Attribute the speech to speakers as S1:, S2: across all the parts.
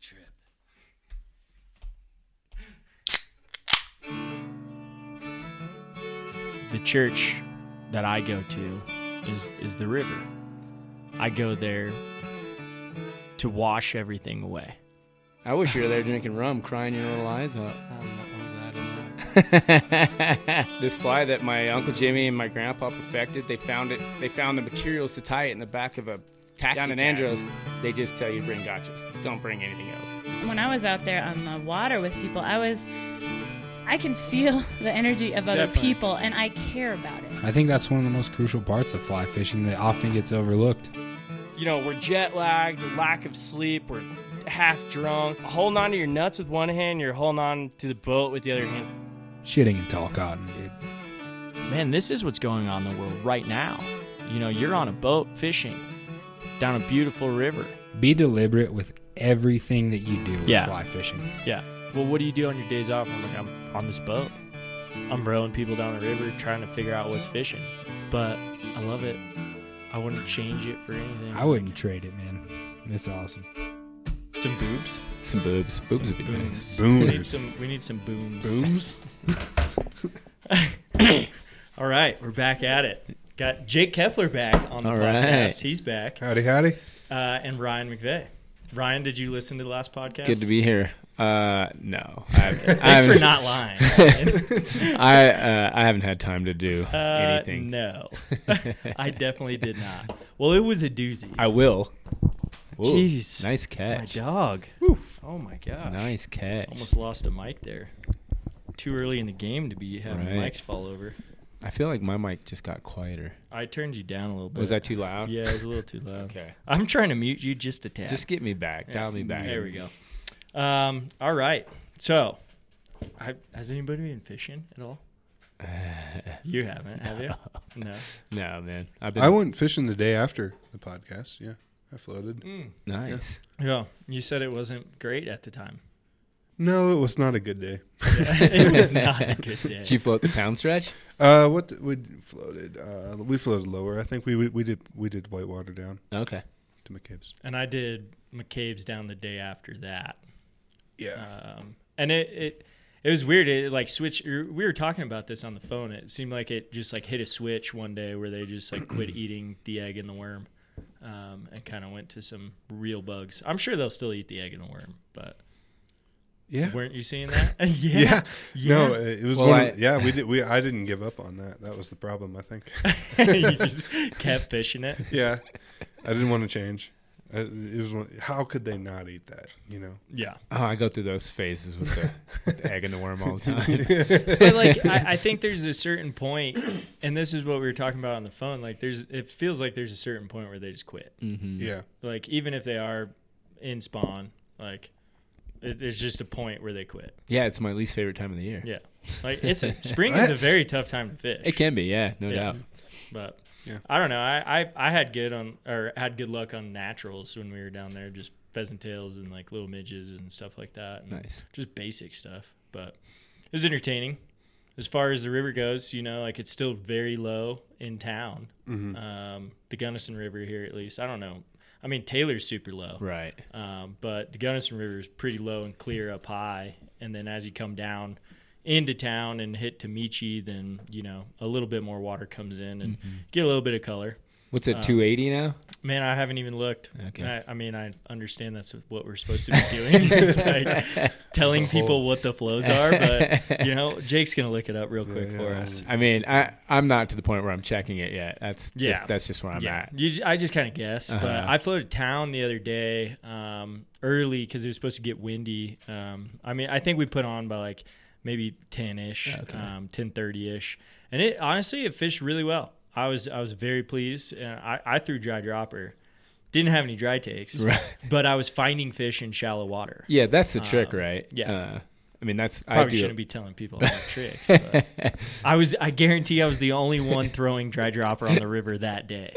S1: trip.
S2: the church that I go to is is the river. I go there to wash everything away.
S3: I wish you were there drinking rum, crying your little eyes out.
S2: I'm not that. I'm not.
S3: this fly that my uncle Jimmy and my grandpa perfected, they found it. They found the materials to tie it in the back of a taxi down in
S1: cab.
S3: Andros. They just tell you to bring gotchas. Don't bring anything else.
S4: When I was out there on the water with people, I was, I can feel the energy of other
S2: Definitely.
S4: people, and I care about it.
S5: I think that's one of the most crucial parts of fly fishing that often gets overlooked.
S6: You know, we're jet lagged, lack of sleep, we're half drunk, holding on to your nuts with one hand, you're holding on to the boat with the other hand.
S5: Shitting in tall cotton, dude.
S2: Man, this is what's going on in the world right now. You know, you're on a boat fishing down a beautiful river.
S5: Be deliberate with everything that you do with
S2: Yeah.
S5: fly fishing.
S2: Yeah. Well, what do you do on your days off? I'm like, I'm on this boat. I'm rowing people down the river trying to figure out what's fishing. But I love it. I wouldn't change it for anything.
S5: I wouldn't trade it, man. It's awesome.
S2: Some boobs.
S7: Some boobs. Boobs would be nice.
S2: Booms. We need
S7: Boomers.
S2: some. We need some booms.
S7: Booms?
S2: All right, we're back at it. Got Jake Kepler back on the
S3: All
S2: podcast.
S3: right.
S2: He's back, uh,
S8: Howdy, howdy.
S2: and Ryan McVeigh. Ryan, did you listen to the last podcast?
S3: Good to be here. Uh, no, I,
S2: Thanks for not lying. Ryan.
S3: I uh, I haven't had time to do
S2: Uh,
S3: anything.
S2: No, I definitely did not. Well, it was a doozy.
S3: I will. Ooh,
S2: Jeez.
S3: nice
S2: my
S3: catch.
S2: dog. Oh my gosh.
S3: Nice catch.
S2: Almost lost a mic there. Too early in the game to be having
S3: Right.
S2: mics fall over.
S3: I feel like my mic just got quieter.
S2: I turned you down a little bit.
S3: Was I too loud?
S2: Yeah, it was a little too loud.
S3: Okay.
S2: I'm trying to mute you just a tad.
S3: Just get me back. Dial me back.
S2: There we go. Um, all right. So, I, has anybody been fishing at all? you haven't, have you? No.
S3: No, man. I've been
S8: I went fishing the day after the podcast. Yeah, I floated.
S3: nice.
S2: Mm. Yeah. You said it wasn't great at the time.
S8: No, it was not a good day.
S2: it was not a good day.
S3: Did you float the pound stretch?
S8: Uh, what th- we floated? Uh, we floated lower. I think we, we we did we did whitewater down
S3: Okay.
S8: to McCabe's.
S2: And I did McCabe's down the day after that.
S8: Yeah,
S2: Um, and it, it it was weird. It like switch. We were talking about this on the phone. It seemed like it just like hit a switch one day where they just like quit eating the egg and the worm, um, and kind of went to some real bugs. I'm sure they'll still eat the egg and the worm, but
S8: yeah,
S2: weren't you seeing that? yeah,
S8: yeah.
S2: yeah.
S8: No, it it was
S3: Well,
S8: one. of-
S3: I-
S8: yeah, we did. We I didn't give up on that. That was the problem. I think.
S2: you just kept fishing it.
S8: yeah, I didn't want to change. I, it was one, how could they not eat that? You know,
S2: Yeah.
S3: Oh, I go through those phases with the, with the egg and the worm all the time.
S2: but like I, I think there's a certain point and this is what we were talking about on the phone like there's it feels like there's a certain point where they just quit
S8: yeah,
S2: like even if they are in spawn like it, there's just a point where they quit
S3: Yeah, it's my least favorite time of the year.
S2: yeah like it's a spring is a very tough time to fish
S3: It can be, yeah, no
S2: Yeah.
S3: doubt.
S2: but
S8: Yeah.
S2: i don't know I, I i had good on or had good luck on naturals when we were down there just pheasant tails and like little midges and stuff like that and
S3: Nice.
S2: just basic stuff but it was entertaining as far as the river goes you know like it's still very low in town um, the gunnison river here at least i don't know i mean taylor's super low
S3: Right.
S2: um, but the gunnison river is pretty low and clear up high and then as you come down into town and hit Temecula, then you know a little bit more water comes in and get a little bit of color
S3: What's
S2: Uh,
S3: it, 280 now?
S2: Man, I haven't even looked.
S3: Okay.
S2: I, I mean, I understand that's what we're supposed to be doing. it's like telling people what the flows are, but you know, Jake's gonna look it up real quick for us.
S3: I mean, I, I'm not to the point where I'm checking it yet. That's yeah.
S2: Yeah.
S3: just, that's just where I'm
S2: yeah,
S3: at.
S2: you, j- I just kind of guessed, but
S3: Uh-huh.
S2: I floated town the other day um, early because it was supposed to get windy. Um, I mean, I think we put on by like maybe ten ish,
S3: Okay.
S2: um, ten thirty ish, and it honestly it fished really well. I was I was very pleased, and I, I threw dry dropper. Didn't have any dry takes,
S3: Right.
S2: but I was finding fish in shallow water.
S3: Yeah, that's the trick, right?
S2: yeah.
S3: Uh, I mean, that's I
S2: Probably
S3: do.
S2: shouldn't be telling people about tricks. But I was I guarantee I was the only one throwing dry dropper on the river that day.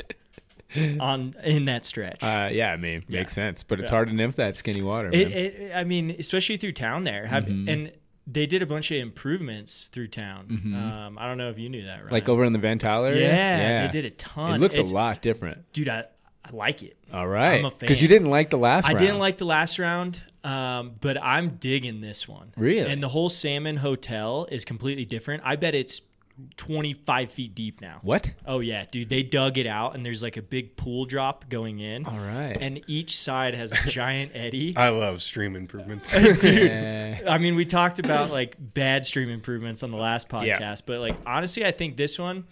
S2: On in that stretch.
S3: Uh, yeah, I mean,
S2: Yeah.
S3: makes sense, but it's
S2: Yeah.
S3: hard to nymph that skinny water.
S2: it,
S3: man.
S2: it I mean, especially through town there. Have,
S3: Mm-hmm.
S2: and they did a bunch of improvements through town. Um, I don't know if you knew that, right?
S3: Mm-hmm. like over in the Van Tile area.
S2: Yeah, they did a ton.
S3: It looks
S2: It's-
S3: a lot Oh, different.
S2: Dude, I, I like it.
S3: All right,
S2: I'm a
S3: because you
S2: fan.
S3: didn't like the last.
S2: I
S3: round.
S2: didn't like the last round. Um, but I'm digging this one.
S9: Really?
S2: And the whole salmon hotel is completely different. I bet it's 25 feet deep now.
S9: What?
S2: Oh yeah, dude. They dug it out, and there's like a big pool drop going in.
S9: All right.
S2: And each side has a giant eddy.
S8: I love stream improvements.
S9: Uh,
S2: I mean, we talked about like bad stream improvements on the last podcast, but like honestly, I think this one,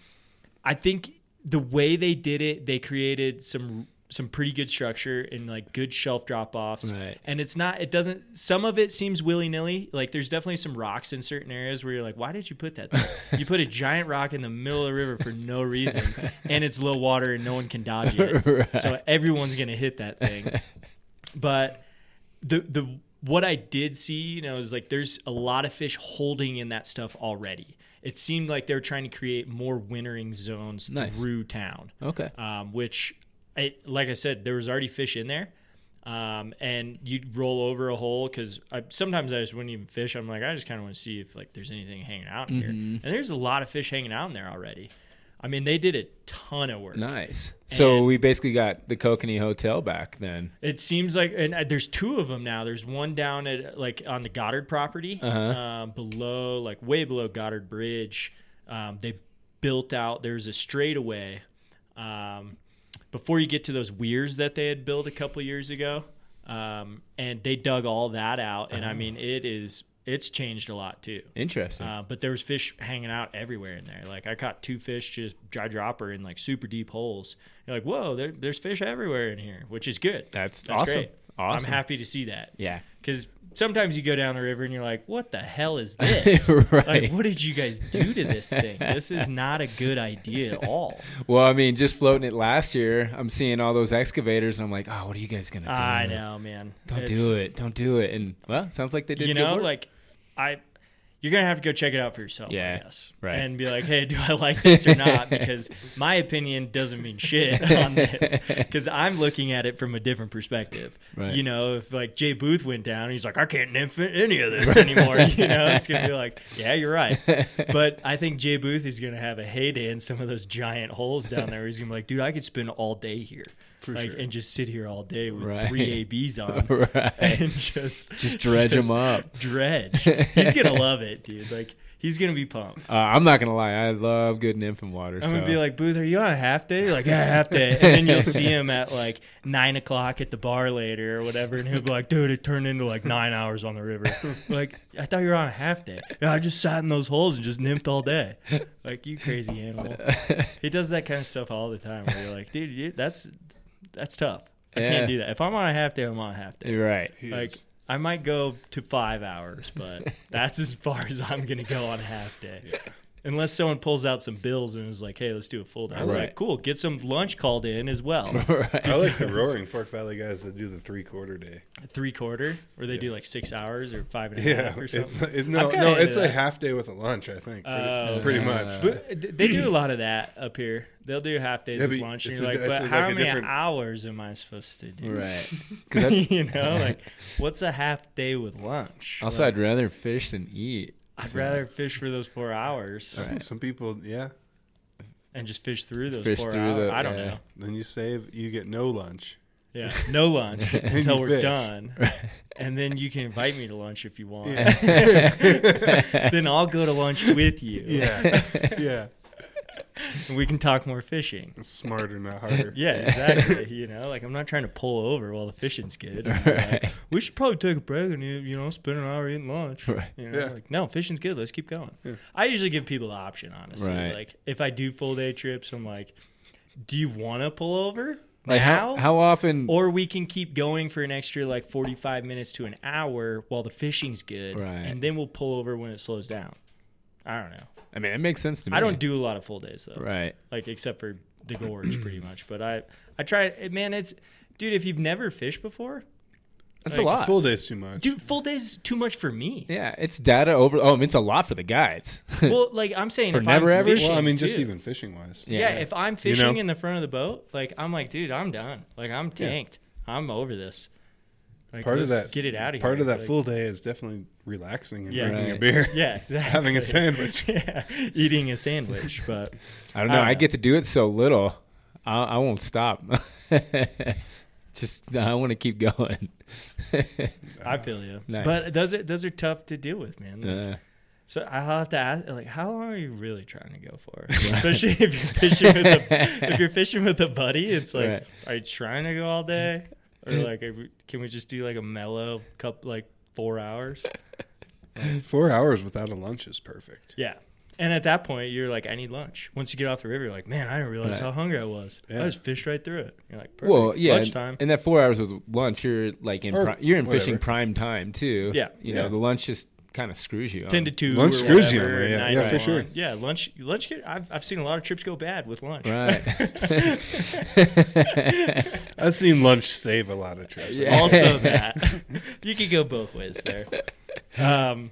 S2: I think the way they did it, they created some some pretty good structure and like good shelf drop offs.
S9: Right.
S2: And it's not, it doesn't. Some of it seems willy nilly. Like there's definitely some rocks in certain areas where you're like, why did you put that? There? you put a giant rock in the middle of the river for no reason, and it's low water and no one can dodge it, so everyone's gonna hit that thing. But the the what I did see, you know, is like there's a lot of fish holding in that stuff already. It seemed like they were trying to create more wintering zones
S9: Nice.
S2: through town,
S9: okay.
S2: um, which, I, like I said, there was already fish in there. Um, and you'd roll over a hole because I, sometimes I just wouldn't even fish. I'm like, I just kind of want to see if like there's anything hanging out in here.
S9: Mm-hmm.
S2: And there's a lot of fish hanging out in there already. I mean, they did a ton of work.
S9: Nice. So
S2: And-
S9: we basically got the Kokanee Hotel back then.
S2: It seems like, and uh, there's two of them now. There's one down at like on the Goddard property, uh, below, like way below Goddard Bridge. Um, they built out. There's a straightaway um, before you get to those weirs that they had built a couple years ago, um, and they dug all that out. And I mean, it is it's changed a lot too.
S9: Interesting.
S2: Uh, but there was fish hanging out everywhere in there. Like I caught two fish just dry dropper in like super deep holes. You're like, whoa, there, there's fish everywhere in here, which is good.
S9: That's awesome. Awesome.
S2: I'm happy to see that.
S9: yeah.
S2: Because sometimes you go down the river and you're like, what the hell is this?
S9: Right.
S2: Like, what did you guys do to this thing? This is not a good idea at all.
S9: Well, I mean, just floating it last year, I'm seeing all those excavators, and I'm like, oh, what are you guys gonna do?
S2: I know, man.
S9: Don't
S2: It's-
S9: do it. Don't do it. And well, sounds like they did.
S2: you
S9: good
S2: know,
S9: work.
S2: like I, you're gonna have to go check it out for yourself.
S9: Yeah,
S2: I guess.
S9: right.
S2: And be like, hey, do I like this or not? Because my opinion doesn't mean shit on this. Because I'm looking at it from a different perspective.
S9: Right.
S2: You know, if like Jay Booth went down, he's like, I can't nymph any of this anymore. you know, it's gonna be like, yeah, you're right. But I think Jay Booth is gonna have a heyday in some of those giant holes down there. He's gonna be like, dude, I could spend all day here. like
S8: sure.
S2: and just sit here all day with
S9: Right.
S2: three ABs on
S9: Right.
S2: and uh, just
S9: Just dredge 'em up.
S2: Dredge. He's gonna love it, dude. Like he's gonna be pumped.
S9: uh, I'm not gonna lie, I love good nymph and water.
S2: I'm
S9: so.
S2: gonna be like, Booth, are you on a half day? Like, yeah, half day. And then you'll see him at like nine o'clock at the bar later or whatever, and he'll be like, dude, it turned into like nine hours on the river. like, I thought you were on a half day. Yeah, I just sat in those holes and just nymphed all day. Like, you crazy animal. He does that kind of stuff all the time where you're like, dude, you, that's that's tough. I
S9: Yeah.
S2: can't do that. If I'm on a half day, I'm on a half day.
S9: You're right.
S2: Like I might go to five hours, but that's as far as I'm gonna go on a half day. Unless someone pulls out some bills and is like, "Hey, let's do a full day." I'm
S9: Right.
S2: Like, cool. Get some lunch called in as well.
S9: right.
S8: I like the Roaring Fork Valley guys that do the three quarter day.
S2: Three quarter, where they do like six hours or five and a half
S8: Yeah,
S2: or
S8: it's,
S2: something.
S8: it's no,
S2: I'm kinda
S8: no,
S2: into
S8: it's a
S2: that.
S8: half day with a lunch. I think pretty,
S2: Oh,
S8: pretty
S9: okay.
S8: much.
S2: But th- they do a lot of that up here. They'll do half days
S8: Yeah,
S2: of
S8: but
S2: lunch, and
S8: it's
S2: you're
S8: a-
S2: like,
S8: it's
S2: "But
S8: a-
S2: how
S8: like a
S2: many
S8: different-
S2: hours am I supposed to do?"
S9: Right. 'Cause I'd-
S2: you know, like, what's a half day with lunch?
S9: also, I'd rather fish than eat.
S2: I'd rather fish for those four hours.
S8: I think Some people, yeah.
S2: and just fish through those
S9: Fish
S2: four
S9: through
S2: hours.
S9: the-
S2: I don't
S9: yeah.
S2: know.
S8: Then you save, you get no lunch.
S2: Yeah, no lunch until
S8: you
S2: we're
S8: fish.
S2: done, and then you can invite me to lunch if you want. then I'll go to lunch with you,
S8: Yeah, yeah.
S2: and we can talk more fishing.
S8: Smarter, not harder.
S2: Yeah, exactly. you know, like I'm not trying to pull over while the fishing's good. I'm like,
S9: Right.
S2: we should probably take a break and you you know spend an hour eating lunch.
S9: Right.
S2: You know,
S8: Yeah.
S2: like no, fishing's good. Let's keep going. I usually give people the option, honestly.
S9: Right.
S2: Like if I do full day trips, I'm like, do you want to pull over?
S9: Like
S2: now?
S9: how how often?
S2: or we can keep going for an extra like 45 minutes to an hour while the fishing's good
S9: Right.
S2: and then we'll pull over when it slows down i don't know
S9: I mean, it makes sense to me.
S2: i don't do a lot of full days though
S9: Right.
S2: like except for the gorge pretty much but i i try it man it's dude if you've never fished before
S9: That's
S2: Like,
S9: a
S2: the
S9: lot.
S8: Full day's too much.
S2: dude full days is too much for me
S9: yeah, it's data over. Oh, I mean, it's a lot for the guys.
S2: well like i'm saying
S9: For
S2: if
S9: never
S2: I'm
S9: ever?
S2: fishing,
S8: well, I mean, just
S2: dude.
S8: even fishing wise.
S2: yeah. if i'm
S8: You know?
S2: fishing in the front of the boat like i'm like dude i'm done like i'm tanked i'm over this like,
S8: Part of
S2: let's
S8: that,
S2: get it out of
S8: Part
S2: here
S8: of that
S2: Like,
S8: full day is definitely relaxing and
S2: Yeah.
S8: drinking
S9: Right.
S8: a beer,
S2: yeah exactly
S8: having a sandwich.
S2: yeah, eating a sandwich. But
S9: I don't know.
S2: I
S9: I,
S2: don't know.
S9: get to do it so little. I, I won't stop.
S3: Just no, I want to keep going.
S2: I feel you.
S3: Nice.
S2: But those are those are tough to deal with, man.
S3: Uh,
S2: So I'll have to ask, like, how long are you really trying to go for? Especially if you're fishing with a, if you're fishing with a buddy, it's like,
S3: Right.
S2: are you trying to go all day, or like, are we- can we just do like a mellow cup, like four hours?
S8: Four hours without a lunch is perfect.
S2: Yeah. And at that point, you're like, I need lunch. Once you get off the river, you're like, man, I didn't realize
S3: Right.
S2: how hungry I was.
S8: Yeah.
S2: I just fished right through it. You're like, perfect.
S3: well, yeah, and-
S2: Lunchtime.
S3: and that four hours was lunch. You're like in
S8: Or
S3: pri- you're in fishing
S8: whatever.
S3: prime time too.
S2: Yeah.
S3: you
S8: Yeah.
S3: know the lunch just kind of screws you.
S2: 10
S3: on.
S2: to 2
S8: Lunch
S2: or
S8: screws you,
S2: whatever,
S8: yeah,
S2: 9
S8: yeah,
S2: to
S8: for sure.
S2: 1. yeah lunch lunch get, I've, I've seen a lot of trips go bad with lunch
S3: right.
S8: I've seen lunch save a lot of trips.
S3: Yeah.
S2: also that you could go both ways there um,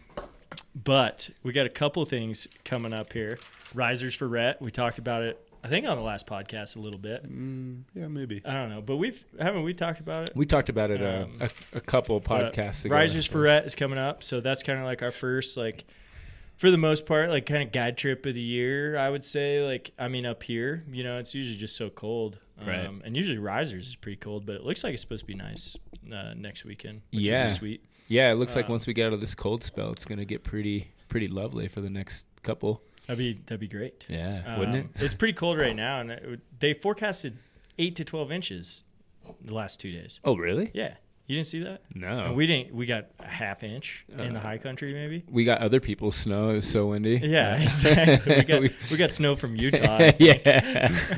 S2: but we got a couple things coming up here risers for ret we talked about it i think on the last podcast a little bit
S8: Yeah, maybe.
S2: i don't know but we've haven't we talked about it
S3: we talked about it uh,
S2: Um,
S3: a, a couple
S2: But
S3: podcasts ago.
S2: risers for ret is coming up so that's kind of like our first like for the most part like kind of guide trip of the year i would say like i mean up here you know it's usually just so cold
S3: Right.
S2: um, and usually risers is pretty cold but it looks like it's supposed to be nice uh, next weekend which would be
S3: Yeah.
S2: sweet
S3: Yeah, it looks like
S2: Uh,
S3: once we get out of this cold spell, it's gonna get pretty pretty lovely for the next couple.
S2: That'd be that'd be great.
S3: Yeah, wouldn't it?
S2: Um, It's pretty cold right now, and it, would- they forecasted eight to twelve inches the last two days.
S3: Oh, really?
S2: Yeah, you didn't see that?
S3: No,
S2: And we didn't. We got a half inch in the
S3: Oh. Uh,
S2: high country, maybe.
S3: we got other people's snow. It was so windy.
S2: Yeah, exactly. We got,
S3: We-
S2: we got snow from Utah.
S3: yeah.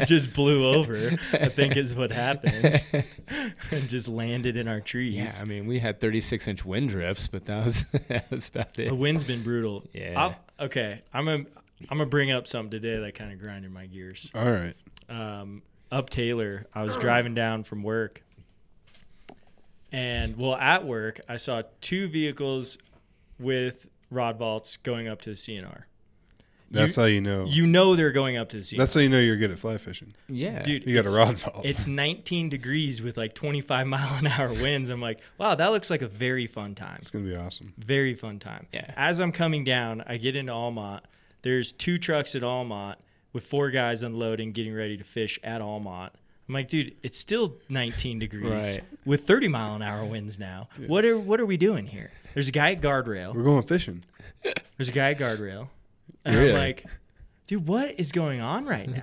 S2: it just blew over. I think is what happened, and just landed in our trees.
S3: Yeah, I mean, we had 36 inch wind drifts, but that was that was about it.
S2: The wind's been brutal.
S3: Yeah.
S2: I'll- okay, I'm gonna I'm gonna bring up something today that kind of grinded my gears.
S8: All right.
S2: um, up Taylor. I was driving down from work, and well, at work, I saw two vehicles with rod vaults going up to the CNR.
S8: That's how you know.
S2: You know they're going up to the CNR.
S8: that's how you know you're good at fly fishing.
S3: Yeah,
S2: dude.
S8: You got
S2: it's-
S8: a rod vault.
S2: It's 19 degrees with like 25 mile an hour winds. I'm like, wow, that looks like a very fun time.
S8: It's gonna be awesome.
S2: Very fun time.
S3: Yeah.
S2: As I'm coming down, I get into Almont. There's two trucks at Almont with four guys unloading, getting ready to fish at Almont. I'm like, dude, it's still 19 degrees
S3: Right.
S2: with 30 mile an hour winds now. What are what are we doing here? There's a guy at guardrail.
S8: We're going fishing.
S2: There's a guy at guardrail. And
S3: Really?
S2: I'm like, dude, what is going on right now?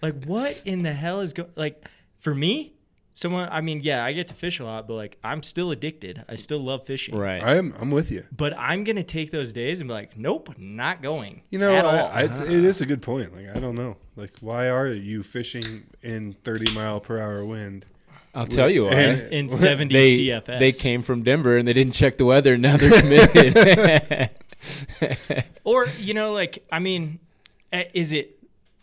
S2: like, what in the hell is going? Like, for me, someone. I mean, yeah, I get to fish a lot, but like, I'm still addicted. I still love fishing
S3: right.
S8: I am. I'm with you.
S2: but I'm gonna take those days and be like, nope, not going.
S8: You know,
S2: at
S8: I,
S2: all. Ah.
S8: I- it's, it is a good point. Like I don't know. Like why are you fishing in 30 mile per hour wind?
S3: I'll tell you what.
S8: and-
S2: in 70
S3: they
S2: CFS.
S3: they came from Denver and they didn't check the weather. and Now they're committed.
S2: or you know, like I mean, eh, is it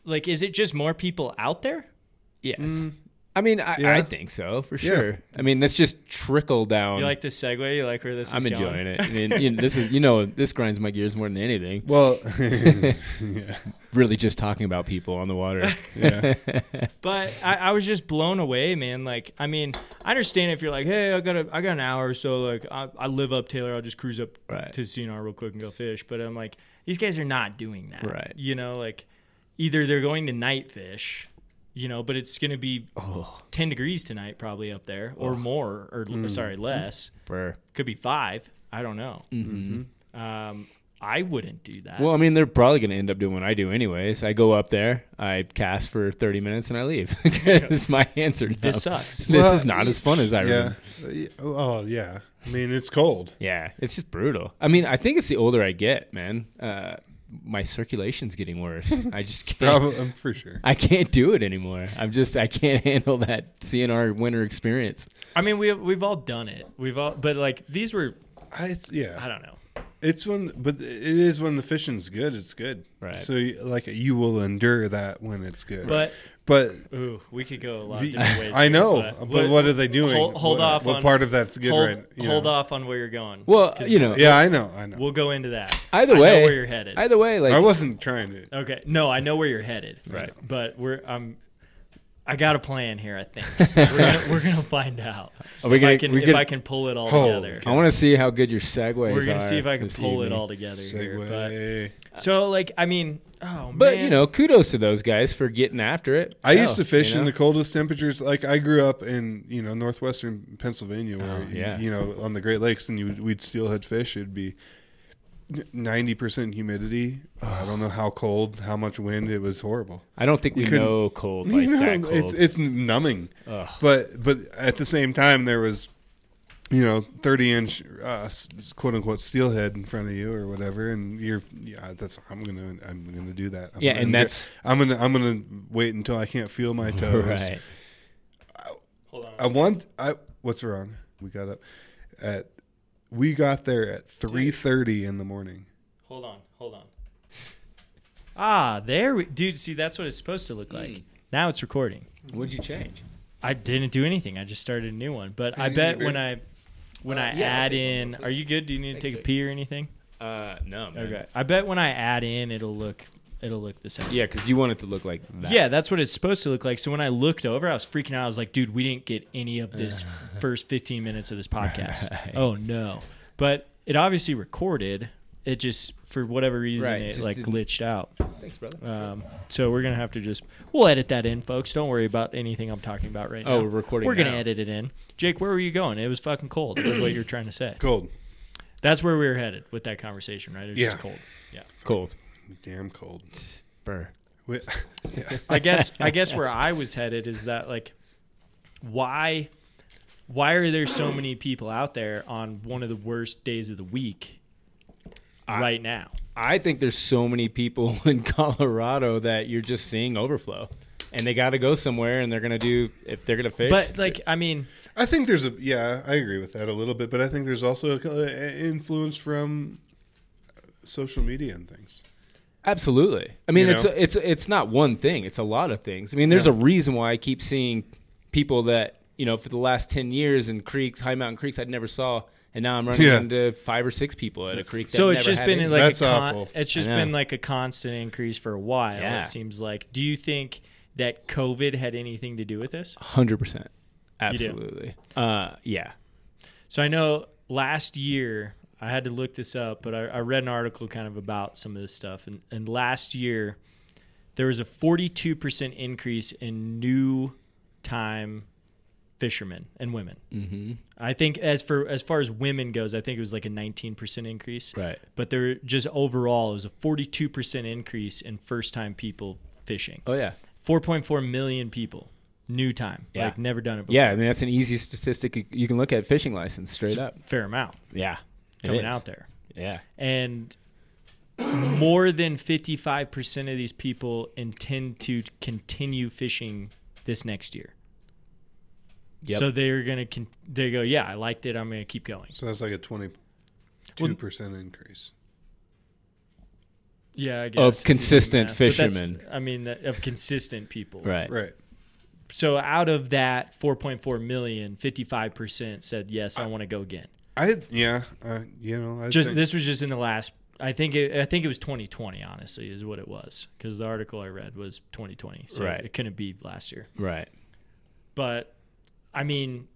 S2: like is it just more people out there?
S3: yes. I mean, I, I
S8: Yeah.
S3: think so for
S8: Yeah.
S3: sure. I mean, that's just trickle down.
S2: You like this segue? You like where this?
S3: Um, I'm
S2: is going?
S3: enjoying it. I mean, you know, this is you know this grinds my gears more than anything.
S8: Well, yeah.
S3: Really, just talking about people on the water.
S8: yeah.
S2: But I, I was just blown away, man. Like, I mean, I understand if you're like, hey, I got a, I got an hour or so. Like, I, I live up Taylor. I'll just cruise up
S3: Right.
S2: to CNR real quick and go fish. But I'm like, these guys are not doing that.
S3: Right.
S2: You know, like, either they're going to night fish, you know, but it's going to be
S3: oh, Mm-hmm.
S2: 10 degrees tonight, probably up there, or more, or l- sorry, less.
S3: brr.
S2: Could be five. I don't know. Um, I wouldn't do that.
S3: Mm-hmm. Well, I mean, they're probably going to end up doing what I do, anyways. I go up there, I cast for thirty minutes, and I leave. 'Cause my answer. No.
S2: this uh, sucks.
S3: This
S8: Well,
S3: is not as fun as I
S8: yeah.
S3: remember.
S8: Oh yeah. I mean, it's cold.
S3: Yeah, it's just brutal. I mean, I think it's the older I get, man. Uh, my circulation's getting worse. I just can't.
S8: Probably, I'm for sure.
S3: I can't do it anymore. I'm just I can't handle that CNR winter experience.
S2: I mean, we, we've all done it. We've all, but like, these were,
S8: I, it's, yeah.
S2: I don't know.
S8: It's when, but it is when the fishing's good. It's good,
S3: Right.
S8: So, you- like, you will endure that when it's good.
S2: But
S8: but
S2: ooh, we could go a lot
S8: the-
S2: of different ways.
S8: I
S2: here,
S8: know. But, what are they doing?
S2: Hold, hold
S8: what,
S2: off.
S8: What
S2: on,
S8: part of that's good?
S2: Hold,
S8: right. you
S2: hold
S8: know?
S2: off on where you're going.
S3: Well,
S2: 'Cause
S3: you know,
S8: Yeah, I know. I know.
S2: we'll go into that.
S3: either
S2: I know
S3: way,
S2: where you're headed.
S3: either way, like
S8: I wasn't trying to.
S2: okay, no, I know where you're headed.
S3: Right.
S2: but we're I'm. I got a plan here. I think we're, gonna, we're gonna find out.
S3: Are we
S2: if I
S3: gonna-
S2: can,
S3: we
S2: if
S3: gonna-
S2: I can pull it all
S8: Holy
S2: together.
S3: I want to see how good your segues are.
S2: We're gonna see if I can
S3: this
S2: pull it
S3: evening.
S2: all together here.
S8: Segue.
S2: But, so like, I mean, Oh,
S3: But
S2: man.
S3: you know, kudos to those guys for getting after it.
S8: I
S3: Hell,
S8: used to fish
S3: Oh, you know?
S8: in the coldest temperatures. Like I grew up in you know northwestern Pennsylvania, where
S3: Oh, yeah.
S8: you, know on the Great Lakes, and you would- we'd steelhead fish. It'd be ninety percent humidity. I don't know how cold, how much wind. It was horrible.
S3: I don't think we
S8: You couldn't-
S3: know cold like
S8: you know,
S3: that cold.
S8: it's it's numbing.
S3: Ugh.
S8: But but at the same time, there was you know thirty inch uh, s- quote unquote steelhead in front of you or whatever, and you're yeah. That's I'm gonna I'm gonna do that. I'm
S3: Yeah,
S8: gonna
S3: and
S8: do-
S3: that's-
S8: I'm gonna I'm gonna wait until I can't feel my toes.
S3: right.
S2: Hold on.
S8: I want I what's wrong? We got up at we got there at three thirty in the morning.
S2: Hold on, hold on. Ah, there we dude, see that's what it's supposed to look
S3: Hmm.
S2: like. Now it's recording.
S3: What'd you change?
S2: I didn't do anything. I just started a new one. But I
S8: Hey,
S2: bet
S8: Bert.
S2: when I when
S3: Oh,
S2: I add in are you good? Do you need to
S3: Thanks,
S2: take a
S3: Jake.
S2: pee or anything?
S3: Uh, no. Man.
S2: Okay. I bet when I add in it'll look it'll look the same.
S3: Yeah, because you want it to look like that.
S2: Yeah, that's what it's supposed to look like. So when I looked over, I was freaking out. I was like, dude, we didn't get any of this first 15 minutes of this podcast. Oh no. But it obviously recorded. It just for whatever reason
S3: Right,
S2: it
S3: just
S2: like
S3: didn't-
S2: glitched out.
S3: Thanks, brother.
S2: Um, so we're gonna have to just we'll edit that in, folks. Don't worry about anything I'm talking about right now.
S3: Oh, we're recording
S2: We're gonna
S3: now.
S2: edit it in. Jake, where were you going? It was fucking cold. Is what you're trying to say.
S8: Cold.
S2: That's where we were headed with that conversation, right? It was just
S8: Yeah.
S2: cold. Yeah.
S3: Cold.
S8: Damn cold.
S3: Burr.
S8: We- yeah.
S2: I guess I guess where I was headed is that like why why are there so many people out there on one of the worst days of the week right now?
S3: I think there's so many people in Colorado that you're just seeing overflow, and they got to go somewhere, and they're gonna do if they're gonna fish.
S2: But like I mean
S8: I think there's a yeah, I agree with that a little bit, but I think there's also a, a influence from social media and things.
S3: absolutely, I mean
S8: You
S3: it's
S8: know?
S3: it's it's not one thing; it's a lot of things. I mean, there's a reason why I keep seeing people that you know for the last ten years in creeks, high mountain creeks, I'd never saw, and now I'm running
S8: Yeah.
S3: into five or six people at a creek. That
S2: so it's
S3: never
S2: just
S3: had
S2: been
S3: any.
S2: like
S8: That's
S2: a con-
S8: awful.
S2: it's just
S3: I know.
S2: been like a constant increase for a while
S3: Yeah.
S2: it seems like. Do you think that COVID had anything to do with this?
S3: hundred percent,
S2: do.
S3: absolutely, uh, yeah.
S2: So I know last year I had to look this up, but I, I read an article kind of about some of this stuff, and, and last year there was a 42% increase in new time fishermen and women. Mm-hmm. I think as for as far as women goes, I think it was like a 19% increase.
S3: Right.
S2: But there just overall it was a 42% increase in first time people fishing.
S3: Oh yeah.
S2: 4.4 million people new time.
S3: Yeah.
S2: Like never done it before.
S3: Yeah, I mean that's an easy statistic you- you can look at fishing license straight
S2: It's a
S3: up.
S2: fair amount
S3: Yeah. it
S2: coming
S3: is.
S2: out there.
S3: Yeah.
S2: and more than 55% of these people intend to continue fishing this next year.
S3: Yep.
S2: So they're going to con- they go, yeah, I liked it, I'm going to keep going.
S8: So that's like a twenty two percent increase.
S2: Yeah, I
S3: Of
S2: guess.
S3: consistent
S2: But that's-
S3: fishermen.
S2: I mean that, of consistent people.
S3: Right.
S8: Right.
S2: So out of that 4.4 million, 55% said yes, I want to go again.
S8: I yeah, uh, you know, I
S2: Just
S8: think,
S2: this was just in the last I think it, I think it was 2020 honestly is what it was cuz the article I read was 2020. So
S3: Right.
S2: it couldn't be last year.
S3: Right.
S2: but I mean,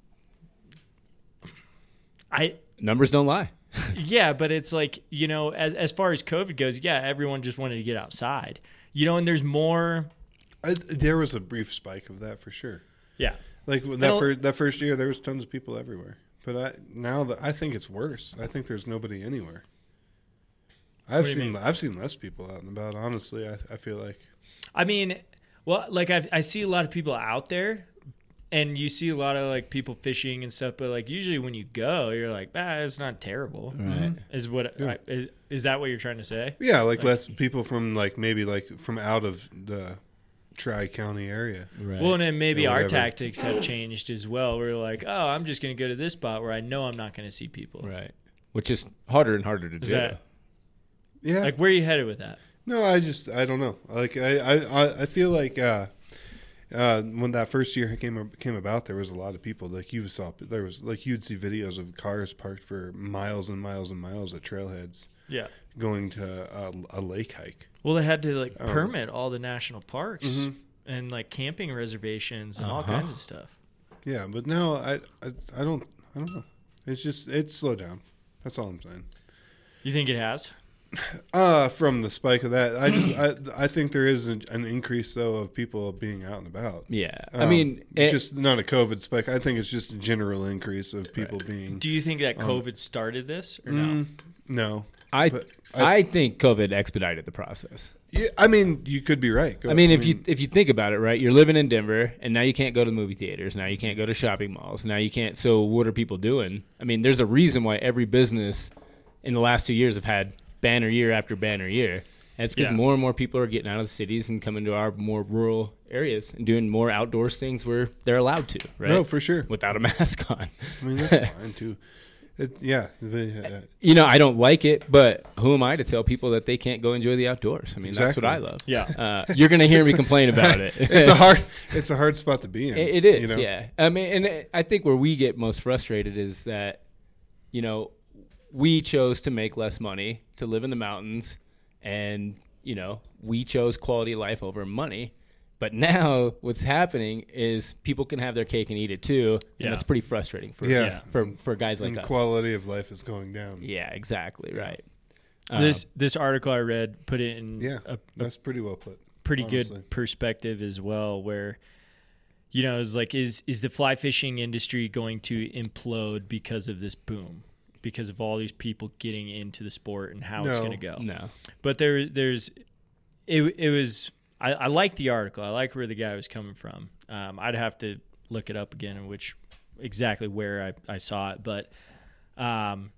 S2: I
S3: Numbers don't lie.
S2: yeah, but it's like you know, as as far as COVID goes, yeah, everyone just wanted to get outside, you know, and there's more.
S8: I, there was a brief spike of that for sure.
S2: Yeah,
S8: Like when
S2: don't-
S8: that first that first year, there was tons of people everywhere. But I now that I think it's worse. I think there's nobody anywhere. I've
S2: do you
S8: seen
S2: mean?
S8: I've seen less people out and about. Honestly, I, I feel like
S2: I mean, well, like I I see a lot of people out there, and you see a lot of like people fishing and stuff, but like usually when you go, you're like, ah, it's not terrible.
S3: Right. Mm-hmm.
S2: Is what I- is, is that what you're trying to say?
S8: yeah, like, less people from like maybe like from out of the tri county area.
S3: Right.
S2: Well, and then maybe
S8: Yeah,
S2: our
S8: whatever.
S2: tactics have changed as well. We're like, oh, I'm just going to go to this spot where I know I'm not going to see people.
S3: right. Which is harder and harder to
S2: Is
S3: do.
S2: that
S8: Yeah,
S2: like where are you headed with that?
S8: No, I just I don't know. Like I I, I- I feel like uh, uh, when that first year came came about, there was a lot of people. Like you saw, there was like you'd see videos of cars parked for miles and miles and miles at trailheads
S2: Yeah.
S8: going to a, a lake hike.
S2: Well, they had to like
S3: Oh.
S2: permit all the national parks
S3: Mm-hmm.
S2: and like camping reservations and
S3: Uh-huh.
S2: all kinds of stuff.
S8: Yeah, but now I, I I don't I don't know. It's just it's slowed down. That's all I'm saying.
S2: You think it has?
S8: Uh, from the spike of that, I just I, I think there is an, an increase though of people being out and about.
S3: Yeah, I
S8: Um,
S3: mean, it-
S8: just not a COVID spike. I think it's just a general increase of people being
S2: Do you think that
S3: Um,
S2: COVID started this
S3: mm,
S2: or no?
S8: no.
S3: I,
S8: but
S3: I
S8: I-
S3: think COVID expedited the process.
S8: Yeah, I mean, you could be right. Go-
S3: I mean, if you if you think about it, right, you're living in Denver, and now you can't go to movie theaters. Now you can't go to shopping malls. Now you can't. So what are people doing? I mean, there's a reason why every business in the last two years have had banner year after banner year. And it's because
S2: Yeah.
S3: more and more people are getting out of the cities and coming to our more rural areas and doing more outdoors things where they're allowed to, right?
S8: no, for sure.
S3: Without a mask on.
S8: I mean, that's fine too. It, yeah, but, uh,
S3: You know, I don't like it, but who am I to tell people that they can't go enjoy the outdoors? I mean, that's what
S8: Exactly.
S3: I love.
S2: Yeah.
S3: Uh, you're going to hear me complain about it.
S8: it's a hard, it's a hard spot to be in.
S3: It, it
S8: you
S3: is,
S8: know?
S3: yeah. I mean, and it, I think where we get most frustrated is that, you know, we chose to make less money to live in the mountains, and you know, we chose quality of life over money. But now, what's happening is people can have their cake and eat it too,
S2: Yeah.
S3: and that's pretty frustrating for
S8: Yeah.
S3: for for guys like
S8: and
S3: us.
S8: quality of life is going down.
S3: yeah, exactly right.
S2: this this article I read put it in
S8: Uh, Yeah,
S2: a, a
S8: that's pretty well put.
S2: pretty
S8: honestly.
S2: good perspective as well where you know is like is is the fly fishing industry going to implode because of this boom because of all these people getting into the sport and how it's
S8: No.
S2: going to go
S3: No,
S2: but there there's it, it was I, I like the article i like where the guy was coming from um, i'd have to look it up again and which exactly where i, I saw it but um,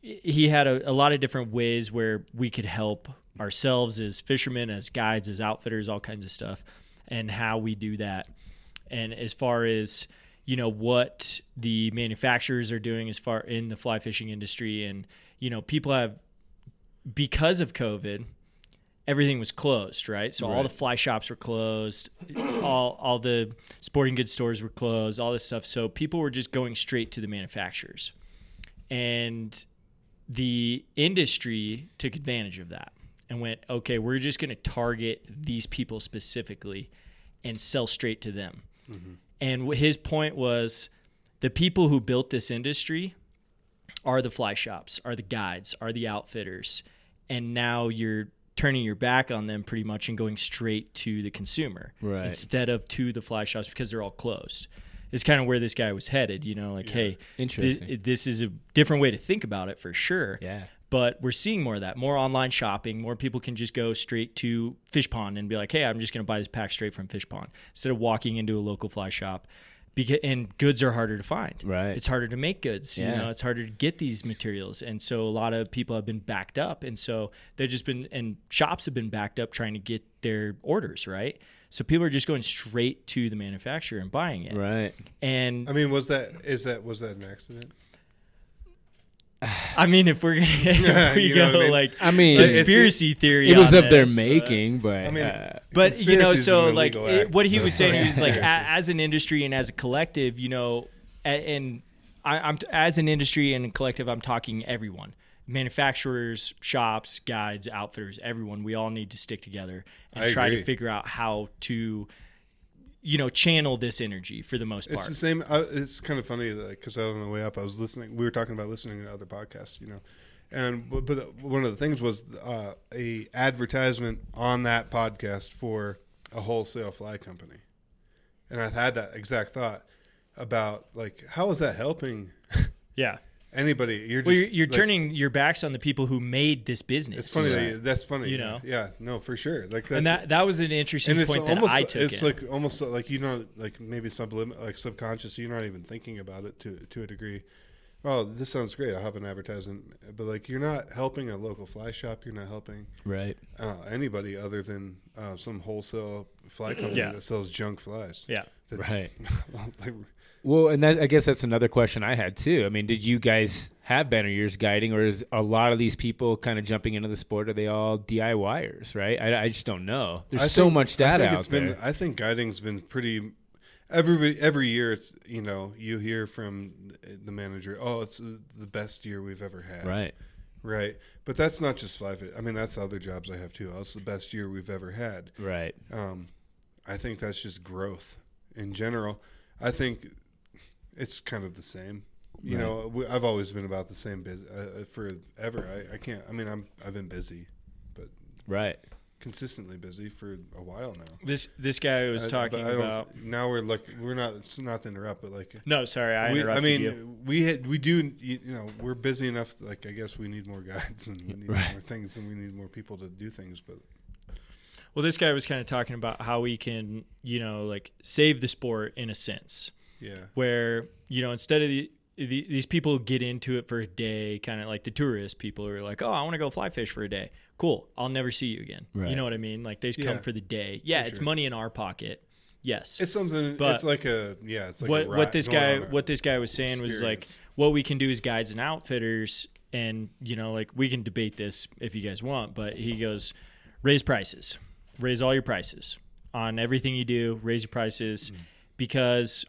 S2: he had a, a lot of different ways where we could help ourselves as fishermen, as guides, as outfitters, all kinds of stuff, and how we do that. And as far as you know, what the manufacturers are doing as far in the fly fishing industry, and you know, people have because of COVID, everything was closed, right? So all the fly shops were closed, all all the sporting goods stores were closed, all this stuff. So people were just going straight to the manufacturers and the industry took advantage of that and went, okay, we're just going to target these people specifically and sell straight to them.
S3: Mm-hmm.
S2: And wh- his point was the people who built this industry are the fly shops, are the guides, are the outfitters. And now you're turning your back on them pretty much and going straight to the consumer
S3: Right.
S2: instead of to the fly shops because they're all closed. It's kind of where this guy was headed, you know, like, hey,
S3: Interesting.
S2: thi- this is a different way to think about it for sure.
S3: Yeah.
S2: But we're seeing more of that, more online shopping. More people can just go straight to Fish Pond and be like, hey, I'm just going to buy this pack straight from Fish Pond instead of walking into a local fly shop. Because, and goods are harder to find.
S3: Right.
S2: It's harder to make goods. You
S3: Yeah.
S2: know, it's harder to get these materials. And so a lot of people have been backed up. And so they've just been, and shops have been backed up trying to get their orders, right? So people are just going straight to the manufacturer and buying it.
S3: right?
S2: And
S8: I mean, was that is that was that an accident?
S2: I mean, if we're gonna if we
S8: You know
S2: go
S8: what I mean?
S2: like
S3: I mean,
S8: It's-
S2: conspiracy theory,
S3: it was
S2: on
S3: of their
S2: this, but-
S3: making, but,
S8: I mean,
S3: uh,
S2: But you know,
S8: conspiracy is
S2: so
S8: an
S2: like
S8: illegal
S2: it-
S8: act,
S2: what he
S8: so-
S2: was saying, he was like, a,
S8: Yeah.
S2: as an industry and as a collective, you know, a- and I, I'm as an industry and collective, I'm talking everyone, manufacturers, shops, guides, outfitters, everyone. We all need to stick together and
S8: I
S2: try to
S8: agree.
S2: figure out how to, you know, channel this energy for the most
S8: It's
S2: part.
S8: the same. I it's kind of funny because I was on the way up, I was listening. We were talking about listening to other podcasts, you know, and but, but one of the things was uh, a advertisement on that podcast for a wholesale fly company, and I had that exact thought about like how is that helping
S2: yeah.
S8: anybody? You're just
S2: Well, you're, you're
S8: like,
S2: turning your backs on the people who made this business.
S8: It's funny. That you, that's funny.
S2: You
S8: yeah.
S2: know?
S8: Yeah. No, for sure. Like that's
S2: and that that was an interesting
S8: and it's
S2: point
S8: almost
S2: that I took.
S8: it's
S2: in.
S8: like almost like you know like maybe sublim like subconscious you're not even thinking about it to to a degree oh this sounds great i'll have an advertisement but like you're not helping a local fly shop you're not helping
S3: right.
S8: uh, anybody other than uh, some wholesale fly company
S2: Yeah.
S8: that sells junk flies
S2: yeah.
S8: That-
S3: Right.
S8: like,
S3: Well, and that, I guess that's another question I had too. I mean, did you guys have banner years guiding, or is a lot of these people kind of jumping into the sport? Are they all DIYers, right? I, I just don't know. There's
S8: I
S3: so
S8: think-
S3: much
S8: I
S3: data
S8: think
S3: out
S8: it's been-
S3: there.
S8: I think guiding's been pretty. Every every year, it's you know you hear from the manager, oh, it's the best year we've ever had,
S3: right.
S8: Right, but that's not just fly fit. I mean, that's other jobs I have too. That's the best year we've ever had.
S3: Right.
S8: Um, I think that's just growth in general. I think it's kind of the same. You know, we, I've always been about the same busy uh, uh, forever. I, I can't. I mean, I'm I've been busy, but
S3: Right.
S8: consistently busy for a while now.
S2: This this guy was
S8: I-
S2: talking
S8: but I don't-
S2: about.
S8: now we're like we're not it's not to interrupt, but like
S2: No, sorry, I
S8: we,
S2: interrupted
S8: I mean
S2: you.
S8: we had, we do you you know we're busy enough. Like I guess we need more guides and we need
S3: Right.
S8: more things and we need more people to do things. But
S2: Well, this guy was kind of talking about how we can, you know, like save the sport in a sense,
S8: yeah,
S2: where you know instead of the, the these people get into it for a day, kind of like the tourist people who are like, oh, I want to go fly fish for a day. Cool, I'll never see you again.
S3: Right.
S2: You know what I mean? Like they just
S8: Yeah.
S2: come for the day. Yeah, it's
S8: sure.
S2: money in our pocket. Yes,
S8: it's something.
S2: But
S8: it's like a yeah. It's like
S2: what
S8: a
S2: what
S8: ride-
S2: this
S8: going
S2: guy
S8: on a-
S2: what this guy was saying was like
S8: experience.
S2: what we can do as guides and outfitters and you know like we can debate this if you guys want but he goes raise prices raise all your prices on everything you do raise your prices
S8: Mm.
S2: because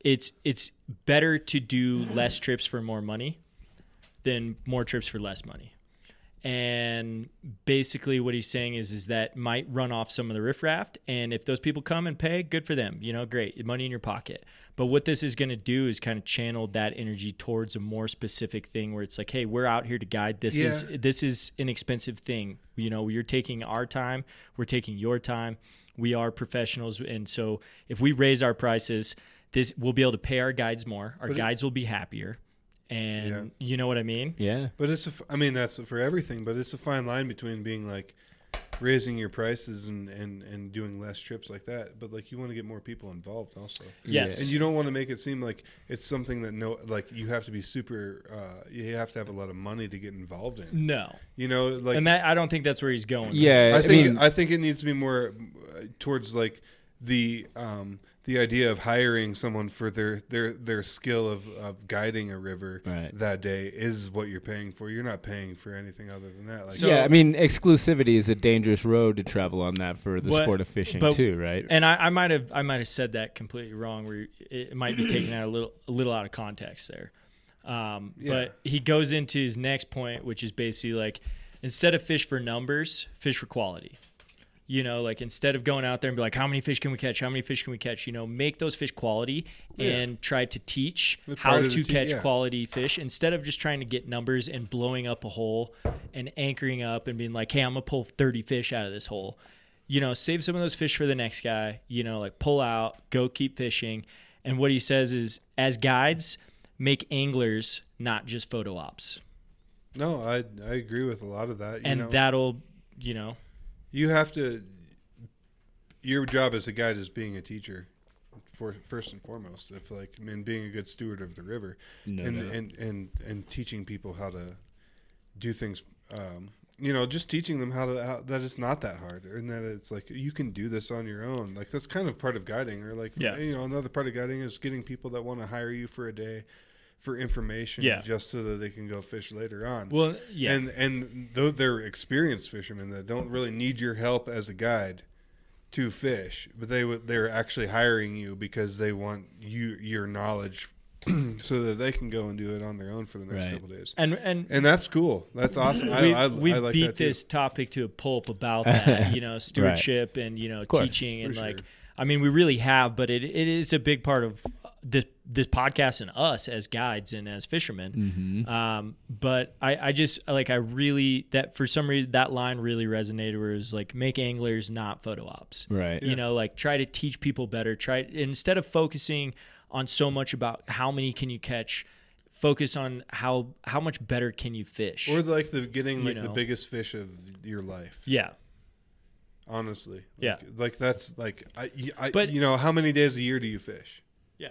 S2: it's it's better to do less trips for more money than more trips for less money and basically what he's saying is is that might run off some of the riffraff and if those people come and pay good for them you know great money in your pocket but what this is going to do is kind of channel that energy towards a more specific thing where it's like hey we're out here to guide this is
S8: Yeah.
S2: this is an expensive thing you know you're taking our time we're taking your time we are professionals and so if we raise our prices this we'll be able to pay our guides more our guides will be happier and you know what i mean
S3: Yeah.
S8: But it's a f- I mean that's for everything. But it's a fine line between being like raising your prices and and and doing less trips like that. But like you want to get more people involved also.
S2: yes
S8: And you don't want to make it seem like it's something that no, like you have to be super, uh, you have to have a lot of money to get involved in.
S2: no
S8: You know, like
S2: and that I don't think that's where he's going.
S3: Yeah.
S8: I think
S3: I mean,
S8: I think it needs to be more uh, towards like the um, the idea of hiring someone for their their their skill of, of guiding a river
S3: Right.
S8: that day is what you're paying for. You're not paying for anything other than that. Like,
S2: So-
S3: yeah, I mean, exclusivity is a dangerous road to travel on that for the
S2: What-
S3: sport of fishing
S2: but-
S3: too, right?
S2: And I, I might have I might have said that completely wrong. Where it might be taken out a little a little out of context there. Um, But he goes into his next point, which is basically like instead of fish for numbers, fish for quality. You know, like instead of going out there and be like, how many fish can we catch? How many fish can we catch? You know, make those fish quality and try to teach
S8: That's
S2: how
S8: part
S2: to
S8: of the te-
S2: catch
S8: yeah.
S2: quality fish instead of just trying to get numbers and blowing up a hole and anchoring up and being like, hey, I'm going to pull 30 fish out of this hole. You know, save some of those fish for the next guy. You know, like pull out, go keep fishing. And what he says is, as guides, make anglers, not just photo ops.
S8: no, I I agree with a lot of that. You
S2: And
S8: know,
S2: that'll, you know,
S8: you have to. Your job as a guide is being a teacher, for first and foremost. If like, I mean, being a good steward of the river, and,
S3: doubt.
S8: and and and teaching people how to do things. Um, you know, just teaching them how to how, that it's not that hard, and that it's like you can do this on your own. Like that's kind of part of guiding, or like
S2: Yeah.
S8: you know, another part of guiding is getting people that want to hire you for a day for information,
S2: Yeah.
S8: just so that they can go fish later on.
S2: well, yeah.
S8: And and though they're experienced fishermen that don't really need your help as a guide to fish, but they would they're actually hiring you because they want you your knowledge so that they can go and do it on their own for the next
S3: Right.
S8: couple days.
S2: and, and
S8: And that's cool. That's awesome. I,
S2: we,
S8: I,
S2: we
S8: I like
S2: beat
S8: that too.
S2: this topic to a pulp about that, you know, stewardship and you know
S3: course,
S2: teaching and
S8: for
S2: like
S8: sure.
S2: I mean we really have, but it it is a big part of this this podcast and us as guides and as fishermen.
S8: Mm-hmm.
S2: Um, but I I just like I really that for some reason that line really resonated where it was like make anglers not photo ops
S3: Right.
S2: you know like try to teach people better try instead of focusing on so much about how many can you catch focus on how how much better can you fish
S8: or like the getting like the
S2: know.
S8: biggest fish of your life.
S2: yeah
S8: Honestly. Like,
S2: Yeah.
S8: Like that's like I, I
S2: But-
S8: you know how many days a year do you fish?
S2: yeah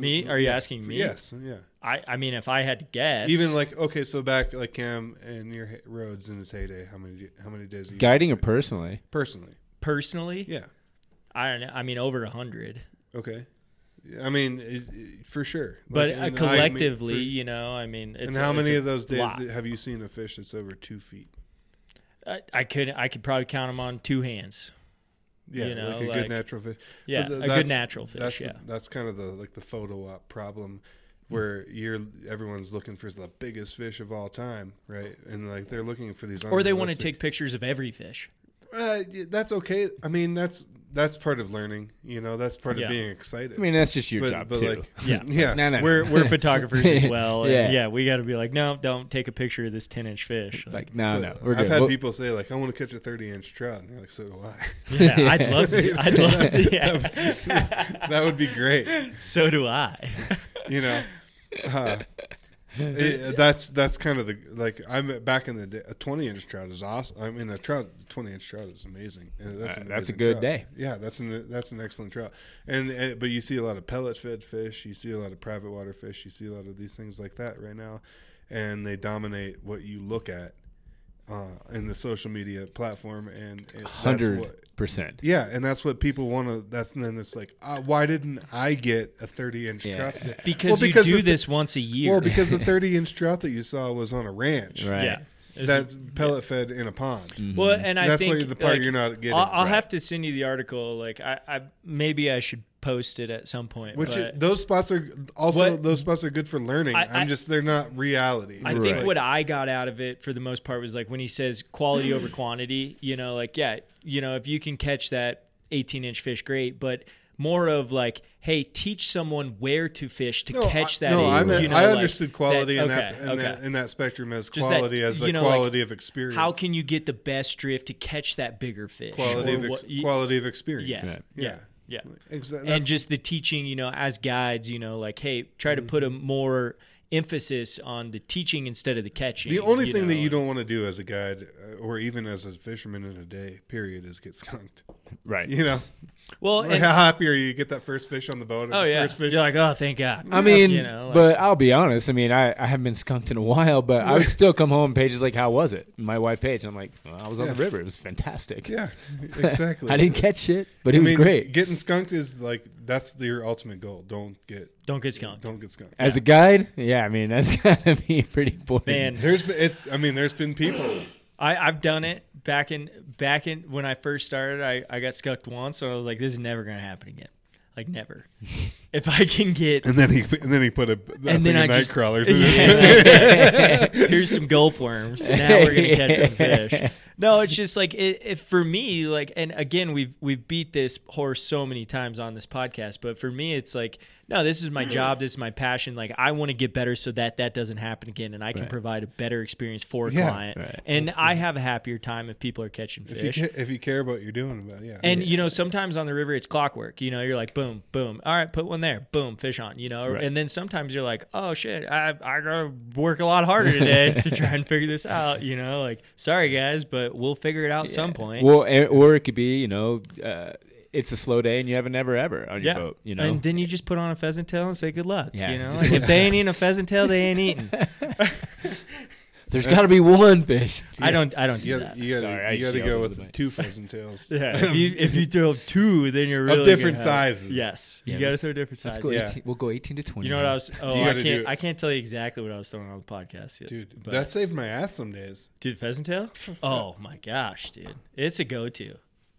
S2: me are you asking me
S8: Mm-hmm. Yes. Yeah.
S2: i i mean if i had to guess
S8: Even like okay, so back like Cam and your h- roads in his heyday, how many how many days a year?
S3: Guiding or personally?
S8: personally?
S2: personally
S8: Yeah.
S2: i don't know i mean over a hundred
S8: Okay. I mean, is- i- for sure. Like,
S2: but uh,
S8: and I mean,
S2: collectively
S8: for-
S2: you know i mean
S8: and
S2: it's a-
S8: how
S2: it's
S8: many
S2: a
S8: of those days
S2: lot.
S8: that- have you seen a fish that's over two feet?
S2: I, I could i could probably count them on two hands
S8: Yeah,
S2: You know,
S8: like a
S2: like-
S8: good natural fish.
S2: yeah,
S8: But
S2: a
S8: th-
S2: good
S8: that's-
S2: natural fish,
S8: That's
S2: yeah.
S8: that's kind of the like the photo op problem, where you're everyone's looking for the biggest fish of all time, right? And like they're looking for these.
S2: or they want to
S8: unrealistic-
S2: take pictures of every fish
S8: Uh, y- that's okay. I mean, that's that's part of learning. You know, that's part
S2: Yeah.
S8: of being excited.
S3: I mean, that's just your
S8: but,
S3: job
S8: but
S3: too.
S8: like,
S2: Yeah.
S8: yeah,
S3: no, no, no.
S2: We're we're photographers as well. and
S3: Yeah.
S2: yeah, we got to be like, no, don't take a picture of this ten inch fish. Like,
S3: like no,
S8: But
S3: no. We're
S8: I've
S3: good.
S8: had
S3: We'll-
S8: people say like, "I want to catch a 30 inch trout," and you're like, "So do I."
S2: yeah, I'd love, I'd love, yeah.
S8: that would be great.
S2: so do I.
S8: You know, uh, it- that's that's kind of the like I'm back in the day. A 20 inch trout is awesome. I mean, a trout 20 inch trout is amazing. And that's,
S3: Uh,
S8: an
S3: that's a
S8: amazing
S3: good
S8: trout.
S3: day.
S8: Yeah, that's an that's an excellent trout. And, and but you see a lot of pellet fed fish. You see a lot of private water fish. You see a lot of these things like that right now, and they dominate what you look at. Uh, in the social media platform, and it, that's what,
S3: hundred percent.
S8: Yeah, and that's what people want to. That's and then it's like, uh, why didn't I get a thirty-inch
S3: Yeah.
S8: trout? today?
S2: Because,
S8: Well, because
S2: you do
S8: the-
S2: this once a year.
S8: Well, because the thirty-inch trout that you saw was on a ranch.
S3: Right.
S2: yeah. It's-
S8: That's pellet fed in a pond.
S2: Well, and I
S8: That's
S2: think
S8: why the part
S2: like,
S8: you're not getting.
S2: I'll, I'll
S8: right.
S2: have to send you the article. Like, I, I maybe I should post it at some point.
S8: Which
S2: but
S8: those spots are also
S2: What-
S8: those spots are good for learning.
S2: I-
S8: I, am
S2: I-
S8: just they're not reality.
S2: I
S8: It's
S2: think
S8: like-
S2: what I got out of it for the most part was like when he says quality over quantity. You know, like yeah, you know, if you can catch that 18 inch fish, great. But more of like, hey, teach someone where to fish to
S8: No,
S2: catch
S8: I,
S2: that.
S8: no, I,
S2: eight,
S8: meant,
S2: you know,
S8: I
S2: like,
S8: understood quality in that
S2: okay,
S8: in,
S2: okay.
S8: that in that spectrum as
S2: Just that,
S8: quality as the
S2: you know, like,
S8: quality of experience.
S2: How can you get the best drift to catch that bigger fish?
S8: quality
S2: Or
S8: of ex-
S2: what- you-
S8: quality of experience?
S2: Yes.
S8: Yeah.
S2: yeah.
S8: Exactly.
S2: and just the teaching, you know, as guides, you know, like, hey, try
S8: Mm-hmm.
S2: to put a more emphasis on the teaching instead of the catching.
S8: The only thing that
S2: know,
S8: you
S2: like-
S8: don't want to do as a guide uh, or even as a fisherman in a day, period, is get skunked.
S3: Right.
S8: You know,
S2: well,
S8: like
S2: and-
S8: how happy are you to get that first fish on the boat? Or
S2: oh
S8: the
S2: yeah,
S8: First fish.
S2: you're like, oh, thank God.
S3: I mean,
S2: You know, like-
S3: but I'll be honest. I mean, I, I haven't been skunked in a while, but I would still come home. Paige is like, "How was it?" My wife Paige, and I'm like, well, "I was on the
S8: Yeah.
S3: river. It was fantastic.
S8: Yeah, exactly.
S3: I didn't catch shit, but it
S8: I
S3: was
S8: mean,
S3: great."
S8: Getting skunked is like that's your ultimate goal. Don't get
S2: don't get skunked.
S8: don't get skunked.
S3: As a guide, yeah, I mean that's gotta be pretty boring.
S2: Man,
S8: There's been, it's I mean there's been people
S2: I, I've done it back in back in when I first started. I, I got skunked once, so I was like, this is never gonna happen again. Like never. if I can get
S8: and then he and then he put a
S2: and then I just
S8: crawlers
S2: Yeah, that's it. Here's some gulp worms. Now we're gonna catch some fish. No, it's just like it, it for me. Like, and again, we've we've beat this horse so many times on this podcast, but for me, it's like, no, this is my job. This is my passion. Like, I want to get better so that that doesn't happen again, and I can
S3: Right.
S2: provide a better experience for a
S8: Yeah.
S2: client,
S3: Right.
S2: and I have a happier time if people are catching
S8: if you
S2: fish.
S8: ca- if you care about what you're doing about yeah
S2: And you know, sometimes on the river it's clockwork. You know, you're like boom, boom. All right, put one there. Boom, fish on. You know,
S3: Right.
S2: and then sometimes you're like, oh shit, I I gotta work a lot harder today to try and figure this out. You know, like sorry guys, but we'll figure it out at some point.
S3: Well, and- or it could be, you know, uh, it's a slow day and you have a never ever on your
S2: yeah,
S3: boat. You know,
S2: and then you just put on a pheasant tail and say good luck.
S3: Yeah.
S2: you know,
S3: Just
S2: like,
S3: put-
S2: if they ain't eating a pheasant tail, they ain't eating.
S3: there's got to be one fish.
S2: I don't, I don't do
S8: you
S2: that.
S8: gotta, you gotta,
S3: Sorry, I
S8: you gotta
S3: yelled
S8: go
S3: over the
S8: with
S3: mic.
S8: two pheasant tails
S2: Yeah, if you, if you throw two, then you're
S8: Of
S2: really
S8: different
S2: gonna have-
S8: sizes.
S2: Yes,
S3: Yeah,
S2: you gotta
S3: let's-
S2: throw different
S3: Let's
S2: sizes.
S3: go.
S8: Yeah.
S3: 18, we'll go eighteen to twenty.
S2: You know what I was? Oh,
S8: You
S2: I
S8: gotta do
S2: can't.
S8: it.
S2: I can't tell you exactly what I was throwing on the podcast yet,
S8: dude
S2: but-
S8: that saved my ass some days
S2: dude, pheasant tail. Oh my gosh, dude, it's a go-to.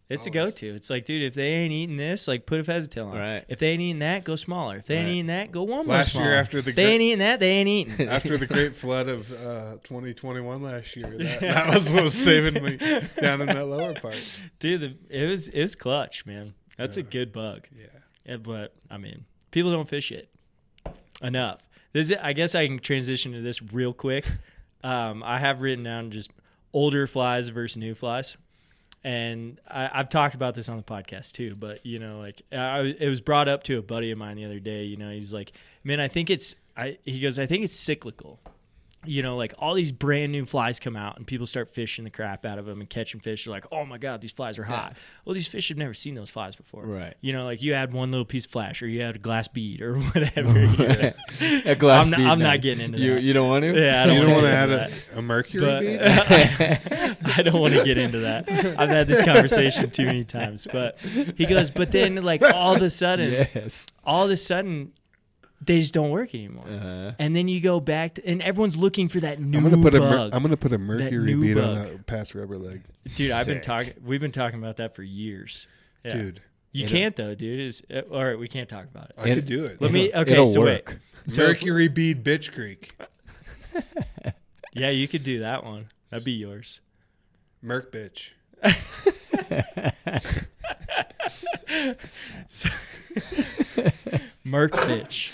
S2: It's a
S8: Always.
S2: go-to. It's like, dude, if they ain't eating this, like, put a pheasant tail on.
S3: Right.
S2: If they ain't eating that, go smaller. If they ain't
S3: Right.
S2: eating that, go one more.
S8: Last year
S2: smaller.
S8: after the
S2: If they
S8: gr-
S2: ain't eating that, they ain't eating.
S8: after the great flood of uh, 2021 last year. That, that was what was saving me down in that lower part.
S2: dude, the, it was it was clutch, man. That's a good bug.
S8: Yeah.
S2: Yeah, but I mean, people don't fish it enough. This is, I guess I can transition to this real quick. Um, I have written down just older flies versus new flies, and I, I've talked about this on the podcast too. But you know, like I, it was brought up to a buddy of mine the other day. You know, he's like, "Man, I think it's," I, he goes, "I think it's cyclical." you know, like all these brand new flies come out and people start fishing the crap out of them and catching fish. They're like, oh my God, these flies are hot. Well, these fish have never seen those flies before.
S3: Right.
S2: You know, like you had one little piece of flash or you had a glass bead or whatever. you know.
S3: a glass
S2: I'm not-
S3: bead
S2: I'm not
S3: night.
S2: getting into
S3: you,
S2: that.
S3: You don't want to?
S2: Yeah, I don't,
S8: you don't
S2: want
S8: want
S2: to
S8: to add
S2: add
S8: a,
S2: it.
S8: a mercury
S2: But
S8: bead?
S2: I don't want to get into that. I've had this conversation too many times. But he goes, but then like all of a sudden,
S3: Yes.
S2: all of a sudden, they just don't work anymore.
S3: Uh-huh.
S2: And then you go back to, and everyone's looking for that new
S8: I'm gonna put a mer-
S2: bug.
S8: I'm gonna put a mercury
S2: new
S8: bead on
S2: bug.
S8: that Pat's rubber leg,
S2: Dude, I've been
S3: Sick.
S2: talking. We've been talking about that for years. Yeah.
S8: dude.
S2: you can't though, dude. It's, uh, all right, we can't talk about it.
S8: I
S3: It-
S8: could do it.
S2: Let me. Okay,
S3: It'll
S2: so
S3: work.
S2: wait.
S8: mercury bead bitch creek,
S2: Yeah, you could do that one. That'd be yours.
S8: merc bitch.
S2: So- Merc bitch.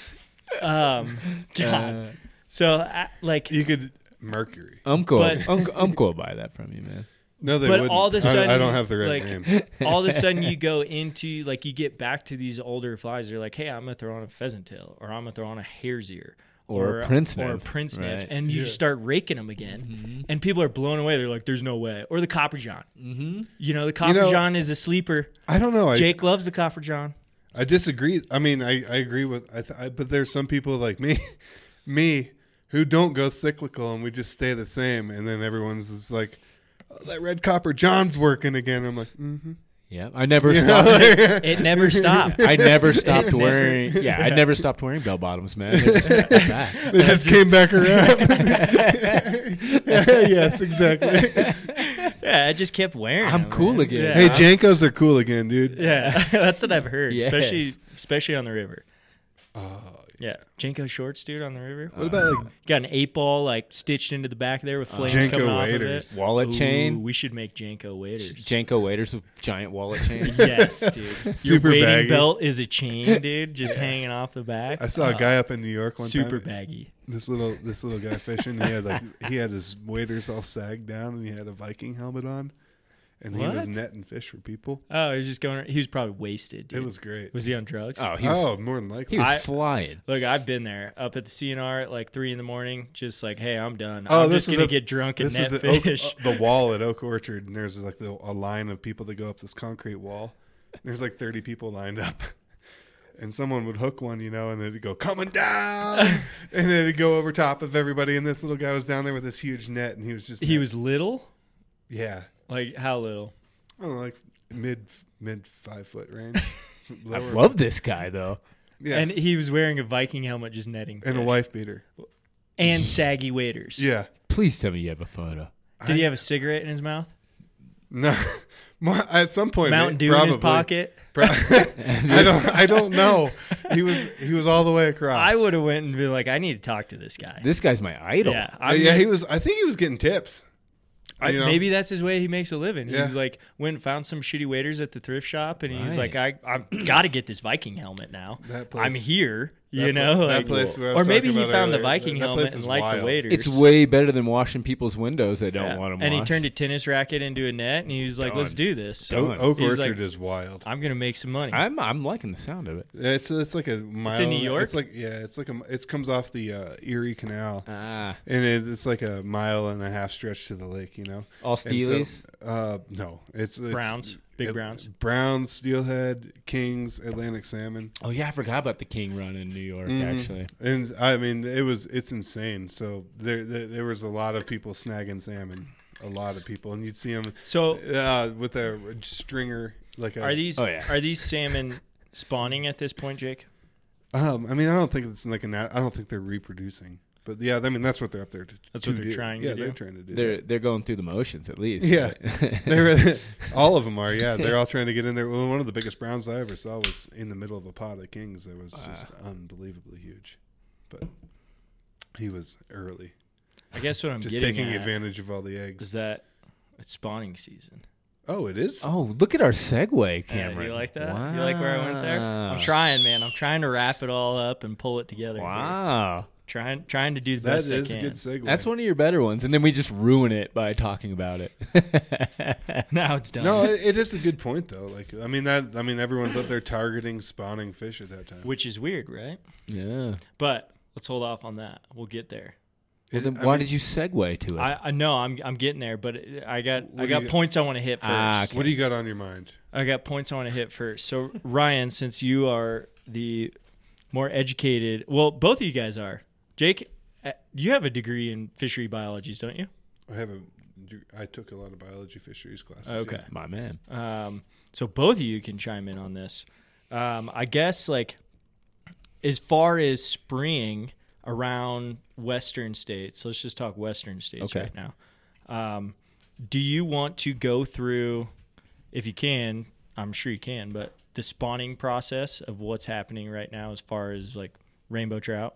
S2: Um,
S8: Uh,
S2: God.
S3: Uh,
S2: so I, like,
S8: You could Mercury.
S3: Umco,
S2: But-
S3: Umco, Umco will buy that from you, man.
S8: No, they
S2: But
S8: wouldn't.
S2: all of a
S8: I-
S2: sudden,
S8: I, don't have the right
S2: like-
S8: name.
S2: all of a sudden you go into like you get back to these older flies. You're like, hey, I'm gonna throw on a pheasant tail, or I'm gonna throw on a hare's ear,
S3: Or a prince
S2: or a
S3: nymph,
S2: prince nymph,
S3: right.
S2: and you just start raking them again, and people are blown away. They're like, there's no way. Or the copper john. Mm-hmm. You know, the copper john is a sleeper.
S8: I don't know. I,
S2: Jake loves the copper john.
S8: I disagree. I mean, I, I agree with. I, th- I but there's some people like me, me, who don't go cyclical and we just stay the same. And then everyone's just like, oh, that red copper John's working again. I'm like, mm-hmm.
S3: Yeah, I never stopped.
S2: It never stopped.
S3: I never stopped
S2: never-
S3: wearing. Yeah, I never stopped wearing bell bottoms, man. They just kept them back.
S8: they just, came back around. yes, exactly.
S2: yeah, I just kept wearing.
S3: I'm
S2: them,
S3: cool
S2: man.
S3: again.
S2: Yeah.
S8: Hey, Jankos are cool again, dude.
S2: Yeah, that's what I've heard,
S3: Yes. Uh,
S2: especially especially on the river. Oh yeah, Jenko shorts, dude, on the river.
S8: What about like
S2: Got an eight ball like stitched into the back there with flames
S8: Jenko
S2: coming off
S8: waiters?
S2: of it.
S3: Wallet
S2: Ooh,
S3: chain.
S2: We should make Jenko waiters.
S3: Janko waiters with giant wallet chain.
S2: yes, dude.
S8: Super
S2: Your waiting
S8: baggy.
S2: belt is a chain, dude, just hanging off the back.
S8: I saw a guy up in New York one
S2: Uh, super
S8: time.
S2: baggy.
S8: This little this little guy fishing. He had like he had his waders all sagged down, and he had a Viking helmet on, and he was
S2: What?
S8: netting fish for people.
S2: Oh, he was just going. He was probably wasted. Dude.
S8: It was great.
S2: Was he on drugs?
S3: Oh, he was,
S8: oh, more than likely.
S3: he was
S2: I-
S3: flying.
S2: Look, I've been there up at the CNR at like three in the morning, just like, hey, I'm done.
S8: Oh,
S2: I'm
S8: this
S2: just
S8: is
S2: gonna
S8: a-
S2: get drunk and
S8: this
S2: net
S8: is the,
S2: fish.
S8: Oak, uh, the wall at Oak Orchard, and there's like the, a line of people that go up this concrete wall. There's like 30 people lined up, and someone would hook one, you know, and it'd go coming down, and then it'd go over top of everybody. And this little guy was down there with this huge net, and he was just
S2: he was little,
S8: yeah,
S2: like how little?
S8: I don't know, like mid mid five foot range.
S3: I
S8: Lower-
S3: love this guy though.
S8: yeah,
S2: And
S8: and,
S2: he was wearing a Viking helmet, just netting,
S8: a
S2: fish.
S8: wife beater.
S2: and saggy waders.
S8: Yeah,
S3: Please tell me you have a photo.
S2: Did he have a cigarette in his mouth?
S8: no. Mo- At some point,
S2: Mountain
S8: it-
S2: Dew in his
S8: probably.
S2: pocket.
S8: Pro- I don't. I don't know. He was. He was all the way across.
S2: I would have went and been like, I need to talk to this guy.
S3: This guy's my idol.
S2: yeah,
S8: Uh,
S2: I'm-
S8: yeah, he was. I think he was getting tips.
S2: I-
S8: you know?
S2: Maybe that's his way he makes a living.
S8: Yeah.
S2: He's like went and found some shitty waiters at the thrift shop, and he's
S3: Right.
S2: like, I I got to get this Viking helmet now.
S8: That
S2: I'm
S8: place-
S2: here, you
S8: that pla-
S2: know.
S8: that
S2: like-
S8: place we were
S2: or maybe he
S8: talking about
S2: found the
S8: earlier,
S2: Viking
S8: that- that
S2: helmet
S8: place
S2: and
S8: is
S2: liked the
S8: wild.
S2: waiters.
S3: It's way better than washing people's windows. I don't want him.
S2: And he
S3: washed.
S2: turned a tennis racket into a net, and he was like, "Let's do this." So
S8: O- Oak
S2: He's
S8: Orchard
S2: like-
S8: is wild.
S2: I'm gonna make some money.
S3: I'm I'm liking the sound of it.
S8: It's it's like a mile.
S2: New York?
S8: It's like yeah. It's like a. It comes off the uh, Erie Canal,
S3: Ah,
S8: and it, it's like a mile and a half stretch to the lake. You know.
S3: all
S8: And so-
S3: Steelies.
S8: uh, no, it's, it's
S2: Browns, big
S8: it-
S2: Browns.
S8: Browns, Steelhead, Kings, Atlantic Salmon,
S3: oh yeah, I forgot about the King Run in New York.
S2: Mm-hmm.
S8: Mm-hmm.
S3: Actually,
S8: and I mean it was it's insane. So there, there there was a lot of people snagging salmon, a lot of people, and you'd see them
S2: so
S8: uh, with a stringer like a,
S2: are these
S3: Oh, yeah.
S2: are these salmon spawning at this point, Jake?
S8: Um, I mean, I don't think it's like an. I don't think they're reproducing, but yeah, I mean that's what they're up there to.
S2: That's
S8: to
S2: what they're
S8: do.
S2: trying to
S8: yeah,
S2: do.
S8: they're trying to do.
S3: they're
S8: that.
S3: they're going through the motions at least.
S8: Yeah.
S3: right?
S8: They're- all of them are. Yeah, they're all trying to get in there. Well, one of the biggest browns I ever saw was in the middle of a pot of kings. That was just unbelievably huge, but he was early,
S2: I guess what I'm
S8: just
S2: getting
S8: taking
S2: at
S8: advantage of all the eggs.
S2: is that it's spawning season.
S8: Oh, it is.
S3: oh, look at our segue,
S2: Uh,
S3: Cameron.
S2: you like that? You like where I went there? I'm trying, man. I'm trying to wrap it all up and pull it together.
S3: Wow,
S2: Trying trying to do the
S8: that
S2: best
S8: is
S2: I
S8: a
S2: can.
S8: good segue.
S3: that's one of your better ones, and then we just ruin it by talking about it.
S2: now it's done.
S8: No, it, it is a good point though. Like, I mean that. I mean, everyone's up there targeting spawning fish at that time.
S2: Which is weird, right?
S3: yeah.
S2: But let's hold off on that. We'll get there.
S3: Well,
S8: It-
S3: then
S8: I
S3: why
S8: mean-
S3: did you segue to it?
S2: I, I know I'm I'm getting there, but it- I got I
S8: do
S2: got
S8: you-
S2: points I want to hit first.
S3: Ah, okay.
S8: What do you got on your mind?
S2: I got points I want to hit first. So Ryan, since you are the more educated, well, both of you guys are. Jake, uh, you have a degree in fishery biologies, don't you?
S8: I have a. I took a lot of biology fisheries classes.
S2: Okay.
S8: yeah.
S3: My man.
S2: Um, so both of you can chime in on this. Um, I guess like as far as spring around Western states, let's just talk Western states
S3: Okay.
S2: right now. Um, do you want to go through, if you can, I'm sure you can, but the spawning process of what's happening right now as far as like rainbow trout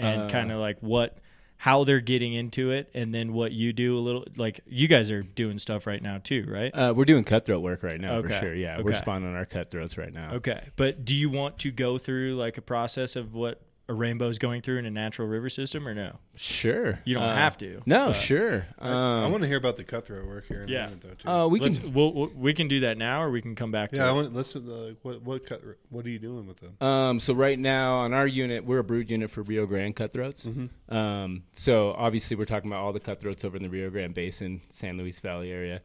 S2: and kind of like what how they're getting into it and then what you do a little like you guys are doing stuff right now too, right?
S3: Uh, we're doing cutthroat work right now for
S2: Okay.
S3: sure. Yeah, we're
S2: Okay.
S3: spawning our cutthroats right now.
S2: Okay. But do you want to go through like a process of what a rainbow is going through in a natural river system or no?
S3: Sure.
S2: You don't
S3: Uh,
S2: have to.
S3: No,
S2: but
S3: sure. Um,
S8: I want to hear about the cutthroat work here in a
S2: Yeah.
S8: minute, though, too.
S3: uh, we
S2: Let's,
S3: can.
S2: we'll, we'll- we can do that now or we can come back to
S8: yeah, I
S2: it.
S8: want to listen to like, what what cut, what are you doing with them?
S3: Um, so right now on our unit, we're a brood unit for Rio Grande cutthroats. Um, so obviously we're talking about all the cutthroats over in the Rio Grande Basin, San Luis Valley area.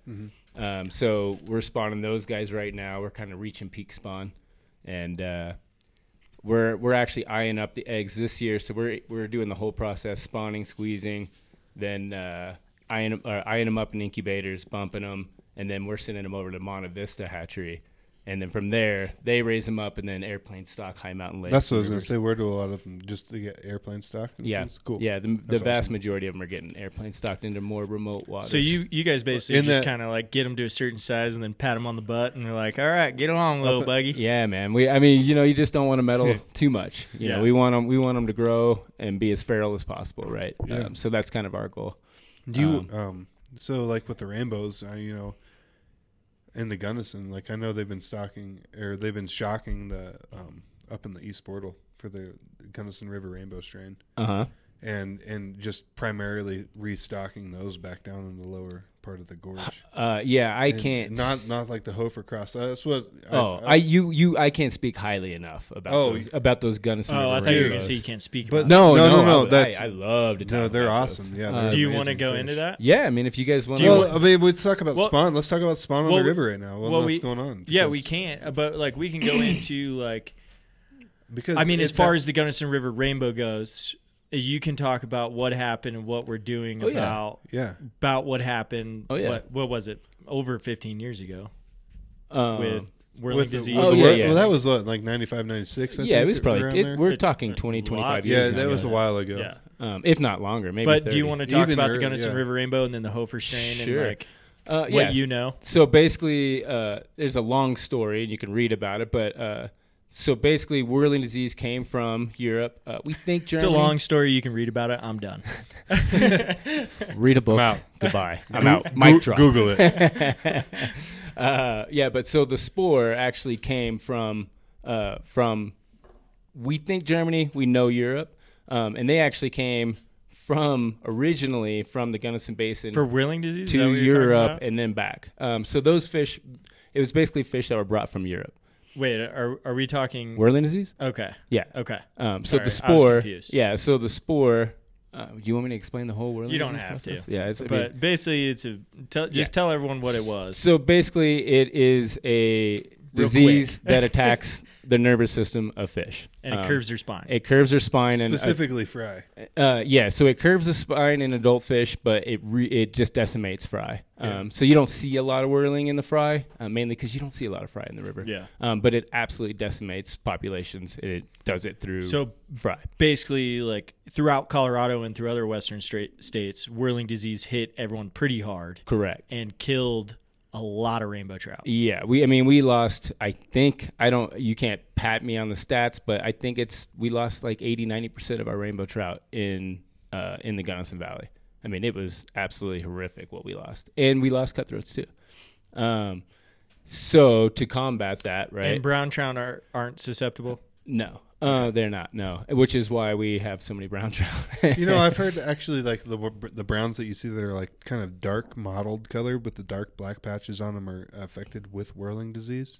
S3: Um, so we're spawning those guys right now. We're kind of reaching peak spawn, and uh, we're we're actually eyeing up the eggs this year. So we're we're doing the whole process: spawning, squeezing, then uh, eyeing or eyeing them up in incubators, bumping them, and then we're sending them over to Monta Vista Hatchery. And then from there, they raise them up, and then airplane stock high mountain lakes.
S8: That's what I was
S3: and
S8: gonna
S3: rivers.
S8: say. Where do a lot of them just they get airplane stock?
S3: Yeah,
S8: it's cool.
S3: Yeah, the, the
S8: That's
S3: vast
S8: awesome.
S3: majority of them are getting airplane stocked into more remote waters.
S2: So you you guys basically
S8: in
S2: just
S8: that-
S2: kind of like get them to a certain size and then pat them on the butt and they're like, all right, get along, little buggy.
S3: Yeah, man. We, I mean, you know, you just don't want to meddle too much. You
S2: Yeah.
S3: know, we want them, we want 'em to grow and be as feral as possible, right? Um, so that's kind of our goal.
S8: Do you um, so like with the Rambo's, uh, you know, and the Gunnison, like I know they've been stocking or they've been shocking the um, up in the East Portal for the Gunnison River Rainbow strain,
S3: Uh huh.
S8: and and just primarily restocking those back down in the lower part of the gorge.
S3: Uh, yeah, I
S8: And
S3: can't.
S8: not
S3: s-
S8: not like the Hofer cross. Uh, That's what.
S3: Oh, I, you you I can't speak highly enough about
S8: Oh,
S3: those,
S8: y-
S3: about those Gunnison.
S2: Oh, I
S3: River
S2: thought you were
S3: Rainbows.
S2: gonna say you can't speak.
S8: But-
S2: about it.
S3: No,
S8: No,
S3: no,
S8: no, no,
S3: I,
S8: that's-
S3: I, I love to. Talk
S8: no, they're
S3: about those.
S8: awesome. Yeah,
S3: Uh,
S8: they're
S2: do you
S8: amazing
S2: want to go
S8: fish.
S2: into that?
S3: Yeah, I mean, if you guys want
S2: Do you
S3: to,
S8: Well, I mean, let's talk about
S2: Well-
S8: spawn. Let's talk about spawn
S2: well,
S8: on the river right now. Well,
S2: well,
S8: what's
S2: we-
S8: going on?
S2: Yeah, we
S8: Because-
S2: can't. uh, But like we can go into like
S8: Because
S2: I mean, as
S8: it's
S2: far
S8: a-
S2: as the Gunnison River Rainbow goes, you can talk about what happened and what we're doing
S3: Oh, yeah.
S2: about
S8: yeah,
S2: about what happened.
S3: Oh, yeah.
S2: What, what was it? Over 15 years ago
S3: um,
S2: with whirling
S8: with the,
S2: disease.
S3: Oh,
S8: with the
S3: yeah,
S8: wor-
S3: yeah.
S8: Well, that was what, like 95, 96. I
S3: yeah, it
S8: think,
S3: was
S8: around
S3: probably. It,
S8: there?
S3: we're talking 20,
S2: Lots
S3: 25
S2: of
S8: yeah,
S3: years.
S8: that
S3: ago.
S8: was a while ago.
S2: yeah.
S3: um, if not longer, maybe.
S2: But do
S3: 30.
S2: you want to talk
S8: Even
S2: about
S8: ear-
S2: the Gunnison
S8: yeah.
S2: River Rainbow and then the Hofer strain
S3: Sure.
S2: and like
S3: Uh,
S2: what
S3: yeah.
S2: you know?
S3: So basically, uh, there's a long story, and you can read about it. But uh, so basically, whirling disease came from Europe. Uh, we think
S2: It's
S3: Germany.
S2: a long story. You can read about it. I'm done.
S3: Read a book. Goodbye. I'm out. Mic drop.
S8: Google it.
S3: uh, yeah, but so the spore actually came from uh, from we think Germany, we know Europe, um, and they actually came from originally from the Gunnison Basin
S2: For whirling disease? Is that
S3: to uh,
S2: what you're talking
S3: Europe
S2: about?
S3: and then back. Um, so those fish, it was basically fish that were brought from Europe.
S2: Wait, are are we talking?
S3: Whirling disease?
S2: okay,
S3: Yeah.
S2: okay.
S3: Um, so the
S2: Sorry, I was
S3: spore.
S2: confused.
S3: Yeah. So the spore. Uh, you want me to explain the whole whirling?
S2: You don't
S3: disease
S2: have to.
S3: process? Yeah. It's, I mean,
S2: But basically, it's a tell, just tell everyone what it was.
S3: So basically, it is a disease that attacks the nervous system of fish,
S2: And it
S3: Um,
S2: curves their spine.
S3: It curves their spine and uh,
S8: Specifically, fry.
S3: uh, yeah, so it curves the spine in adult fish, but it re- it just decimates fry. Um, So you don't see a lot of whirling in the fry, uh, mainly because you don't see a lot of fry in the river.
S2: Yeah.
S3: Um, but it absolutely decimates populations. It does it through
S2: So-
S3: fry.
S2: basically like throughout Colorado and through other western straight states, whirling disease hit everyone pretty hard
S3: Correct.
S2: and killed a lot of rainbow trout.
S3: Yeah, we. I mean, we lost. I think I don't. You can't pat me on the stats, but I think it's we lost like 80, 90 percent of our rainbow trout in uh, in the Gunnison Valley. I mean, it was absolutely horrific what we lost, and we lost cutthroats too. Um, so to combat that, right?
S2: And brown trout are, aren't susceptible.
S3: no, uh, they're not. No, which is why we have so many brown trout.
S8: You know, I've heard actually like the the browns that you see that are like kind of dark mottled color, but the dark black patches on them are affected with whirling disease.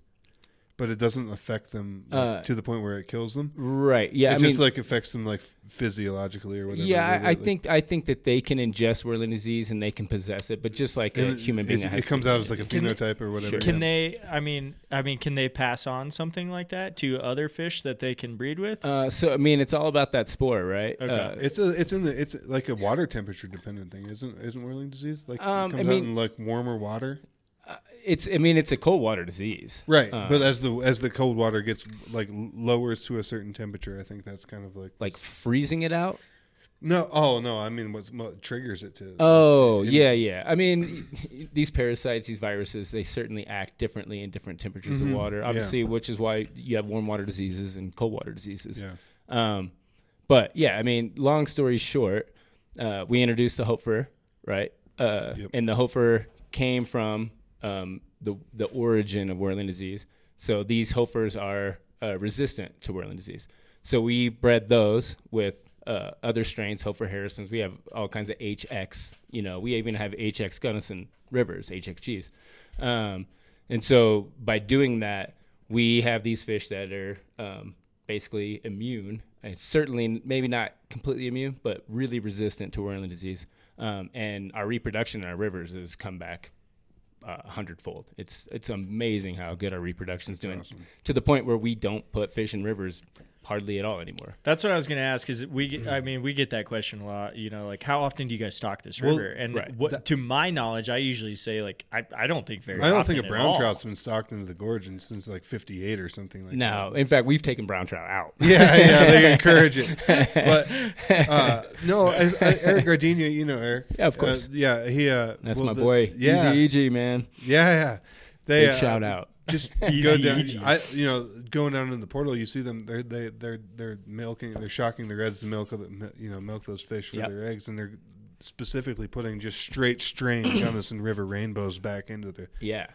S8: But it doesn't affect them like,
S3: Uh,
S8: to the point where it kills them.
S3: right? Yeah,
S8: it
S3: I mean,
S8: just like affects them like physiologically or whatever.
S3: yeah,
S8: whether,
S3: I, I
S8: like-
S3: think I think that they can ingest whirling disease and they can possess it, but just like a
S8: and
S3: human being,
S8: it,
S3: that
S8: it,
S3: has
S8: comes out as like a
S2: Can-
S8: phenotype or whatever.
S2: Can
S8: yeah.
S2: they? I mean, I mean, can they pass on something like that to other fish that they can breed with?
S3: Uh, so I mean, it's all about that spore, right? Uh,
S2: Okay.
S8: It's a, it's in the it's like a water temperature dependent thing, isn't isn't whirling disease? Like
S3: Um,
S8: it
S3: I
S8: comes out
S3: mean-
S8: in like warmer water,
S3: Uh, it's I mean, it's a cold water disease,
S8: right?
S3: Uh,
S8: but as the as the cold water gets like l- lowers to a certain temperature, I think that's kind of like
S3: like freezing it out.
S8: no, oh no, I mean what's, what triggers it to?
S3: Oh yeah, yeah. I mean, these parasites, these viruses, they certainly act differently in different temperatures of water. Obviously, which is why you have warm water diseases and cold water diseases.
S8: yeah,
S3: Um, but yeah, I mean, long story short, uh, we introduced the Hofer, right? Uh,
S8: Yep.
S3: And the Hofer came from um, the the origin of Whirling disease. So these Hofers are uh, resistant to Whirling disease. So we bred those with uh, other strains, Hofer Harrisons. We have all kinds of HX. You know, we even have HX Gunnison Rivers, HXGs. Um, and so by doing that, we have these fish that are um, basically immune. It's certainly maybe not completely immune, but really resistant to whirling disease. Um, and our reproduction in our rivers has come back uh, a hundredfold. It's it's amazing how good our reproduction's doing to the point where we don't put fish in rivers hardly at all anymore.
S2: That's what I was going to ask. Is we? Get,
S8: Mm-hmm.
S2: I mean, we get that question a lot. You know, like how often do you guys stock this
S8: Well,
S2: river? And
S3: right.
S2: what, to my knowledge, I usually say like I, I don't think very.
S8: I don't
S2: often
S8: think a
S2: at
S8: brown
S2: all.
S8: trout's been stocked into the gorge and since like 58 or something like that.
S3: No, in fact, we've taken brown trout out.
S8: Yeah, yeah, they encourage it. But uh, no, I, I, Eric Gardenia, you know Eric.
S3: Yeah, of course.
S8: Uh, yeah, he. Uh,
S3: That's
S8: well,
S3: my
S8: the-
S3: boy.
S8: Yeah,
S3: Easy EG man.
S8: yeah, yeah. They
S3: Big
S8: uh,
S3: shout out.
S8: Just go down.
S2: Easy.
S8: I, you know, going down in the portal, you see them. They're they, they're they're milking. They're shocking the reds to milk. of the- You know, milk those fish for
S3: Yep.
S8: their eggs, and they're specifically putting just straight strain Gunnison River rainbows back into the
S3: Yeah.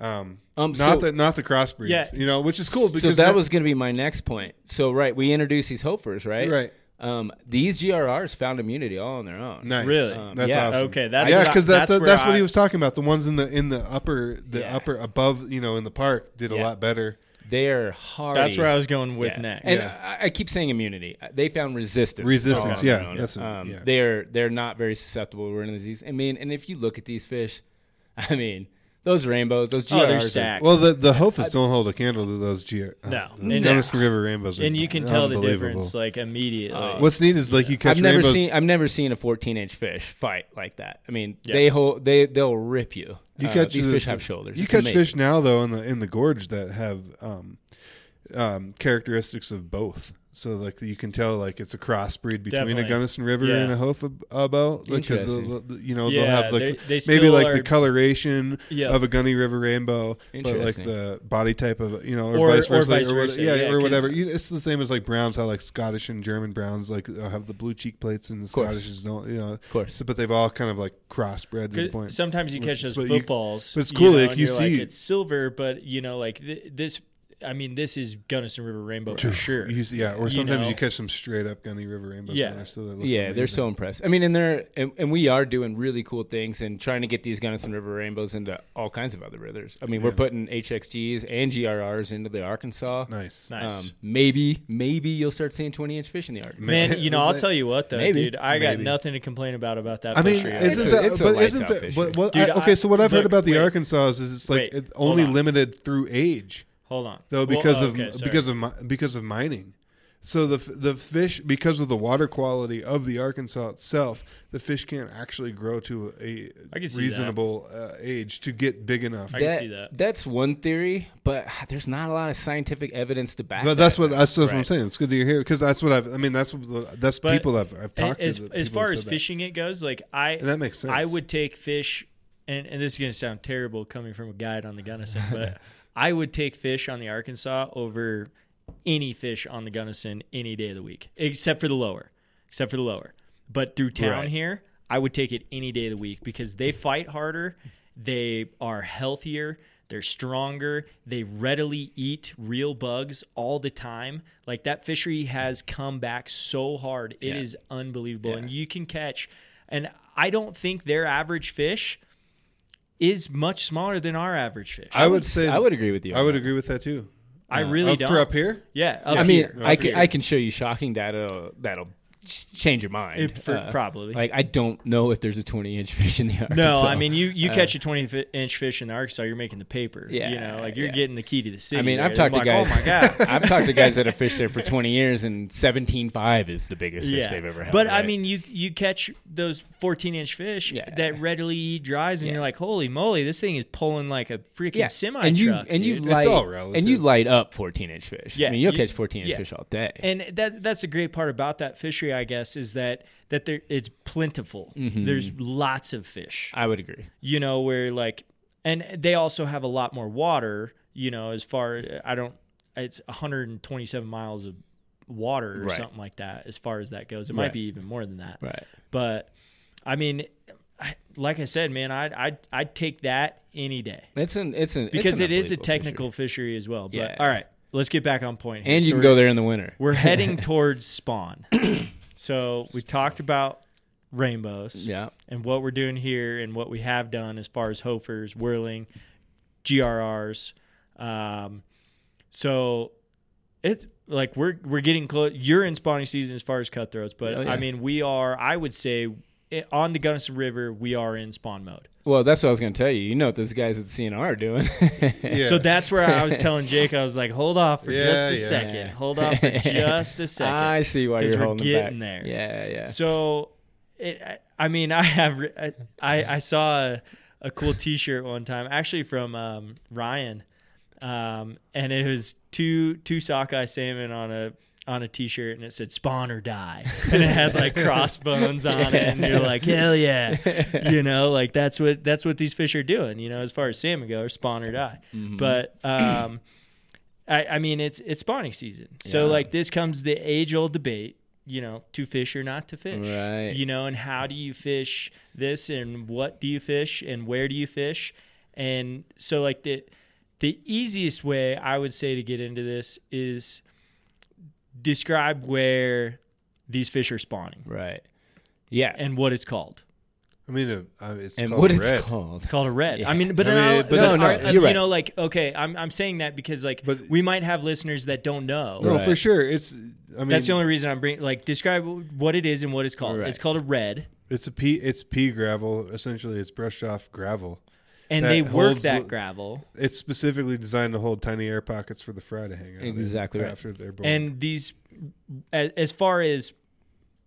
S8: um,
S3: Um,
S8: not
S3: so-
S8: the not the crossbreeds.
S2: Yeah.
S8: you know, which is cool because
S3: so that, was going to be my next point. So right, we introduced these hopers, right?
S8: Right.
S3: Um, these GRRs found immunity all on their own.
S8: nice.
S2: Really?
S3: Um,
S8: that's
S3: yeah.
S8: awesome.
S2: Okay, that's
S8: yeah,
S2: what I-
S8: because
S2: that's
S8: that's that's,
S2: where
S8: what
S2: I-
S8: he was talking about. The ones in the in the upper the
S3: Yeah.
S8: upper above you know in the park did a
S3: Yeah.
S8: lot better.
S3: They're hard.
S2: That's where I was going with next.
S3: And I, I keep saying immunity. Uh, They found resistance.
S8: Resistance,
S3: on their
S8: yeah,
S3: own.
S8: that's-
S3: um,
S8: yeah.
S3: They're they're not very susceptible to running disease. I mean, and if you look at these fish, I mean, those rainbows, those GRs,
S2: oh, they're
S3: are-
S2: stacked.
S8: Well, the the Hofas don't hold a candle to those. Ge- uh,
S2: No.
S8: those
S2: No.
S8: Gunnison River rainbows, are
S2: and you can tell the
S8: unbelievable.
S2: difference like immediately.
S8: What's neat is like you catch
S3: I've never
S8: rainbows.
S3: seen I've never seen a 14 inch fish fight like that. I mean,
S2: Yeah.
S3: they hold they they'll rip you.
S8: you
S3: Uh,
S8: catch
S3: these
S8: the-
S3: fish have shoulders.
S8: You
S3: It's
S8: catch
S3: amazing.
S8: fish now though in the in the gorge that have um, um, characteristics of both. So like you can tell like it's a crossbreed between
S2: Definitely.
S8: a Gunnison River
S2: Yeah.
S8: and a Hofa abo because the,
S3: Interesting.
S8: the- you know they'll
S2: Yeah,
S8: have like
S2: they-
S8: the-
S2: they
S8: maybe
S2: still
S8: like the
S2: are-
S8: coloration
S2: Yeah.
S8: of a Gunny River rainbow, but like
S3: Interesting.
S8: the body type of you know or,
S2: Or-
S8: vice
S2: or
S8: versa,
S2: vice
S8: what-
S2: versa,
S8: yeah,
S2: yeah,
S8: or whatever.
S2: 'cause-
S8: You- It's the same as like Browns how like Scottish and German Browns like uh, have the blue cheek plates and the
S3: course.
S8: Scottish don't you know of
S3: course.
S8: but they've all kind of like crossbred to the
S2: 'Cause
S8: point.
S2: Sometimes you
S8: But
S2: catch those
S8: you-
S2: footballs.
S8: but it's cool,
S2: know,
S8: like,
S2: and
S8: you
S2: you're
S8: see-
S2: it's silver, but you know, like th- this. I mean, this is Gunnison River Rainbow for sure.
S8: You s- yeah, or
S2: You
S8: sometimes you,
S2: know?
S8: catch some straight up Gunny River rainbows.
S2: Yeah.
S8: on there, so they look
S3: yeah, they're
S8: amazing.
S3: so impressed. I mean, and they're and, and we are doing really cool things and trying to get these Gunnison River rainbows into all kinds of other rivers. I mean, we're putting HXGs and GRRs into the Arkansas.
S8: nice.
S2: Nice.
S3: Um, maybe maybe you'll start seeing 20 inch fish in the Arkansas.
S2: Man, you know, I'll tell you what though,
S3: Maybe.
S2: dude, I got
S8: Maybe.
S2: nothing to complain about about that.
S8: I mean,
S2: fishery.
S3: it's
S8: isn't
S3: a-
S8: that?
S3: it's a
S8: but
S3: lights
S8: isn't
S3: out
S8: that?
S3: fish,
S8: But,
S3: right?
S8: what,
S2: Dude,
S8: I- okay,
S2: I-
S8: so what I've heard
S2: look,
S8: about the
S2: wait.
S8: Arkansas is it's like
S2: Wait,
S8: it-
S2: hold
S8: only
S2: on.
S8: limited through age,
S2: hold on,
S8: though,
S2: Well,
S8: because
S2: oh,
S8: of
S2: okay, sorry.
S8: because of mi- because of mining. So the f- the fish because of the water quality of the Arkansas itself, the fish can't actually grow to a
S2: I can see that.
S8: reasonable uh, age to get big enough.
S2: I can see that.
S3: That's one theory, but there's not a lot of scientific evidence to back
S8: But
S3: that.
S8: that's what that's what I'm
S3: Right.
S8: saying. It's good to hear because that's what I've. I mean, that's what that's
S2: But
S8: people I've I've talked
S2: as,
S8: to. that
S2: as
S8: people have
S2: far as
S8: said that.
S2: fishing it goes, like I
S8: And that makes sense.
S2: I would take fish, and, and this is going to sound terrible coming from a guide on the Gunnison, but I would take fish on the Arkansas over any fish on the Gunnison any day of the week, except for the lower, except for the lower. But through town
S3: Right.
S2: here, I would take it any day of the week because they fight harder, they are healthier. They're stronger. They readily eat real bugs all the time. Like that fishery has come back so hard. It is unbelievable. And you can catch, and I don't think their average fish is much smaller than our average fish. I,
S8: I would say
S3: I would agree with you.
S8: I would agree with that too.
S2: really
S8: Up
S2: don't.
S8: for up here.
S2: Yeah, up
S3: I mean,
S2: here.
S3: I
S2: for
S3: can
S2: sure.
S3: I can show you shocking data that'll, that'll ch- change your mind. Uh,
S2: It- for- probably.
S3: Like I don't know if there's a 20 inch fish in the Arkansas.
S2: No, I mean you
S3: Uh,
S2: you catch a twenty fi- inch fish in the Arkansas, you're making the paper.
S3: Yeah,
S2: you know, like you're
S3: yeah.
S2: getting the key to the city.
S3: I mean, I've
S2: there.
S3: talked to
S2: I'm
S3: guys.
S2: like, Oh my god.
S3: I've talked to guys that have fished there for 20 years, and 17.5 is the biggest fish
S2: Yeah,
S3: they've ever had.
S2: but I
S3: right?
S2: mean, you you catch those fourteen inch fish
S3: Yeah.
S2: that readily eat dries, and
S3: Yeah.
S2: you're like, holy moly, this thing is pulling like a freaking semi truck.
S3: and you and you
S2: dude.
S3: light
S8: all
S3: and you
S8: relative.
S3: light up 14 inch fish.
S2: Yeah,
S3: I mean, you'll
S2: you-
S3: catch 14 inch
S2: yeah.
S3: fish all day.
S2: and that that's a great part about that fishery, I guess, is that that there it's plentiful.
S3: Mm-hmm.
S2: There's lots of fish.
S3: I would agree.
S2: you know, where like, and they also have a lot more water, you know, as far I don't, it's 127 miles of water or
S3: Right.
S2: something like that as far as that goes. It
S3: Right.
S2: might be even more than that.
S3: Right.
S2: But I mean, I, like I said, man, I'd, I'd, I'd take that any day
S3: It's an it's an it's
S2: because
S3: an
S2: it is a
S3: unbelievable
S2: technical fishery, as well. But
S3: Yeah.
S2: all right, let's get back on point.
S3: fishery.
S2: here.
S3: and you
S2: So
S3: can
S2: we're-
S3: go there in the winter.
S2: We're heading towards spawn. so we talked about rainbows
S3: Yeah.
S2: and what we're doing here and what we have done as far as hofers, whirling, GRRs. Um, so it's like we're we're getting close. You're in spawning season as far as cutthroats, but
S3: Oh, yeah.
S2: I mean we are. I would say eh, on the Gunnison River we are in spawn mode.
S3: Well, that's what I was going to tell you. You know what those guys at CNR are doing.
S8: Yeah.
S2: So that's where I was telling Jake I was like, hold off for just
S8: Yeah,
S2: a
S8: yeah.
S2: second. Hold off for just a second.
S3: I see why
S2: 'Cause
S3: you're
S2: we're
S3: holding
S2: getting
S3: back.
S2: there.
S3: Yeah, yeah.
S2: So, it, I, I mean, I have re- I I, I saw a, a cool T-shirt one time, actually from um, Ryan, um, and it was two two sockeye salmon on a on a T-shirt, and it said "Spawn or Die," and it had like crossbones on it, and you're like, hell yeah, you know, like that's what that's what these fish are doing, you know, as far as salmon go, or spawn or die,
S3: Mm-hmm.
S2: but. um I, I mean, it's it's spawning season. So
S3: Yeah.
S2: like this comes the age old debate, you know, to fish or not to fish.
S3: Right.
S2: You know, and how do you fish this and what do you fish and where do you fish? And so like the the easiest way I would say to get into this is describe where these fish are spawning
S3: Right. Yeah.
S2: and what it's called.
S8: I mean, uh, uh, it's
S3: And
S8: called
S3: what
S8: red.
S3: it's called.
S2: It's called a red.
S3: Yeah.
S2: I mean, but,
S8: I
S2: then
S8: mean,
S2: I'll-
S8: but
S2: no,
S8: that's
S2: no,
S8: not-
S2: you
S3: you're right.
S2: know, like okay, I'm I'm saying that because like
S8: But-
S2: we might have listeners that don't know.
S8: No,
S3: Right.
S8: for sure. It's. I mean,
S2: That's the only reason I'm bringing. Like, describe what it is and what it's called.
S3: Right.
S2: It's called a red,
S8: It's a pea. It's pea gravel. Essentially, it's brushed off gravel.
S2: and
S8: That
S2: they work
S8: holds
S2: that
S8: the-
S2: gravel.
S8: It's specifically designed to hold tiny air pockets for the fry to hang out. in
S3: Exactly right.
S8: After they're born.
S2: And these, a- as far as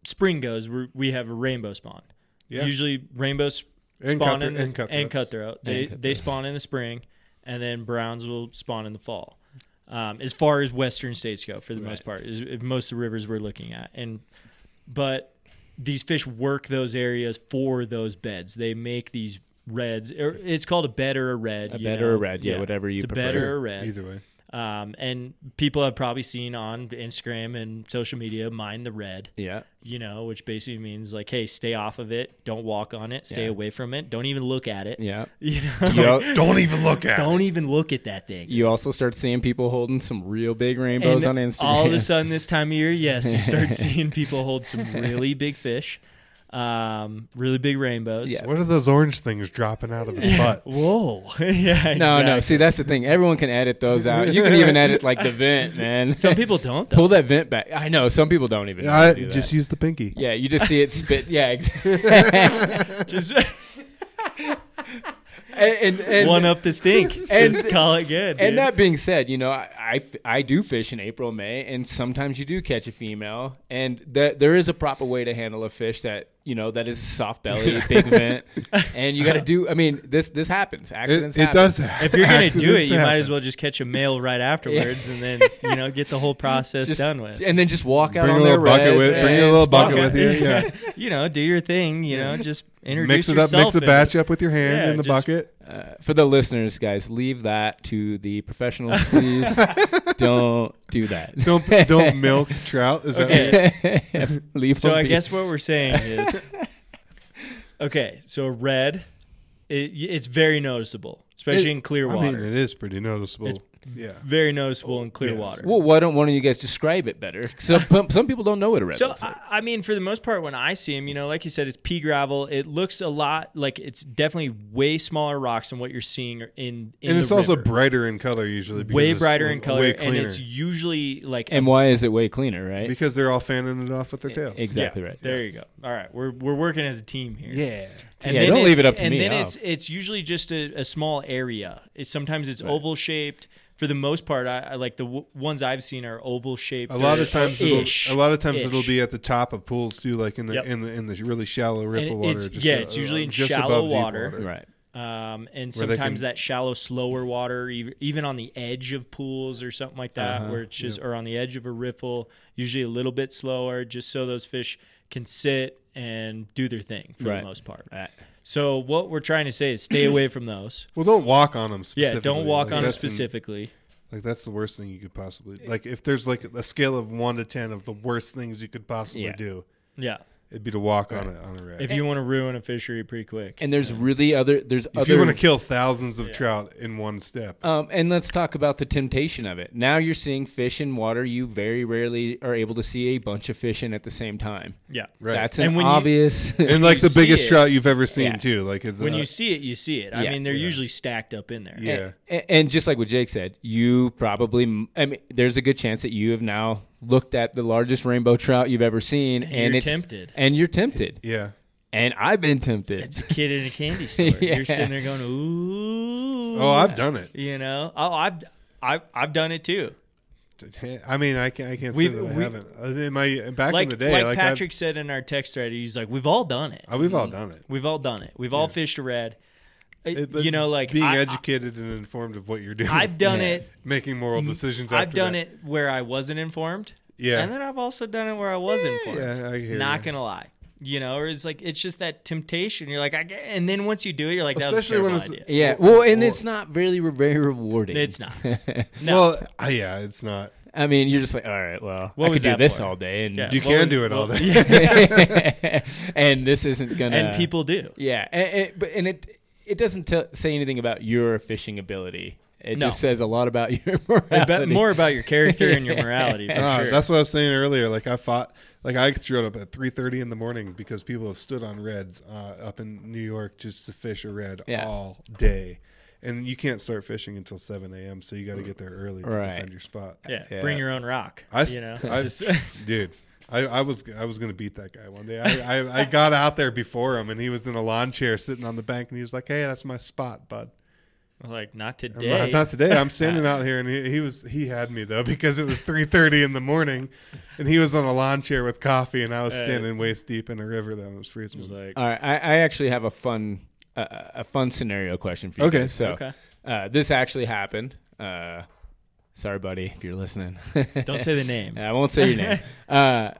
S2: spring goes, we're, we have a rainbow spawn.
S8: Yeah.
S2: Usually, rainbows
S8: And
S2: spawn
S8: cutthro-
S2: in the-
S8: and cutthroats.
S2: and cutthroat. They they spawn in the spring, and then browns will spawn in the fall. Um, as far as western states go, for the most part, is, is most of the rivers we're looking at, and but these fish work those areas for those beds. They make these reds. or It's called a bed or a red.
S3: A
S2: you
S3: bed or a
S2: know.
S3: red, yeah, whatever you
S2: it's
S3: prefer.
S2: A bed or a
S3: Sure,
S2: red.
S8: Either way.
S2: Um, and people have probably seen on Instagram and social media, mind the red,
S3: Yeah.
S2: you know, which basically means like, hey, stay off of it. Don't walk on it. Stay
S3: Yeah.
S2: away from it. Don't even look at it.
S3: Yeah.
S2: You know,
S3: You, al-
S8: Don't even look at.
S2: don't even look at that thing.
S3: you also start seeing people holding some real big rainbows on Instagram.
S2: All of a sudden, this time of year, yes, you start seeing people hold some really big fish, um, really big rainbows.
S3: Yeah.
S8: What are those orange things dropping out of the butt?
S2: Whoa. yeah.
S3: no, no.
S2: exactly.
S3: See, that's the thing. Everyone can edit those out. You can even edit like the vent, man.
S2: Some people don't. Though.
S3: pull that vent back. I know some people don't even. know how
S8: I
S3: to do
S8: just
S3: that.
S8: use the pinky.
S3: yeah. You just see it spit. Yeah. Exactly.
S2: Just
S3: and, and, and
S2: one up the stink.
S3: and-
S2: Just call it good.
S3: And
S2: dude.
S3: that being said, you know, I, I, I do fish in April, May, and sometimes you do catch a female. And that there is a proper way to handle a fish that, you know, that is soft belly, big vent. And you got to do, I mean, this this happens. Accidents
S8: It, it
S3: happen.
S8: does.
S2: if you're gonna do it, you might as well just catch a male right afterwards, and then you know get the whole process
S3: Just-
S2: done with.
S3: And then just walk out
S8: bring
S3: on
S8: a
S3: their
S8: little bucket
S3: red
S8: with. Bring
S3: and
S8: a little
S3: spot
S8: bucket with you. Yeah.
S2: you know, do your thing. You know, just introduce
S8: mix it up. Mix
S2: yourself
S8: the
S2: in.
S8: batch up with your hand
S2: Yeah,
S8: in the
S2: just-
S8: bucket.
S3: Uh, for the listeners, guys, leave that to the professionals. Please don't do that.
S8: Don't don't milk trout. Is that
S2: Okay.
S3: leave
S2: So
S3: them
S2: I
S3: be.
S2: guess what we're saying is, okay, so red, it, it's very noticeable, especially
S8: It-
S2: in clear
S8: I
S2: water.
S8: mean, it is pretty noticeable. yeah.
S2: very noticeable in clear
S8: Yes.
S2: water.
S3: Well, why don't one of you guys describe it better? So some people don't know what a red
S2: So
S3: looks like.
S2: I, I mean, for the most part, when I see them, you know, like you said, it's pea gravel. It looks a lot like it's definitely way smaller rocks than what you're seeing in. in
S8: And
S2: the
S8: it's also
S2: river.
S8: brighter in color usually. because
S2: way
S8: it's
S2: brighter
S8: l-
S2: in color,
S8: way
S2: and it's
S8: cleaner.
S2: usually like
S3: And why is it way cleaner, right?
S8: because they're all fanning it off with their tails.
S3: exactly right.
S2: There you go. All right, we're we're working as a team here.
S8: Yeah.
S2: And
S3: Yeah,
S2: then
S3: don't
S2: it's-
S3: leave it up to
S2: and
S3: me, Oh.
S2: then
S3: I'll-
S2: it's it's usually just a, a small area. It's sometimes it's oval shaped. For the most part, I, I like the w- ones I've seen are oval shaped.
S8: A lot
S2: or-
S8: of times,
S2: or
S8: it'll,
S2: ish,
S8: a lot of times it'll
S2: ish.
S8: be at the top of pools too, like in the
S2: Yep.
S8: in the in the really shallow riffle
S2: And
S8: water.
S2: it's- yeah,
S8: uh,
S2: it's usually in
S8: just
S2: shallow
S8: above deep
S2: water.
S3: Right.
S2: Um, and
S8: Where they
S2: sometimes
S8: can-
S2: that shallow, slower water, ev- even on the edge of pools or something like that,
S3: Uh-huh.
S2: where it's just, or on the edge of a riffle, usually a little bit slower, just so those fish can sit and do their thing for
S3: Right.
S2: the most part.
S3: Right.
S2: So, what we're trying to say is stay away from those.
S8: Well, don't walk on them. Specifically.
S2: Yeah, don't walk
S8: Like,
S2: on them
S8: that's in-
S2: specifically.
S8: Like that's the worst thing you could possibly like. If there's like a scale of one to ten of the worst things you could possibly
S3: Yeah.
S8: do,
S2: Yeah.
S8: it'd be to walk on a on a wreck.
S2: If you want to ruin a fishery pretty quick.
S3: And there's really other there's
S8: If
S3: other
S8: you want to kill thousands of trout in one step,
S3: Um, and let's talk about the temptation of it. Now you're seeing fish in water you very rarely are able to see a bunch of fish in at the same time.
S2: yeah.
S8: right?
S3: That's
S2: And
S3: an
S2: when you-
S3: obvious.
S8: and like
S2: you
S8: the biggest
S2: see it-
S8: trout you've ever seen
S3: Yeah.
S8: too. Like it's
S2: When
S8: uh,
S2: you see it, you see it. I
S3: Yeah.
S2: mean, they're usually stacked up in there.
S8: yeah,
S3: and, and just like what Jake said, you probably, I mean, there's a good chance that you have now looked at the largest rainbow trout you've ever seen, and,
S2: you're
S3: it's,
S2: tempted.
S3: and you're tempted,
S8: yeah.
S3: and I've been tempted.
S2: It's a kid in a candy store.
S3: Yeah.
S2: You're sitting there going, ooh.
S8: Oh, I've done it.
S2: You know, oh, I've, I've, I've done it too.
S8: I mean, I can't. I can't say
S2: We've-
S8: that I
S2: we-
S8: haven't. Uh, In my back
S2: like,
S8: in the day,
S2: like,
S8: like, I've-
S2: Patrick Mm. said in our text thread, he's like, we've all done it.
S8: uh, we've all done it.
S2: We've all done it. We've all fished a red. Uh,
S8: It- but
S2: you know, like
S8: being
S2: I,
S8: educated and informed of what you're doing.
S2: I, have done it.
S8: making moral decisions.
S2: Um, I've
S8: after
S2: done
S8: that.
S2: it where I wasn't informed.
S8: Yeah.
S2: And then I've also done it where I was informed.
S8: Yeah, I hear
S2: Not
S8: you.
S2: gonna lie. You know, or it's like it's just that temptation. You're like, I get, and then once you do it, you're like, that
S8: Especially
S2: was a
S8: when
S2: terrible
S8: it's-
S2: idea.
S3: yeah, well, and it's not really re- very rewarding.
S2: It's not.
S8: Well, uh, yeah, it's not.
S3: I mean, you're just like, all right, well,
S2: What
S3: I
S2: was
S3: could do
S2: that
S3: this
S2: for?
S3: all day, and
S2: Yeah.
S8: You
S2: What
S8: can
S2: was-
S8: do it all
S2: well,
S8: day.
S3: and this isn't gonna.
S2: and people do.
S3: Yeah, and, and, but and it it doesn't t- say anything about your fishing ability. It
S2: No.
S3: just says a lot about your morality.
S2: It's about- more about your character and your morality. For
S8: Uh,
S2: sure.
S8: That's what I was saying earlier. Like I fought, like I showed up at three thirty in the morning because people have stood on reds uh, up in New York just to fish a red
S3: Yeah.
S8: all day, and you can't start fishing until seven a.m. So you got to get there early to
S3: Right.
S8: defend your spot.
S2: Yeah,
S3: Yeah.
S2: bring your own rock.
S8: I, s-
S2: you know,
S8: I-
S2: Just-
S8: dude, I, I was I was gonna beat that guy one day. I, I, I got out there before him, and he was in a lawn chair sitting on the bank, and he was like, "Hey, that's my spot, bud."
S2: like not
S8: I'm
S2: today.
S8: not, not today. I'm standing out here, and he, he was he had me though because it was three thirty in the morning, and he was on a lawn chair with coffee, and I was
S2: Uh,
S8: standing waist deep in a river that was freezing.
S2: It's like,
S3: All right, I, I actually have a fun uh, a fun scenario question for you.
S8: Okay.
S3: guys. so
S2: okay,
S3: uh, this actually happened. Uh, sorry, buddy, if you're listening.
S2: don't say the name.
S3: I won't say your name. Uh,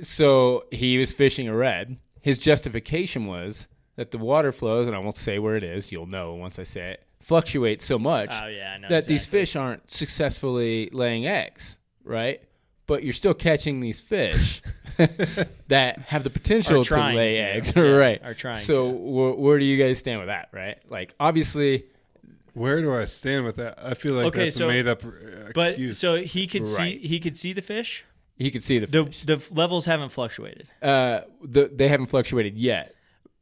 S3: so he was fishing a red. His justification was that the water flows, and I won't say where it is. You'll know once I say it. Fluctuates so much
S2: Oh yeah, I know
S3: that
S2: exactly.
S3: these fish aren't successfully laying eggs, right? But you're still catching these fish that have the potential
S2: Are
S3: to
S2: trying
S3: lay
S2: to,
S3: eggs,
S2: yeah,
S3: right?
S2: are trying
S3: So
S2: to.
S3: wh- where do you guys stand with that, right? Like obviously,
S8: Where do I stand with that? I feel like
S2: Okay,
S8: that's
S2: so-
S8: a made up uh, excuse.
S2: But so he could see
S3: Right.
S2: he could see the fish.
S3: he could see the
S2: The
S3: fish.
S2: the f- levels haven't fluctuated,
S3: uh, the, they haven't fluctuated yet.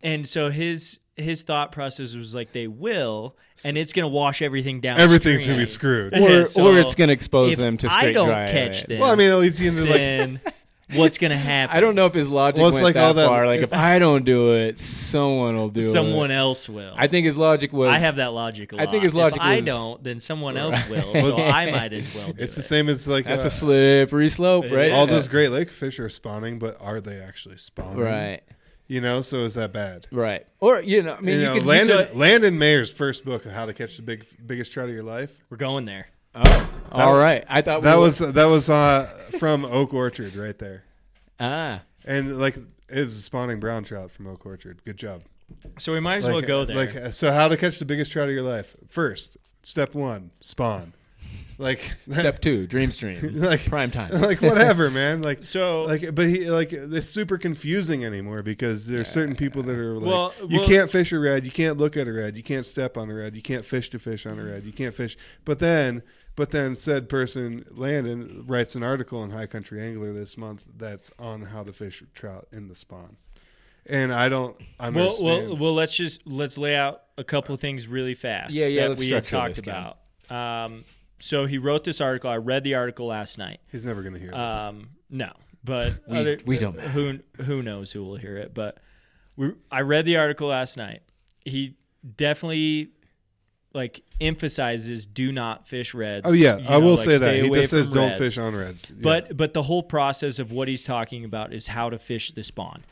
S2: and so his his thought process was like they will, and it's gonna wash everything down.
S8: everything's gonna be screwed.
S2: Yeah,
S3: or,
S2: so
S3: or it's going to expose
S2: if
S3: them to
S2: I
S3: straight
S2: don't
S3: dry
S2: catch
S3: land.
S2: them,
S8: Well, I mean, it leads you into like
S2: then what's gonna happen?
S3: I don't know if his logic
S8: Well, it's
S3: went
S8: like
S3: that
S8: all that-
S3: far. Like if
S8: it's-
S3: I don't do it, someone will do it.
S2: Someone else will.
S3: I think his logic was.
S2: I have that logic. A
S3: I
S2: lot.
S3: think his logic
S2: If I
S3: was-
S2: don't, then someone else will. So I might as well. Do
S8: it's the
S2: it.
S8: same as like
S3: That's
S8: uh,
S3: a slippery slope, right?
S8: all those great lake fish are spawning, but are they actually spawning?
S3: Right.
S8: You know, so is that bad?
S3: Right. Or you know, I mean,
S8: you
S3: you,
S8: know,
S3: could
S8: Landon,
S3: use
S8: Landon Mayer's first book, "How to Catch the Big Biggest Trout of Your Life."
S2: We're going there.
S3: a- oh, all right. I thought
S8: That
S3: we were-
S8: was that was uh, from Oak Orchard right there,
S3: ah.
S8: and like it was spawning brown trout from Oak Orchard. Good job.
S2: So we might as
S8: Like,
S2: well go there.
S8: Like so, how to catch the biggest trout of your life? First, step one, spawn. Like
S3: Step two, dream stream,
S8: like
S3: prime time.
S8: like whatever, man. Like
S2: So-
S8: like, but he like it's super confusing anymore because there's certain people that are like,
S2: Well,
S8: you
S2: well-
S8: can't fish a red, you can't look at a red, you can't step on a red, you can't fish to fish on a red, you can't fish. But then, but then said person Landon writes an article in High Country Angler this month that's on how to fish trout in the spawn, and I don't. I'm
S2: well, well, well. Let's just let's lay out a couple of things really fast.
S3: Yeah, yeah,
S2: That
S3: let's
S2: we had
S3: structure
S2: talked
S3: this, Ken.
S2: about. Um, so he wrote this article. I read the article last night.
S8: He's never gonna hear this.
S2: Um, no, but
S3: We-
S2: other-
S3: we don't matter.
S2: Who who knows who will hear it? But we, I read the article last night. He definitely like emphasizes do not fish reds.
S8: oh yeah,
S2: You
S8: I
S2: know,
S8: will
S2: like,
S8: say that
S2: stay
S8: he
S2: away
S8: just says
S2: from
S8: don't
S2: reds.
S8: fish on reds. Yeah.
S2: But but the whole process of what he's talking about is how to fish the spawn,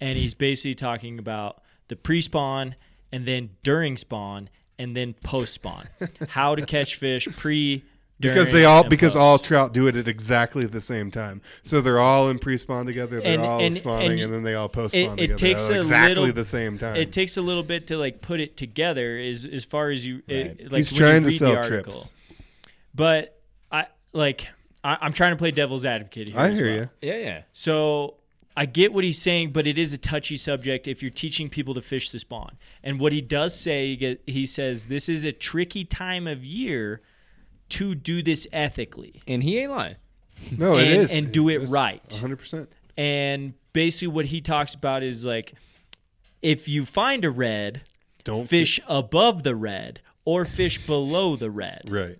S2: and he's basically talking about the pre-spawn and then during spawn and then post-spawn. how to catch fish pre.
S8: because
S2: during,
S8: they all
S2: and
S8: because
S2: post.
S8: all trout do it at exactly the same time. So they're all in pre-spawn together. They're
S2: And-
S8: all
S2: and-
S8: spawning,
S2: and
S8: and,
S2: you-
S8: then they all
S2: it,
S8: post-spawn
S2: it
S8: together
S2: takes
S8: at
S2: a
S8: exactly
S2: little,
S8: the same time.
S2: It takes a little bit to like put it together. As as far as you it, like
S8: He's
S2: when you
S8: trying to
S2: read the
S8: sell
S2: article.
S8: trips.
S2: But I like I, I'm trying to play devil's advocate here.
S8: I
S2: as
S8: hear
S2: well.
S8: you.
S3: Yeah, yeah.
S2: So I get what he's saying, but it is a touchy subject if you're teaching people to fish the spawn. And what he does say, he get- he says, this is a tricky time of year to do this ethically
S3: And he ain't lying.
S8: No, it
S2: And-
S8: is.
S2: and do it
S8: It's
S2: right.
S8: 100%.
S2: and basically what he talks about is like if you find a red
S8: Don't
S2: fish above the red or fish below the
S8: fi-
S2: red
S8: Right.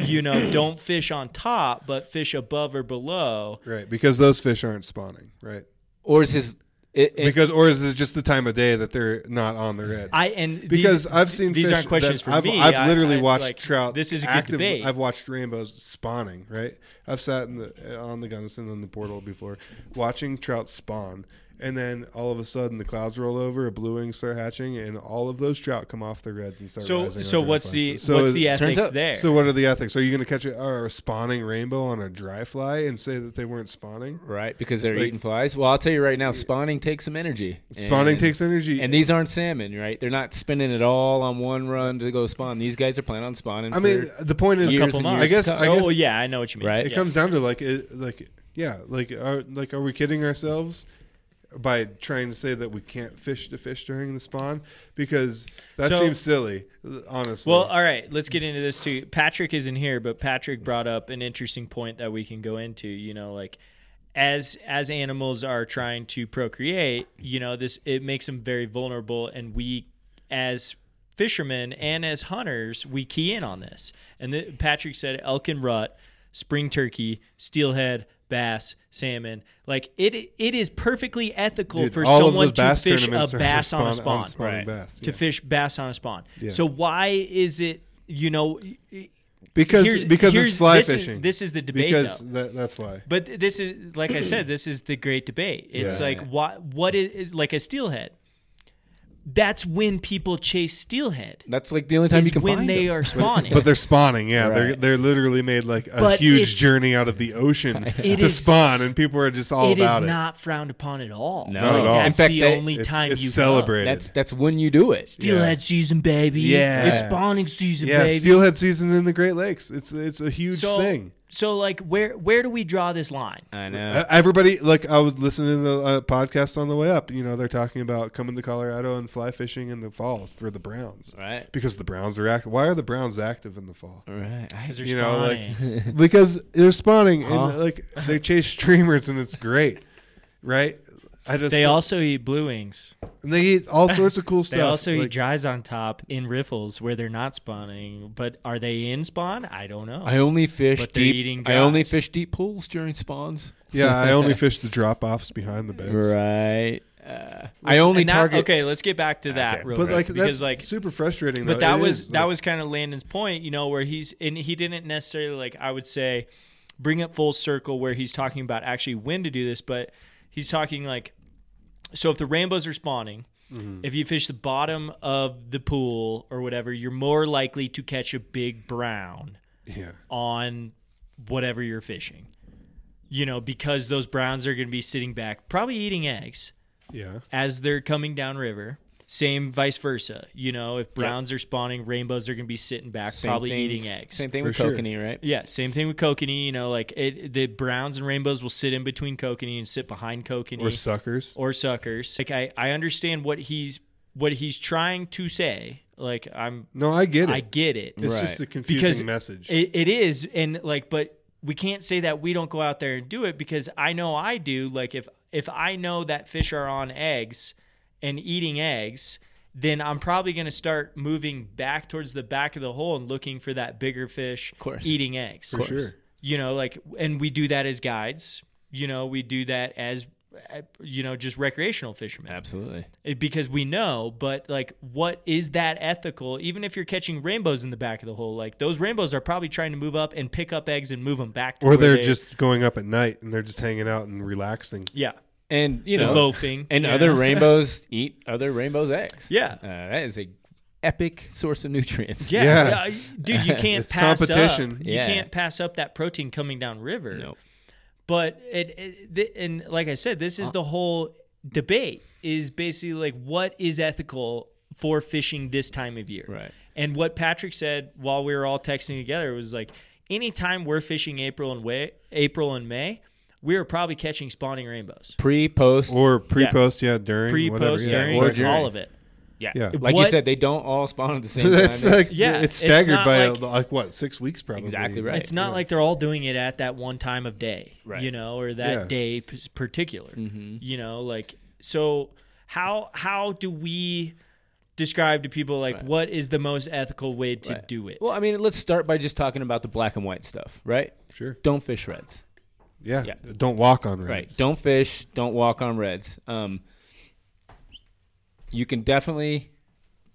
S2: you know don't fish on top but fish above or below
S8: Right, because those fish aren't spawning, right?
S3: Or is his it, it-
S8: Because or is it just the time of day that they're not on the red?
S2: i and these-
S8: because I've seen
S2: these
S8: fish
S2: aren't questions
S8: that
S2: for
S8: I've,
S2: me
S8: I've
S2: I-
S8: literally
S2: I-
S8: watched
S2: like,
S8: trout.
S2: this is a
S8: active-
S2: good debate
S8: I've watched rainbows spawning. Right, I've sat in the on the Gunnison on the portal before, watching trout spawn, and then all of a sudden the clouds roll over, a blue wing start hatching, and all of those trout come off the reds and start
S2: so
S8: rising.
S2: so
S8: on dry
S2: what's the
S8: flashes. So
S2: what's
S8: it-
S2: the ethics
S3: out-
S2: there
S8: So what are the ethics? Are you going to catch a, a spawning rainbow on a dry fly and say that they weren't spawning?
S3: right because they're
S8: Like-
S3: eating flies. Well, I'll tell you right now, spawning takes some energy.
S8: Spawning
S3: And-
S8: takes energy.
S3: And these aren't salmon, right? They're not spinning it all on one run to go spawn. These guys are planning on spawning.
S8: I mean, the point is,
S3: years
S2: couple
S3: and
S2: months.
S8: I guess,
S3: years.
S8: I guess,
S2: oh yeah i know what you mean
S3: Right.
S8: it
S2: Yeah.
S8: comes down to like, it, like, yeah, like, are, like, are we kidding ourselves by trying to say that we can't fish to fish during the spawn? Because that
S2: So-
S8: seems silly, honestly.
S2: Well, uh, all right, let's get into this too. Patrick isn't here, but Patrick brought up an interesting point that we can go into. You know, like as as animals are trying to procreate, you know, this it makes them very vulnerable, and we as fishermen and as hunters we key in on this. And the, Patrick said elk and rut, spring turkey, steelhead. Bass, salmon, like it. It is perfectly ethical
S8: Dude,
S2: for
S8: all of
S2: someone
S8: those
S2: to
S8: bass
S2: fish a
S8: tournaments are
S2: bass on a
S8: spawn- on
S2: spawn,
S8: spawning bass,
S2: to
S8: yeah.
S2: fish bass on a spawn. So why is it? You know,
S8: because
S2: here's-
S8: because
S2: here's-
S8: it's fly
S2: this is-
S8: fishing.
S2: this is the debate,
S8: Because
S2: though.
S8: that, that's why.
S2: but this is like I said, this is the great debate. It's
S8: Yeah.
S2: like what what is, is like a steelhead. That's when people chase steelhead.
S3: that's like the only time
S2: is
S3: you can
S2: when
S3: find
S2: they
S3: them.
S2: are spawning.
S8: But they're spawning, yeah. They're
S3: Right.
S8: they're literally made like a
S2: But
S8: huge
S2: it's-
S8: journey out of the ocean to
S2: is-
S8: spawn, and people are just all
S2: it is
S8: about it.
S2: not frowned upon at all.
S3: No.
S8: Not
S2: Like,
S8: at all.
S2: That's
S8: In
S3: fact,
S2: the
S3: that-
S2: only
S8: it's,
S2: time
S8: it's
S2: you go.
S8: celebrated.
S3: That's that's when you do it.
S2: Steelhead season, baby.
S8: Yeah.
S2: it's spawning season,
S8: yeah,
S2: baby.
S8: steelhead season in the Great Lakes. It's it's a huge
S2: so,
S8: thing.
S2: so like, where where do we draw this line?
S3: I know.
S8: Uh, Everybody, like I was listening to a podcast on the way up. You know, they're talking about coming to Colorado and fly fishing in the fall for the Browns,
S3: right.
S8: Because the Browns are active. Why are the Browns active in the fall?
S3: Right. I,
S2: Because they're
S8: You know,
S2: spawning.
S8: like because they're spawning
S3: Huh?
S8: and like they chase streamers and it's great, right? I just
S2: they also eat blue wings.
S8: and they eat all sorts of cool stuff.
S2: They also
S8: like,
S2: eat dries on top in riffles where they're not spawning. But are they in spawn? I don't know.
S3: I only fish
S2: But they're eating
S3: deep. I only
S2: guys.
S3: fish deep pools during spawns.
S8: yeah, I only fish the drop offs behind the beds.
S3: Right. Uh, I only
S2: And that-
S3: target.
S2: Okay, let's get back to that.
S3: Okay.
S2: Real
S8: But
S2: quick,
S8: like
S2: because
S8: that's
S2: like,
S8: like super frustrating.
S2: but
S8: though.
S2: that
S8: It
S2: was
S8: is,
S2: that
S8: like-
S2: was kind of Landon's point. You know, where he's and he didn't necessarily like I would say bring up full circle where he's talking about actually when to do this, but he's talking like so if the rainbows are spawning.
S8: Mm-hmm.
S2: If you fish the bottom of the pool or whatever, you're more likely to catch a big brown
S8: yeah.
S2: on whatever you're fishing. You know, because those browns are going to be sitting back, probably eating eggs
S8: Yeah.
S2: as they're coming down river. Same vice versa. You know, if browns are spawning, rainbows are going to be sitting back,
S3: Same
S2: probably
S3: thing-
S2: eating eggs.
S3: Same thing
S8: For
S3: with
S8: sure.
S3: kokanee, right?
S2: Yeah, same thing with kokanee. You know, like it, the browns and rainbows will sit in between kokanee and sit behind kokanee
S8: Or suckers.
S2: or suckers. Like I, I understand what he's what he's trying to say. Like I'm,
S8: No, I get it.
S2: I get it.
S8: it's
S3: Right.
S8: just a confusing
S2: Because
S8: message.
S2: It, it is, and like, but we can't say that we don't go out there and do it because I know I do. Like, if if I know that fish are on eggs and eating eggs, then I'm probably going to start moving back towards the back of the hole and looking for that bigger fish
S3: course.
S2: eating eggs.
S8: For sure.
S2: You know, like, and we do that as guides. You know, we do that as uh, you know, just recreational fishermen
S3: Absolutely.
S2: it- eh, because we know but like what is that ethical even if you're catching rainbows in the back of the hole like those rainbows are probably trying to move up and pick up eggs and move them back to
S8: Or
S2: where
S8: they're
S2: they-
S8: just going up at night and they're just hanging out and relaxing.
S2: yeah
S3: And you
S2: you
S3: know,
S2: loafing
S3: and
S2: yeah.
S3: other rainbows eat other rainbows eggs.
S2: yeah
S3: Uh, that is a epic source of nutrients.
S2: yeah,
S8: Yeah.
S2: yeah. dude you can't
S8: It's
S2: pass
S8: competition.
S2: up you
S3: Yeah.
S2: can't pass up that protein coming down river
S3: Nope.
S2: but it, it th- and like i said this is the whole debate is basically like what is ethical for fishing this time of year
S3: Right.
S2: And what Patrick said while we were all texting together was like, anytime we're fishing April and way, April and May, we are probably catching spawning rainbows.
S3: Pre, post,
S8: Or pre post, yeah. during.
S2: Pre,
S8: whatever,
S2: post,
S8: yeah,
S2: during,
S3: or
S8: exactly.
S3: during.
S2: all of it.
S8: Yeah.
S3: like
S2: What-
S3: you said, they don't all spawn at the same time.
S8: That's
S3: It's-
S8: like,
S2: Yeah,
S8: yeah,
S2: it's
S8: it's staggered
S2: not
S8: by
S2: like-
S8: like, what, six weeks probably.
S3: Exactly right.
S2: It's not like they're all doing it at that one time of day,
S3: Right. Mm-hmm.
S2: you know, or that
S8: Yeah.
S2: day p- particular. You know, like so how how do we describe to people like what is the most ethical way to
S3: Right.
S2: do it?
S3: well, I mean, let's start by just talking about the black and white stuff, right?
S8: Sure.
S3: Don't fish reds.
S8: Yeah.
S3: Yeah.
S8: Don't walk on
S3: Right.
S8: reds.
S3: Don't fish. Don't walk on reds. Um, you can definitely,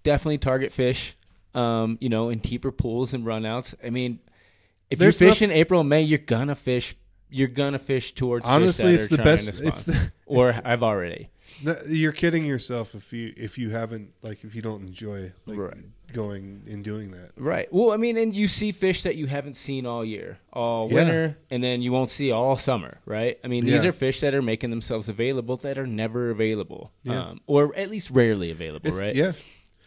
S3: definitely target fish. Um, you know, in deeper pools and runouts. I mean, if
S8: There's
S3: you fish in April and May, you're gonna fish. You're gonna fish towards.
S8: Honestly,
S3: fish
S8: it's
S3: that
S8: the
S3: are
S8: best.
S3: trying to
S8: It's
S3: spawn.
S8: the,
S3: or I've already.
S8: No, you're kidding yourself if you if you haven't like if you don't enjoy like
S3: Right.
S8: going and doing that.
S3: Right. Well, I mean, and you see fish that you haven't seen all year, all
S8: Yeah.
S3: winter, and then you won't see all summer, right? I mean, these
S8: Yeah.
S3: are fish that are making themselves available that are never available,
S8: Yeah.
S3: um, or at least rarely available,
S8: It's-
S3: right?
S8: Yeah.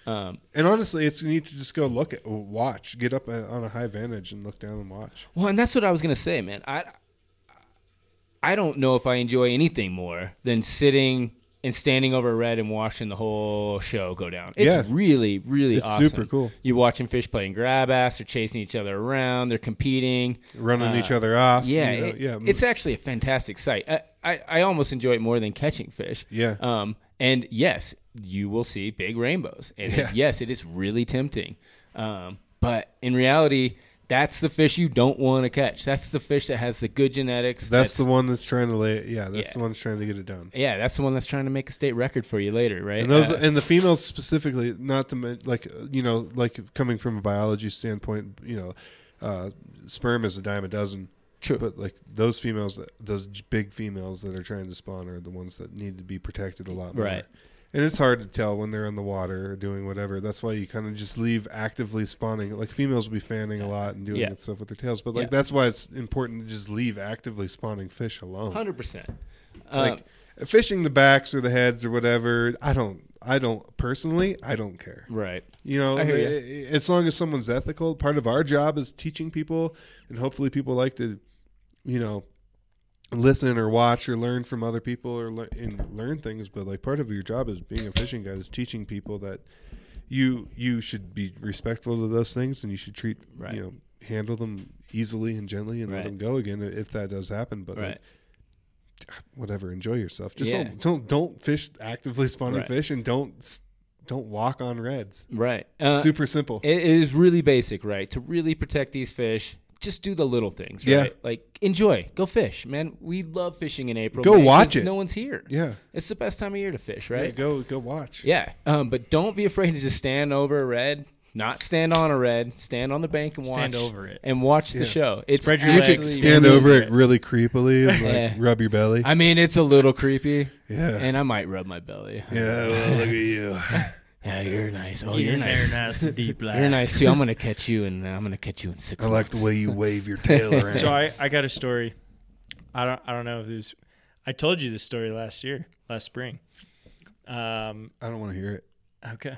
S3: Um,
S8: And honestly, it's neat to just go look at, watch, get up uh, on a high vantage and look down and watch.
S3: Well, and that's what I was gonna say, man. I I don't know if I enjoy anything more than sitting and standing over red and watching the whole show go down. It's
S8: Yeah.
S3: really, really
S8: It's
S3: awesome.
S8: super cool.
S3: You're watching fish playing grab ass, they're chasing each other around, they're competing.
S8: Running
S3: Uh,
S8: each other off.
S3: Yeah,
S8: you know,
S3: it-
S8: yeah. mm.
S3: It's actually a fantastic sight. I, I, I almost enjoy it more than catching fish.
S8: Yeah.
S3: Um, and yes, you will see big rainbows. And
S8: Yeah.
S3: yes, it is really tempting. Um, but in reality, that's the fish you don't want to catch. That's the fish that has the good genetics.
S8: that's, the one that's trying to lay. Yeah, that's
S3: Yeah.
S8: the one that's trying to get it down.
S3: Yeah, that's the one that's trying to make a state record for you later, right?
S8: And those
S3: Uh,
S8: and the females specifically, not to men- like uh, you know, like coming from a biology standpoint, you know, uh, sperm is a dime a dozen.
S3: True.
S8: But like those females, that- those j- big females that are trying to spawn are the ones that need to be protected a lot more.
S3: Right.
S8: And it's hard to tell when they're in the water or doing whatever. That's why you kind of just leave actively spawning. Like females will be fanning a lot and doing
S3: Yeah.
S8: that stuff with their tails. But like
S3: Yeah.
S8: that's why it's important to just leave actively spawning fish alone
S3: hundred percent. Uh,
S8: like fishing the backs or the heads or whatever i don't i don't personally i don't care
S3: right.
S8: you know
S3: I hear ya.
S8: i- i- as long as someone's ethical part of our job is teaching people and hopefully people like to you know listen or watch or learn from other people or lear- and learn things but like part of your job as being a fishing guide is teaching people that you you should be respectful to those things and you should treat
S3: Right.
S8: you know handle them easily and gently and let
S3: Right.
S8: them go again if that does happen but like,
S3: Right.
S8: whatever enjoy yourself just
S3: Yeah.
S8: don't, don't don't fish actively spawning
S3: Right.
S8: fish and don't s- don't walk on reds
S3: Right. Uh,
S8: super simple
S3: It is really basic, right? To really protect these fish, just do the little things,
S8: Yeah.
S3: right? Like enjoy, go fish, man. We love fishing in April.
S8: Go
S3: May, 'cause
S8: watch it.
S3: No one's here.
S8: yeah
S3: It's the best time of year to fish,
S8: Yeah,
S3: right?
S8: go go watch
S3: Yeah. Um, but don't be afraid to just stand over a red. Not stand on a red. Stand on the bank and watch.
S2: Stand over it.
S3: and watch the
S8: Yeah.
S3: show. It's
S2: Spread your
S8: you
S2: legs.
S8: can
S3: actually-
S8: stand over it really creepily and like
S3: Yeah.
S8: rub your belly
S3: I mean, it's a little creepy,
S8: yeah
S3: and I might rub my belly.
S8: yeah well look at you
S3: Yeah, you're nice. Oh, you're, nice.
S2: nice and deep.
S3: You're nice too. I'm gonna catch you, and I'm gonna catch you in six.
S8: i like the
S3: months.
S8: way you wave your tail around
S2: So I, I got a story. I don't I don't know if this I told you this story last year, last spring. Um
S8: I don't want to hear it
S2: okay.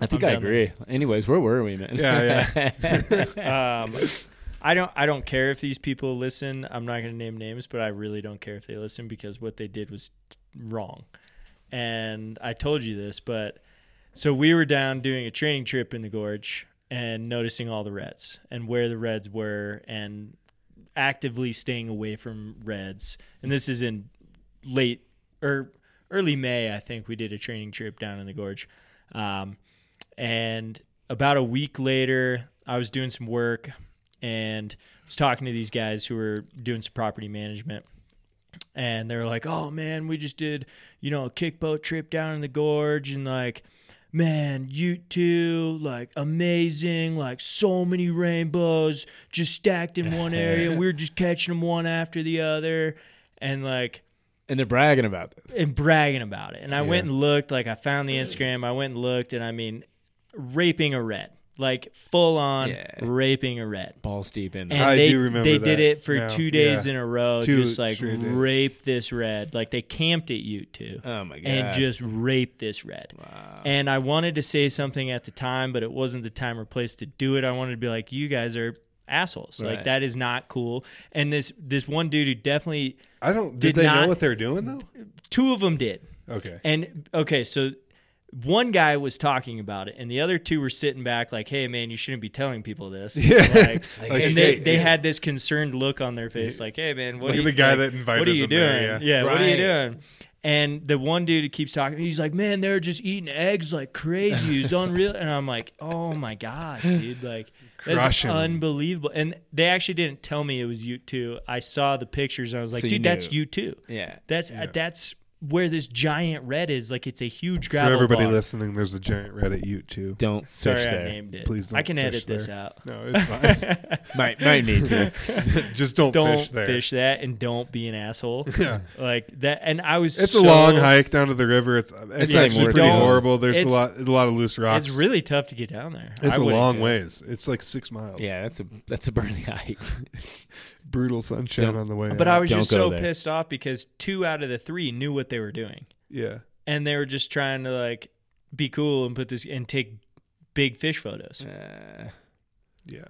S3: I think
S2: I'm
S3: I
S2: down there.
S3: agree. Anyways, where were we, man?
S8: Yeah,
S3: yeah.
S2: Um I don't I don't care if these people listen. I'm not going to name names, but I really don't care if they listen because what they did was t- wrong. And I told you this, but so we were down doing a training trip in the gorge and noticing all the reds and where the reds were and actively staying away from reds. And this is in late or early May, I think we did a training trip down in the gorge. Um, and about a week later, I was doing some work and was talking to these guys who were doing some property management. And they were like, oh man, we just did, you know, a kick boat trip down in the gorge and like, man, you two, like amazing, like so many rainbows just stacked in one area. we were just catching them one after the other. And like,
S3: and they're bragging about this.
S2: and bragging about it. And I went and looked, like I found the Instagram, I went and looked, and I mean, raping a red. like full on
S3: Yeah.
S2: raping a red.
S3: balls deep in.
S2: And
S8: I
S2: they,
S8: do remember
S2: they
S8: that
S2: did it for
S8: now.
S2: two days
S8: Yeah.
S2: in a row,
S8: Two
S2: just like
S8: straight days.
S2: rape this red. Like they camped at you two
S3: oh my god!
S2: and just rape this red.
S3: wow.
S2: And I wanted to say something at the time, but it wasn't the time or place to do it. I wanted to be like, you guys are assholes. Like
S3: Right.
S2: that is not cool. And this this one dude who definitely
S8: I don't. Did,
S2: Did
S8: they know
S2: not-
S8: what they're doing though?
S2: two of them did.
S8: Okay.
S2: And okay, so one guy was talking about it, and the other two were sitting back, like, "Hey, man, you shouldn't be telling people this."
S8: Yeah.
S2: Like,
S8: Like,
S2: and
S8: hey,
S2: they, they
S8: yeah.
S2: had this concerned look on their face, like, "Hey, man, what
S8: Look
S2: are
S8: at
S2: you,
S8: the guy
S2: like,
S8: that invited
S2: What are you
S8: them there,
S2: doing?
S8: yeah.
S2: yeah, what are you
S3: Right.
S2: doing?" And the one dude keeps talking. He's like, "Man, they're just eating eggs like crazy. It's unreal." And I'm like, "Oh my god, dude! Like, that's
S8: Crushing 'em.
S2: unbelievable." And they actually didn't tell me it was you two. I saw the pictures and I was like,
S3: So you
S2: "Dude, that's
S3: knew.
S2: you too."
S3: yeah.
S2: That's uh,
S8: Yeah.
S2: that's where this giant red is. Like it's a huge
S8: For
S2: gravel.
S8: everybody
S2: bar.
S8: listening, there's a giant Reddit Ute too.
S3: Don't
S2: Sorry,
S3: fish
S2: I
S3: there.
S2: named it.
S8: Please don't
S2: I can
S8: fish
S2: edit this
S8: there.
S2: out.
S8: No, it's fine.
S3: Might might need to.
S8: Just don't,
S2: don't
S8: fish there.
S2: that and don't be an asshole.
S8: Yeah.
S2: Like that. And I was.
S8: It's
S2: so-
S8: a long hike down to the river. It's uh, it's
S3: It's not
S8: actually
S3: even
S8: pretty
S3: worth it.
S8: horrible. There's a
S2: It's-
S8: lot there's a lot of loose rocks.
S2: It's really tough to get down there.
S8: It's a
S2: a
S8: long ways. It's like six miles.
S3: Yeah, that's a that's a burning hike.
S8: Brutal sunshine
S3: Don't-
S8: on the way.
S2: But
S8: out.
S2: I was
S3: Don't
S2: just
S3: go
S2: so
S3: there.
S2: pissed off because two out of the three knew what they were doing,
S8: yeah.
S2: and they were just trying to like be cool and put this and take big fish photos.
S3: Uh,
S8: Yeah.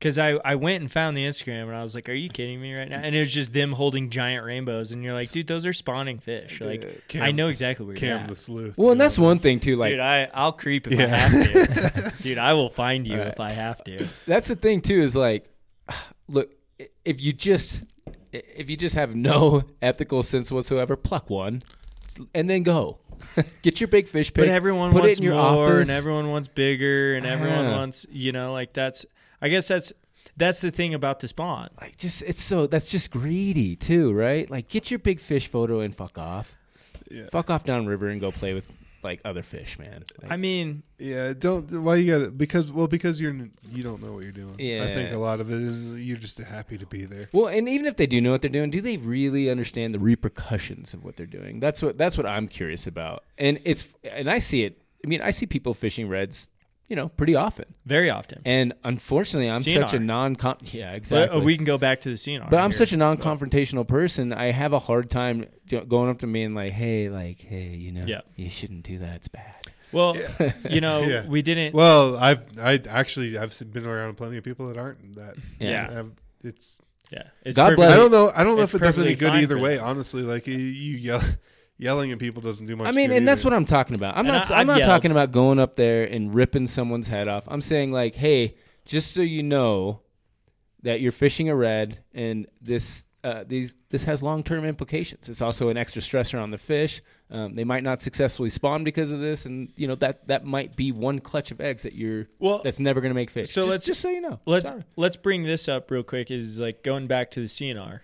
S2: Because I, I went and found the Instagram and I was like, are you kidding me right now? And it was just them holding giant rainbows. And you're like, dude, those are spawning fish. Like,
S8: Cam-
S2: I know exactly where you're
S8: Cam
S2: at.
S8: the sleuth.
S3: well, and
S8: you
S3: that's
S8: know?
S3: one thing too. Like
S2: dude, I, I'll creep if I
S8: Yeah.
S2: have to. dude, I will find you
S3: All right.
S2: if I have to.
S3: that's the thing too is like look i- if you just if you just have no ethical sense whatsoever pluck one and then go get your big fish pick
S2: But everyone
S3: put
S2: wants
S3: it in your
S2: more
S3: office
S2: and everyone wants bigger and everyone
S3: Yeah.
S2: wants, you know, like that's, I guess that's, that's the thing about the spawn.
S3: like just it's so that's just greedy too right like get your big fish photo and fuck off
S8: Yeah.
S3: fuck off downriver and go play with like other fish man Like,
S2: I mean,
S8: Yeah, don't. Why you got it? Because well, because you're n- you don't know what you're doing. I
S3: Yeah.
S8: think a lot of it is you're just happy to be there.
S3: well and even if they do know what they're doing do they really understand the repercussions of what they're doing that's what that's what i'm curious about and it's and i see it i mean i see people fishing reds you know pretty often
S2: very often.
S3: And unfortunately, I'm such a
S2: CNR.
S3: non con yeah
S2: But, uh,
S3: exactly.
S2: we can go back to the scene.
S3: but I'm such a non confrontational person. I have a hard time j- going up to me and like, hey, like, hey, you know,
S2: Yeah.
S3: you shouldn't do that. It's bad.
S2: well, you know,
S8: Yeah.
S2: we didn't.
S8: Well, I've I actually I've s- been around plenty of people that aren't that.
S3: Yeah.
S8: I've- it's
S2: yeah, it's
S3: God bless-
S8: I
S3: But
S8: don't know I don't know
S2: it's
S8: if it does any
S2: perfectly
S8: good
S2: fine
S8: either
S2: for
S8: way.
S2: them.
S8: Honestly, like you, you yell, yelling at people doesn't do much.
S3: I mean,
S8: good
S3: and that's
S8: either.
S3: what I'm talking about. I'm
S2: And
S3: not.
S2: I-
S3: I, am
S2: I've
S3: not
S2: yelled.
S3: talking about going up there and ripping someone's head off. I'm saying like, hey, just so you know that you're fishing a red, and this uh, these this has long term implications. It's also an extra stressor on the fish. Um, they might not successfully spawn because of this, and you know that that might be one clutch of eggs that you're
S2: Well,
S3: that's never going to make fish.
S2: Oh. so
S3: just,
S2: let's-
S3: just so you know.
S2: let's
S3: Sorry.
S2: let's bring this up real quick. Is like going back to the CNR.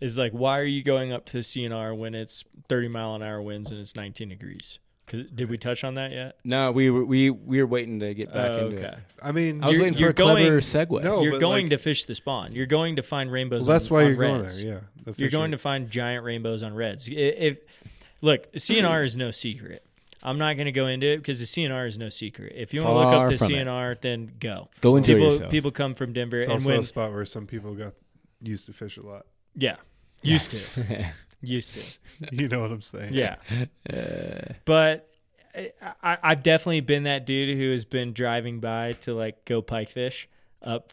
S2: Is like why are you going up to the CNR when it's 30 mile an hour winds and it's 19 degrees? 'Cause- did we touch on that yet?
S3: No, we were we we were waiting to get Uh, back
S2: Oh,
S3: into
S2: okay.
S3: it.
S8: I mean.
S3: I was
S2: You're-
S3: waiting for
S2: you're
S3: a clever
S2: going-
S3: segue.
S8: No,
S2: you're
S8: but,
S2: going
S8: like-
S2: to fish the spawn. You're going to find rainbows.
S8: well, that's
S2: on-
S8: why
S2: on
S8: you're going
S2: reds.
S8: there. Yeah, the
S2: You're
S8: fishing.
S2: going to find giant rainbows on reds. I- If look, the CNR is no secret. I'm not going to go into it because the CNR is no secret. If you want to look
S3: Far
S2: up the
S3: from it.
S2: CNR, then go.
S3: Go enjoy
S2: people,
S3: yourself.
S2: People come from Denver
S8: It's
S2: and
S8: also
S2: when
S8: a spot where some people got used to fish a lot.
S2: yeah, used to, used to.
S8: you know what I'm saying?
S2: Yeah. but I, I, I've definitely been that dude who has been driving by to like go pike fish up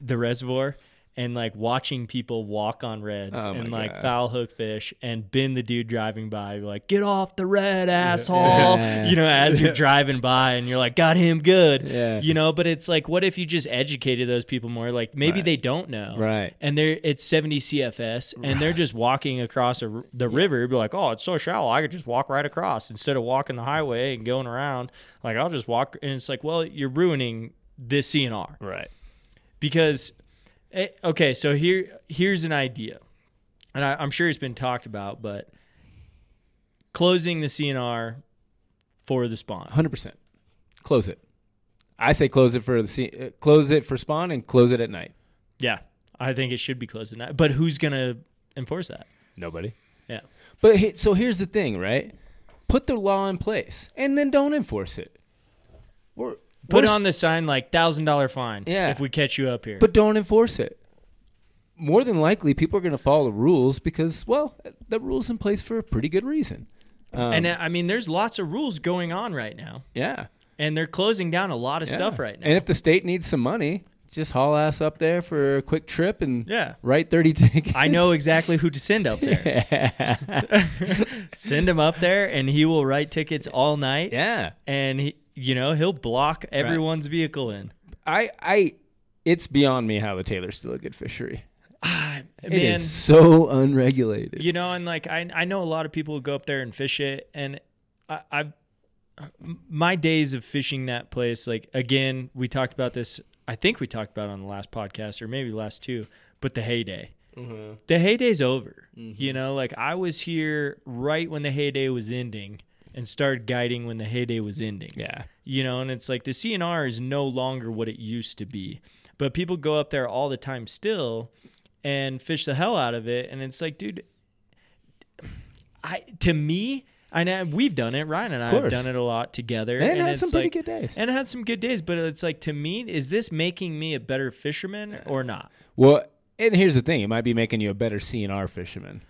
S2: the reservoir and like watching people walk on reds
S3: Oh my
S2: and like
S3: God.
S2: foul hook fish and been the dude driving by like get off the red asshole
S3: Yeah.
S2: you know as you're driving by and you're like got him good
S3: Yeah.
S2: you know but it's like what if you just educated those people more like maybe
S3: Right.
S2: they don't know
S3: Right.
S2: and they're it's 70 CFS, and they're just walking across a r the river. Be like, oh, it's so shallow, I could just walk right across instead of walking the highway and going around. Like I'll just walk, and it's like, well, you're ruining this CNR
S3: Right.
S2: because, eh, okay, so here here's an idea, and I, I'm sure it's been talked about, but closing the CNR for the spawn.
S3: Hundred percent. Close it. I say close it for the se- uh, close it for spawn and close it at night.
S2: Yeah, I think it should be closed at night. But who's gonna enforce that?
S3: Nobody.
S2: Yeah.
S3: But he- so here's the thing, right? Put the law in place and then don't enforce it. We're
S2: Put
S3: Worst-
S2: on the sign like thousand dollar fine.
S3: Yeah.
S2: If we catch you up here.
S3: but don't enforce it. More than likely, people are going to follow the rules because, well, the rules in place for a pretty good reason. Um,
S2: and uh, I mean, there's lots of rules going on right now,
S3: yeah,
S2: and they're closing down a lot of stuff
S3: yeah.
S2: right now.
S3: And if the state needs some money, just haul ass up there for a quick trip and
S2: yeah.
S3: write thirty tickets.
S2: I know exactly who to send up there.
S3: yeah.
S2: Send him up there, and he will write tickets all night.
S3: yeah,
S2: And he, you know, he'll block everyone's vehicle in.
S3: I, I, it's beyond me how the Taylor's still a good fishery.
S2: Ah, man,
S3: It is so unregulated.
S2: you know, and like I, I know a lot of people who go up there and fish it, and I, I, my days of fishing that place, like again, we talked about this. I think we talked about it on the last podcast or maybe the last two, but the heyday. The heyday's over. You know, like I was here right when the heyday was ending and started guiding when the heyday was ending
S3: yeah,
S2: you know and it's like the cnr is no longer what it used to be but people go up there all the time still and fish the hell out of it and it's like dude i to me i know we've done it ryan and i have
S3: course.
S2: done it a lot together
S3: and, had
S2: it's
S3: some pretty
S2: like-
S3: good days.
S2: and had some good days but it's like to me is this making me a better fisherman or not
S3: well, and here's the thing: it might be making you a better CNR fisherman.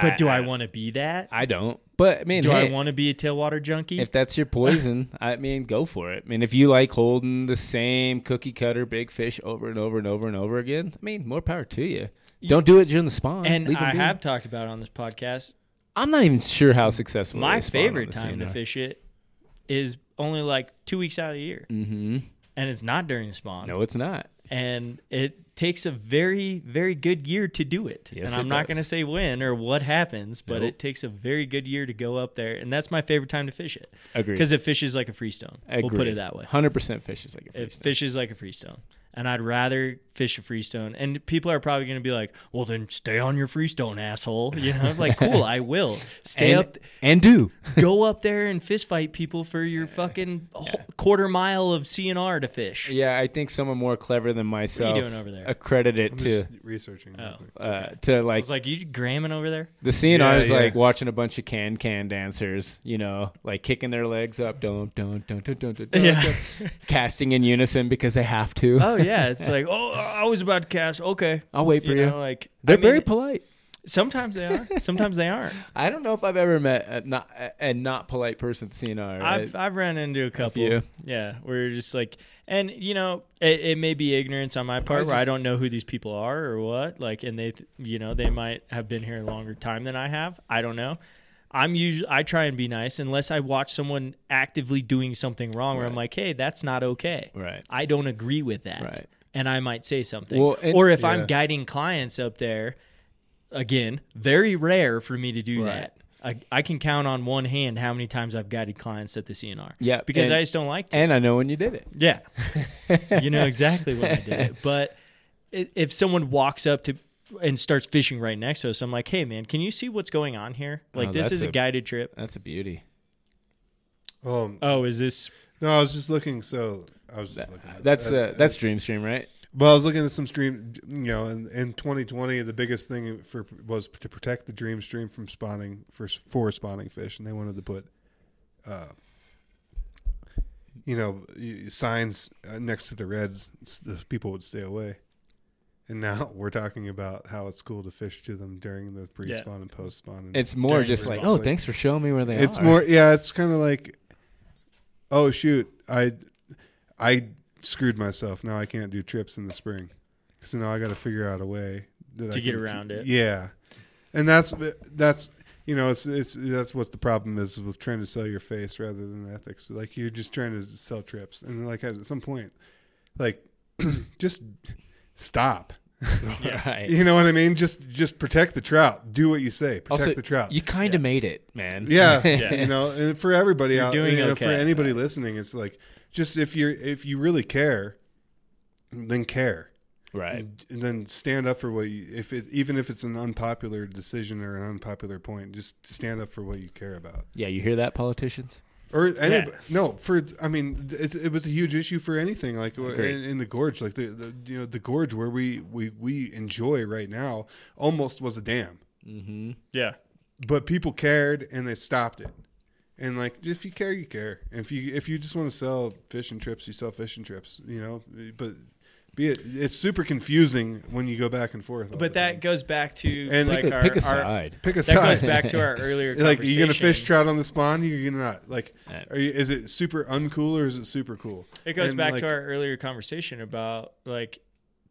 S2: but do i, want to be that
S3: I don't. But I mean,
S2: do
S3: hey,
S2: i want to be a tailwater junkie
S3: if that's your poison, I mean, go for it. I mean, if you like holding the same cookie cutter big fish over and over and over and over again, I mean, more power to you. Don't do it during the spawn.
S2: and
S3: Leave 'em
S2: i
S3: be.
S2: have talked about it on this podcast
S3: I'm not even sure how successful.
S2: my
S3: they spawn on
S2: favorite
S3: the
S2: time to
S3: CNR.
S2: fish it is only like two weeks out of the year,
S3: Mhm.
S2: and it's not during spawn.
S3: No, it's not.
S2: And it takes a very, very good year to do it.
S3: Yes,
S2: and
S3: it
S2: I'm not
S3: does.
S2: going to say when or what happens, but
S3: Nope.
S2: it takes a very good year to go up there, and that's my favorite time to fish it
S3: Agreed.
S2: because it fishes like a freestone. We'll put it that way.
S3: Hundred percent fish is like a
S2: It
S3: fish.
S2: fishes like a freestone. And I'd rather fish a freestone. And people are probably going to be like, well, then stay on your freestone, asshole. You know, like, cool, I will. Stay
S3: and,
S2: up,
S3: and do.
S2: go up there and fist fight people for your fucking wh- quarter mile of CNR to fish.
S3: Yeah, I think someone more clever than myself.
S2: doing over there?
S3: Accredit it
S8: I'm
S3: to
S8: just researching. real
S2: Oh.
S8: quick.
S3: uh, to
S2: I
S3: like
S2: was like, you gramming over there?
S3: The CNR is
S8: Yeah, yeah.
S3: like watching a bunch of can can dancers, you know, like kicking their legs up, don't don't don't don't don't don't,
S2: Yeah.
S3: casting in unison because they have to.
S2: Oh yeah, it's like, oh, I was about to cash. Okay,
S3: I'll wait for
S2: you
S3: you.
S2: know, like I
S3: They're
S2: mean,
S3: very polite.
S2: sometimes they are, sometimes they aren't.
S3: I don't know if I've ever met a not a a not polite person at CNR.
S2: I've
S8: uh,
S2: I've ran into a couple.
S3: you?
S2: Yeah, we're just like, and you know, it, it may be ignorance on my part where I
S8: just-
S2: don't know who these people are or what. Like, and they, th- you know, they might have been here a longer time than I have. I don't know. I'm usually I try and be nice unless I watch someone actively doing something wrong where I'm like, hey, that's not okay.
S3: Right.
S2: I don't agree with that.
S3: Right.
S2: And I might say something.
S3: Well, and-
S2: or if I'm
S8: Yeah.
S2: guiding clients up there, again, very rare for me to do that. I, I can count on one hand how many times I've guided clients at the CNR.
S3: Yeah,
S2: Because
S3: and-
S2: I just don't like to.
S3: and I know when you did it.
S2: yeah. you know exactly when I did it. But i- if someone walks up to and starts fishing right next to us, I'm like, hey, man, can you see what's going on here? Like,
S3: Oh,
S2: this
S3: that's
S2: is a,
S3: a-
S2: guided trip.
S3: That's a beauty.
S8: Um,
S2: Oh, is this.
S8: no, I was just looking. So I was just looking. at-
S3: That's
S8: at-
S3: uh, that's Dreamstream, right?
S8: Well, I was looking at some stream, you know, in, in 2020, the biggest thing for was to protect the dream stream from spawning for for spawning fish, and they wanted to put, uh, you know, y- signs uh, next to the reds, s- the people would stay away. And now we're talking about how it's cool to fish to them during the pre spawn and post spawn.
S3: It's more
S2: During
S3: just like,
S2: response,
S3: oh,
S8: like-
S3: thanks for showing me where they
S8: It's
S3: are.
S8: more, yeah. It's kind of like, oh shoot, I, I screwed myself. Now I can't do trips in the spring, so now I got to figure out a way that
S2: To
S8: I
S2: get
S8: can-
S2: around it.
S8: Yeah, and that's that's you know it's it's that's what the problem is with trying to sell your face rather than ethics. Like you're just trying to sell trips, and like at some point, like just stop.
S3: right.
S8: You know what I mean? Just just protect the trout. Do what you say. Protect
S3: Also,
S8: the trout.
S3: you kind of made it, man.
S8: Yeah, you know, and for everybody out,
S2: doing
S8: you know, for
S2: okay.
S8: anybody listening, it's like just if you're if you really care, then care,
S3: Right.
S8: and, and then stand up for what you if it even if it's an unpopular decision or an unpopular point, just stand up for what you care about.
S3: Yeah, you hear that, politicians?
S8: Or anybody, no, for I mean, it's, it was a huge issue for anything like in, in the gorge, like the, the you know the gorge where we we we enjoy right now almost was a dam
S2: Yeah.
S8: but people cared and they stopped it And like, if you care, you care. And if you if you just want to sell fishing trips, you sell fishing trips. You know, but be it. It's super confusing when you go back and forth. all
S2: But
S8: the
S2: that
S8: time.
S2: goes back to
S8: And-
S2: like
S3: pick, a,
S2: our,
S3: pick a
S2: our-
S3: side.
S8: pick a
S2: that goes
S8: side.
S2: back to our earlier
S8: like, are you gonna fish
S2: conversation.
S8: trout on the spawn? You're gonna not. Like,
S3: Right.
S8: are you, is it super uncool or is it super cool?
S2: It goes
S8: And,
S2: back
S8: like,
S2: to our earlier conversation about like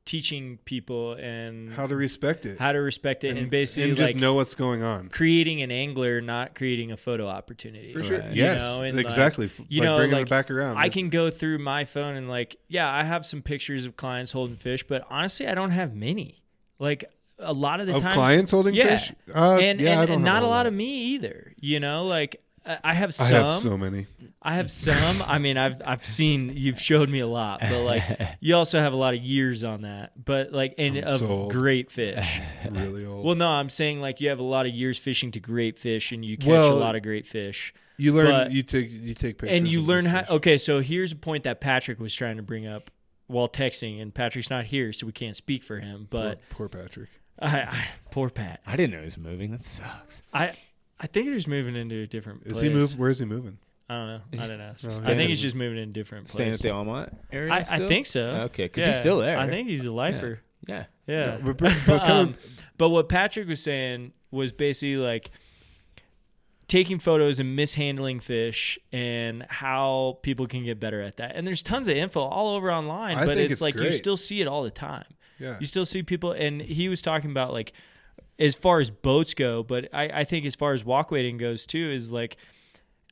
S2: teaching people and
S8: how to respect it
S2: how to respect it and, basically
S8: and just
S2: like
S8: know what's going on.
S2: creating an angler, not creating a photo opportunity.
S8: For sure.
S3: Right.
S2: You
S8: Yes.
S2: know, and, like,
S8: exactly. F-
S2: you
S8: like
S2: know,
S8: bringing
S2: like,
S8: it back around.
S2: I
S8: It's-
S2: can go through my phone and like, yeah, I have some pictures of clients holding fish, but honestly, I don't have many. Like a lot of the
S8: of
S2: times,
S8: clients holding
S2: yeah.
S8: fish. Uh,
S2: and,
S8: yeah, I
S2: and,
S8: don't
S2: and
S8: have
S2: not a
S8: whole
S2: lot of me either. You know, like I I have
S8: I
S2: some.
S8: have so many.
S2: I have some. I mean, I've I've seen you've showed me a lot, but like you also have a lot of years on that. But like and
S8: I'm
S2: of
S8: so old.
S2: great fish.
S8: Really old.
S2: Well, no, I'm saying like you have a lot of years fishing to great fish, and you catch
S8: Well,
S2: a lot of great fish,
S8: you learn.
S2: but-
S8: you take. You take pictures.
S2: and you
S8: of
S2: learn
S8: the
S2: how. Oh,
S8: fish.
S2: Okay, so here's a point that Patrick was trying to bring up while texting, and Patrick's not here, so we can't speak for him. But
S8: poor, poor Patrick.
S2: I, I, poor Pat,
S3: I didn't know he was moving. That sucks.
S2: I I think he's moving into a different.
S8: Is
S2: place.
S8: he move? Where is he moving?
S2: I don't know.
S3: Is
S2: I
S3: he
S2: don't know.
S8: staying
S2: I think
S3: at-
S2: he's just moving in a different
S3: Staying
S2: place.
S3: at the Almont area.
S2: I, I
S3: still?
S2: think so.
S3: Okay, because
S2: Yeah,
S3: he's still there.
S2: I think he's a lifer.
S3: Yeah.
S2: Yeah.
S8: But, but, but kind
S2: Um, but what Patrick was saying was basically like taking photos and mishandling fish and how people can get better at that. And there's tons of info all over online,
S8: I
S2: but
S8: think
S2: it's,
S8: it's
S2: like you
S8: great.
S2: still see it all the time.
S8: yeah.
S2: You still see people and he was talking about like as far as boats go, but I, I think as far as walk wading goes too, is like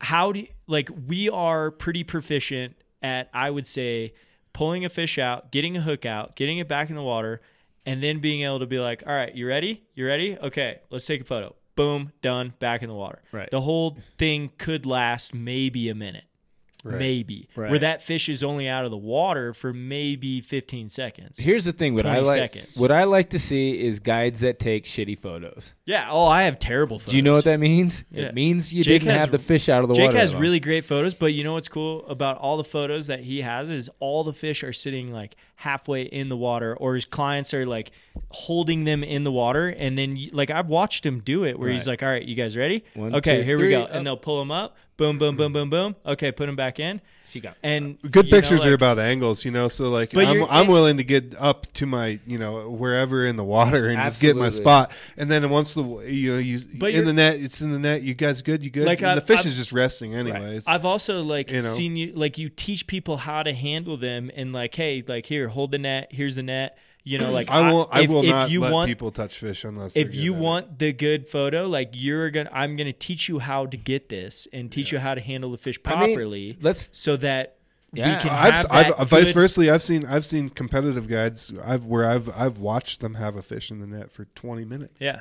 S2: how do you, like we are pretty proficient at I would say pulling a fish out, getting a hook out, getting it back in the water, and then being able to be like, all right, you ready? You ready? Okay, let's take a photo. Boom, done, back in the water.
S3: Right.
S2: The whole thing could last maybe a minute. Maybe.
S3: Right.
S2: Where that fish is only out of the water for maybe 15 seconds.
S3: Here's the thing. What I
S2: 20
S3: like.
S2: seconds.
S3: What I like to see is guides that take shitty photos.
S2: Yeah. Oh, I have terrible photos.
S3: Do you know what that means?
S2: Yeah.
S3: It means you
S2: Jake
S3: didn't
S2: has-
S3: have the fish out of the
S2: Jake
S3: water.
S2: has
S3: long.
S2: really great photos, but you know what's cool about all the photos that he has is all the fish are sitting like halfway in the water, or his clients are like holding them in the water, and then you- like I've watched him do it where he's
S3: Right.
S2: like, "All right, you guys ready?
S3: One,
S2: okay,
S3: two,
S2: here we
S3: three,
S2: go,"
S3: up.
S2: and they'll pull them up, boom, boom, boom, boom, boom. Okay, put them back in,
S3: She got.
S2: and
S8: Good
S2: you know,
S8: pictures
S2: like-
S8: are about angles, you know. So like,
S2: But
S8: I'm
S2: you're-
S8: I'm willing to get up to my, you know, wherever in the water and just get my
S3: Absolutely.
S8: spot. And then once the you know you
S2: But
S8: in
S2: you're-
S8: the net, it's in the net. You guys good? You good?
S2: Like,
S8: And the
S2: I've-
S8: fish
S2: I've-
S8: is just resting
S2: Right.
S8: anyways.
S2: I've also like
S8: You know?
S2: seen you like you teach people how to handle them and like, hey, like here, hold the net. Here's the net. You know, like
S8: I will. I,
S2: if-
S8: will
S2: if
S8: not
S2: you
S8: let
S2: want,
S8: people touch fish unless they're
S2: if you
S8: good at it.
S2: want the good photo, like you're gonna, I'm gonna teach you how to get this and teach you how to handle the fish
S3: I mean,
S2: properly,
S3: let's-
S2: so that
S3: Yeah.
S2: we can
S8: I've,
S2: have
S8: I've,
S2: that
S8: vice
S2: good-
S8: versa. I've seen I've seen competitive guides I've where I've I've watched them have a fish in the net for 20 minutes.
S2: Yeah,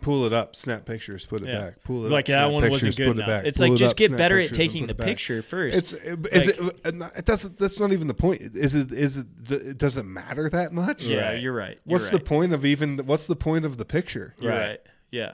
S8: pull it up, snap pictures, put it
S2: Yeah.
S8: back. Pull it
S2: like
S8: up, snap
S2: that one wasn't
S8: pictures,
S2: good
S8: put it
S2: enough.
S8: back.
S2: it's
S8: Pull
S2: like
S8: it
S2: just
S8: up,
S2: get
S8: snap
S2: better at
S8: pictures, and put
S2: taking the
S8: it back.
S2: picture first.
S8: It's is it, it that's that's not even the point. Is it is it the, it doesn't matter that much?
S2: yeah, you're right. You're
S8: What's the
S2: right.
S8: point of even what's the point of the picture?
S2: You're right. Yeah.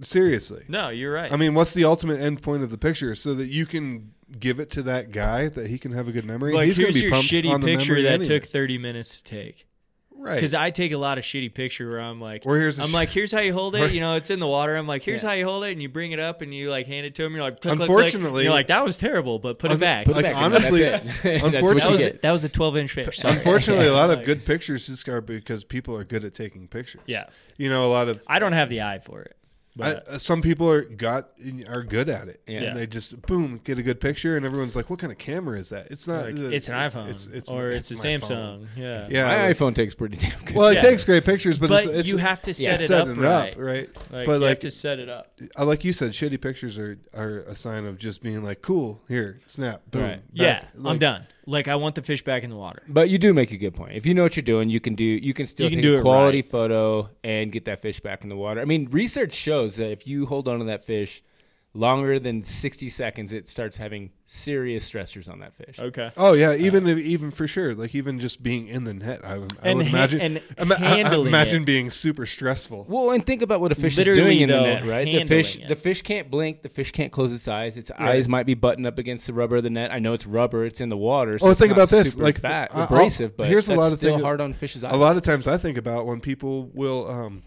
S8: Seriously.
S2: No, you're right.
S8: I mean, what's the ultimate end point of the picture? So that you can give it to that guy that he can have a good memory.
S2: like
S8: He's going
S2: here's
S8: to be
S2: your
S8: pumped on
S2: shitty
S8: the
S2: picture
S8: memory
S2: that
S8: anyway.
S2: took 30 minutes to take.
S8: right.
S2: Because I take a lot of shitty picture where I'm like,
S8: Or here's a
S2: I'm
S8: sh-
S2: like, here's how you hold
S8: Or-
S2: it. You know, it's in the water. I'm like, here's
S3: Yeah.
S2: how you hold it, and you bring it up and you like hand it to him. You're like, click, click, click.
S8: Unfortunately-
S2: you're like, that was terrible, but put it
S8: Un-
S2: back.
S3: Put it
S8: Like,
S3: back in.
S8: honestly,
S3: That's it. That's what
S2: that
S3: you
S2: was
S3: get.
S2: that was a 12 inch fish. Sorry.
S8: Unfortunately, a lot of good pictures just are because people are good at taking pictures.
S2: Yeah.
S8: you know, a lot of
S2: I don't have the eye for it.
S8: I,
S2: But
S8: uh, some people are got are good at it.
S3: Yeah.
S2: Yeah.
S8: and they just boom get a good picture, and everyone's like, "What kind of camera is that?" It's not.
S2: like,
S8: uh,
S2: it's an iPhone or it's, a
S8: my
S2: Samsung.
S8: phone.
S2: Yeah.
S8: Yeah.
S3: My
S8: like-
S3: iPhone takes pretty damn good.
S8: well, it
S2: Yeah.
S8: takes great pictures, but,
S2: But
S8: it's, it's,
S2: you have to set
S8: yeah,
S2: it up
S8: it
S2: right.
S8: right?
S2: Like,
S8: but
S2: you
S8: like,
S2: have to set it up.
S8: uh, like you said, shitty pictures are are a sign of just being like, "Cool, here, snap, boom."
S3: Right.
S8: back."
S2: Yeah, I'm
S8: Like,
S2: done. Like I want the fish back in the water.
S3: But you do make a good point. If you know what you're doing, you can do you can still
S2: You can
S3: take
S2: do
S3: a
S2: it
S3: quality
S2: right.
S3: photo and get that fish back in the water. I mean, research shows that if you hold on to that fish longer than 60 seconds, it starts having serious stressors on that fish.
S2: Okay.
S8: Oh yeah, even if, even for sure, like even just being in the net, I would, I
S2: And
S8: would
S2: ha-
S8: imagine
S2: and
S8: ima- I- I
S2: handling
S8: imagine
S2: it.
S8: being super stressful.
S3: Well, and think about what a fish
S2: Literally,
S3: is doing in
S2: though,
S3: the net, right? The
S2: handling
S3: fish,
S2: it.
S3: the fish can't blink. The fish can't close its eyes. Its eyes might be buttoned up against the rubber of the net. I know it's rubber. It's in the water. So
S8: Oh,
S3: it's
S8: think
S3: not
S8: about this,
S3: super
S8: like,
S3: fat,
S8: the- I- I'll-
S3: abrasive, but
S8: here's a
S3: that's
S8: lot of
S3: still
S8: things-
S3: hard on fish's eyes.
S8: A lot of times, I think about when people will um,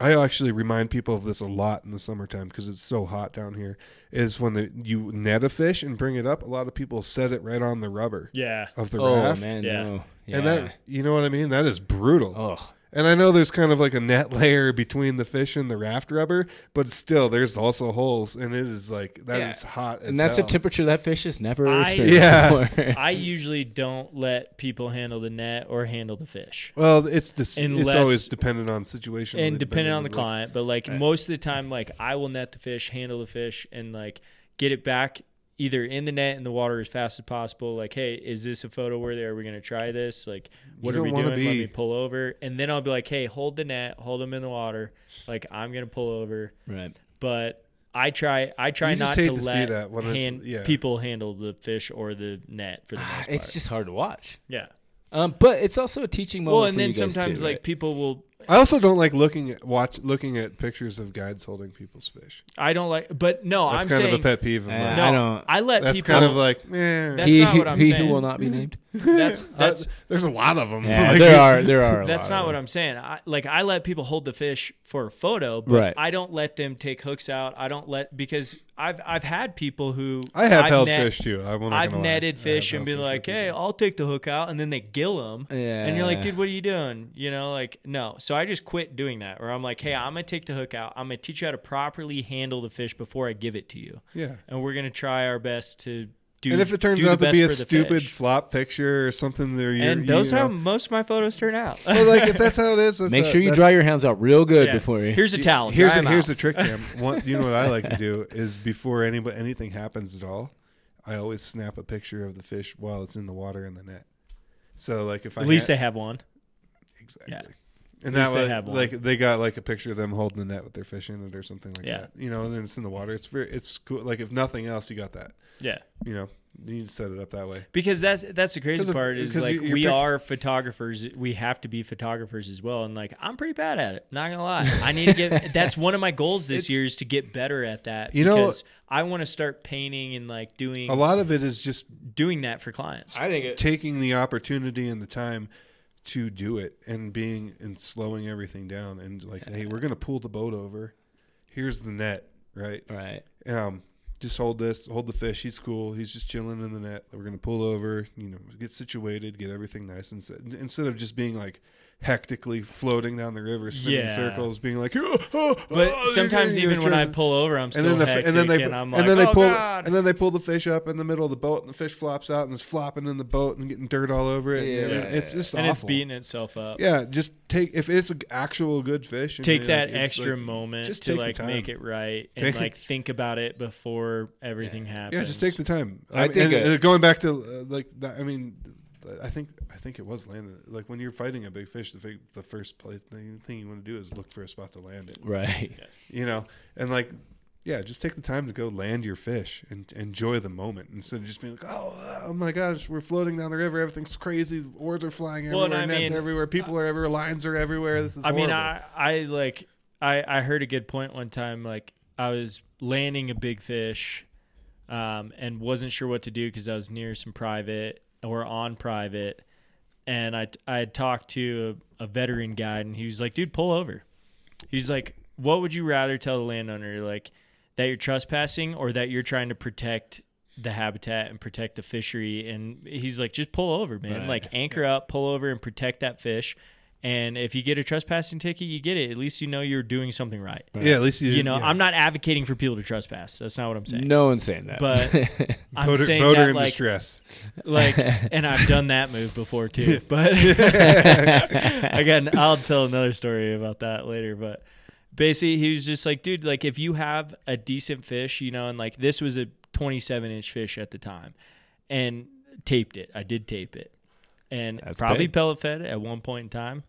S8: I actually remind people of this a lot in the summertime because it's so hot down here. Is when the, you net a fish and bring it up, a lot of people set it right on the rubber
S2: Yeah.
S8: of the
S3: Oh
S8: raft,
S3: man,
S2: Yeah.
S3: no.
S8: and
S3: Yeah. Oh.
S8: that you know what I mean. That is brutal.
S3: Ugh.
S8: And I know there's kind of like a net layer between the fish and the raft rubber, but still, there's also holes, and it is like that is
S3: Yeah.
S8: hot. As
S3: and that's
S8: hell.
S3: a temperature that fish has never
S2: I-
S3: experienced
S8: Yeah.
S3: before.
S2: I usually don't let people handle the net or handle the fish.
S8: Well, it's dis- it's
S2: Unless-
S8: always dependent on situation
S2: and depending on the client but like most of the time like i will net the fish handle the fish and like get it back either in the net in the water as fast as possible like hey is this a photo worthy are we going to try this like what
S8: You don't
S2: are we doing
S8: wanna
S2: let
S8: be-
S2: me pull over and then i'll be like hey hold the net hold them in the water like i'm going to pull over
S3: right.
S2: but i try i try
S8: You
S2: not
S8: just
S2: to
S8: hate to
S2: let
S8: see that when it's-
S2: hand,
S8: yeah. Ah,
S2: people handle the fish or the net for the most part
S3: It's just hard to watch.
S2: yeah
S3: Um, but it's also a teaching moment.
S2: well and
S3: for
S2: then
S3: you guys too,
S2: sometimes like
S3: right?
S2: people will
S8: I also don't like looking at watch looking at pictures of guides holding people's fish.
S2: i don't like but no
S8: That's
S2: i'm
S8: kind
S2: saying
S8: of a pet peeve of
S3: Yeah.
S8: mine.
S2: no
S3: I
S2: i
S3: don't-
S2: let
S8: that's
S2: people
S8: kind of like eh.
S2: That's
S3: he,
S2: not what I'm
S3: he
S2: saying.
S3: who will not be named.
S2: that's
S8: I-
S2: that's
S8: there's a lot of them.
S3: Yeah,
S8: Like,
S3: there are there are. a
S2: that's
S3: lot
S2: not
S3: of
S2: what
S3: them.
S2: I'm saying. I, like I let people hold the fish for a photo, but
S3: Right.
S2: I don't let them take hooks out. I don't let because I've I've had people who
S8: I have
S2: I've
S8: held
S2: net-
S8: fish too. I won't.
S2: I've netted fish and been like, "Hey, I'll take the hook out," and then they gill them, and you're like,
S3: Yeah.
S2: "Dude, what are you doing?" You know, like no. So I just quit doing that, or I'm like, "Hey, I'm gonna take the hook out. I'm gonna teach you how to properly handle the fish before I give it to you,
S8: yeah.
S2: and we're gonna try our best to do."
S8: And if it turns
S2: do the
S8: out to
S2: best
S8: be a
S2: for the
S8: stupid
S2: fish.
S8: flop picture or something, there you're,
S2: and those
S8: you know,
S2: how most of my photos turn out.
S8: But like if that's how it is, that's
S3: Make
S8: how-
S3: sure you
S8: that's-
S3: dry your hands out real good
S2: Yeah.
S3: before you.
S2: Here's a towel.
S8: Here's
S2: dry
S8: a,
S2: 'em
S8: here's
S2: out.
S8: a trick, Cam. One, you know what I like to do is before anybody anything happens at all, I always snap a picture of the fish while it's in the water in the net. So like if I
S2: At least
S8: ha-
S2: they have one.
S8: exactly.
S2: yeah.
S8: And
S2: At
S8: that
S2: least they
S8: way,
S2: have one.
S8: like they got like a picture of them holding the net with their fish in it or something like
S2: Yeah.
S8: that. You know, and then it's in the water. It's very, it's cool. Like if nothing else, you got that.
S2: Yeah.
S8: You know, you need to set it up that way.
S2: Because that's that's the
S8: 'Cause
S2: crazy
S8: of-
S2: part is
S8: 'cause
S2: like
S8: you- you're
S2: we
S8: pic-
S2: are photographers. We have to be photographers as well. And like I'm pretty bad at it. Not gonna lie. I need to get. that's one of my goals this year is to get better at that.
S8: You know-
S2: because I want to start painting and like doing
S8: A lot of it is just
S2: doing that for clients.
S3: I think it,
S8: taking the opportunity and the time to do it and being and slowing everything down and like hey we're gonna pull the boat over here's the net right
S3: right.
S8: um just hold this hold the fish he's cool he's just chilling in the net we're gonna pull over you know get situated get everything nice and set, instead of just being like hectically floating down the river spinning
S2: Yeah.
S8: circles being like "Oh, oh,
S2: but
S8: oh,"
S2: sometimes
S8: you know,
S2: even when I
S8: trying to-
S2: pull over, I'm still
S8: and then the,
S2: hectic
S8: f-
S2: and,
S8: and then they
S2: I'm
S8: and
S2: like,
S8: then they
S2: oh
S8: pull
S2: god.
S8: and then they pull the fish up in the middle of the boat and the fish flops out and it's flopping in the boat and getting dirt all over it.
S3: Yeah.
S8: and, everything. it's just
S2: and it's
S8: awful.
S2: beating itself up.
S8: yeah, just take if it's an actual good fish. and
S2: take
S8: you're
S2: that
S8: like- it's
S2: extra
S8: like-
S2: moment
S8: just take
S2: to
S8: the
S2: like
S8: time.
S2: make it right and
S8: Take it-
S2: like think about it before everything happens.
S8: Yeah, just take the time.
S3: I
S8: I, mean,
S3: think
S8: and-
S3: a-
S8: and going back to uh, like that, I mean, I think I think it was landed. Like when you're fighting a big fish, the fi- the first place thing, thing you want to do is look for a spot to land it.
S3: Right.
S8: you know, and like, yeah, just take the time to go land your fish and enjoy the moment instead of just being like, oh, oh my gosh, we're floating down the river, everything's crazy, oars are flying
S2: Well,
S8: everywhere,
S2: and I
S8: nets
S2: mean-
S8: are everywhere, people are everywhere, lines are everywhere. This is.
S2: I mean,
S8: horrible."
S2: I I like I I heard a good point one time. Like I was landing a big fish, um, and wasn't sure what to do because I was near some private or on private, and I I had talked to a, a veteran guide, and he was like, "Dude, pull over." He's like, "What would you rather tell the landowner, like that you're trespassing or that you're trying to protect?" the habitat and protect the fishery and he's like just pull over man
S3: Right.
S2: like anchor up pull over and protect that fish and if you get a trespassing ticket you get it at least you know you're doing something right
S8: yeah, at least you,
S2: you know
S8: yeah.
S2: i'm not advocating for people to trespass that's not what i'm saying
S3: No one's saying that.
S2: But- i'm
S8: boater,
S2: saying
S8: boater
S2: that
S8: in
S2: like
S8: distress.
S2: like and i've done that move before too but again i'll tell another story about that later but basically he was just like dude like if you have a decent fish you know and like this was a 27 inch fish at the time and taped it i did tape it and
S3: That's
S2: probably
S3: big.
S2: pellet fed at one point in time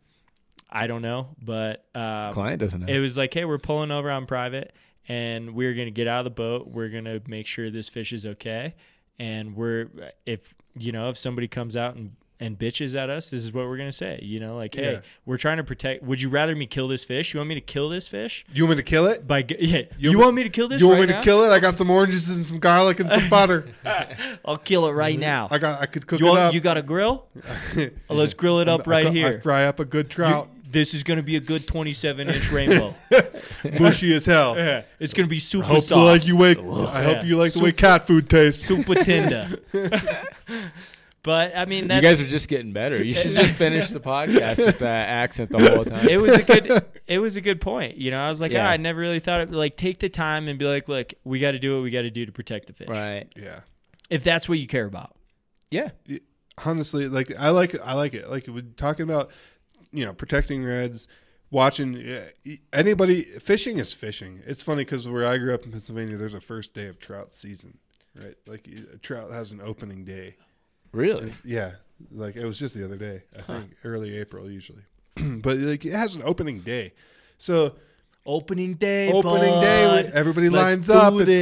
S2: i don't know but um,
S3: client doesn't know.
S2: it was like, hey, we're pulling over on private, and we're gonna get out of the boat. We're gonna make sure this fish is okay, and we're if you know if somebody comes out and and bitches at us, this is what we're gonna say. You know, like, hey,
S8: Yeah.
S2: we're trying to protect. Would you rather me kill this fish? You want me to kill this fish?
S8: You want me to kill it?
S2: By g- yeah,
S8: You
S2: you,
S8: want-
S2: want me to kill this?
S8: You want
S2: right
S8: me
S2: now?
S8: to kill it? I got some oranges and some garlic and some butter.
S2: I'll kill it right now.
S8: Mm-hmm. I got. I could cook
S2: you,
S8: it
S2: want-
S8: up.
S2: you got a grill? Oh, Let's grill it up
S8: I
S2: right
S8: cook- I
S2: here.
S8: fry up a good trout.
S2: You- this is going to be a good 27 inch rainbow.
S8: Bushy as hell.
S2: Yeah, it's going to be super
S8: Hope you
S2: soft,
S8: like you wake. I hope you like the way cat food tastes.
S2: super tender. but I mean,
S3: You
S2: that's,
S3: guys are just getting better. You should just finish the podcast with that accent the whole time.
S2: it was a good it was a good point. You know, I was like,
S3: Yeah.
S2: ah, I never really thought it. Like, take the time and be like, look, we got to do what we got to do to protect the fish.
S3: right.
S8: Yeah.
S2: If that's what you care about.
S3: Yeah.
S8: honestly, like I like I like it. Like we're talking about, you know, protecting reds, watching yeah, e, anybody fishing is fishing. It's funny because where I grew up in Pennsylvania, there's a first day of trout season, right? Like uh, trout has an opening day.
S3: Really?
S8: Yeah, like it was just the other day. I think early April usually, but like it has an opening day. So
S2: Opening day.
S8: opening day, we-
S2: bud.
S8: everybody
S2: Let's
S8: lines up.
S2: do
S8: It's
S2: this.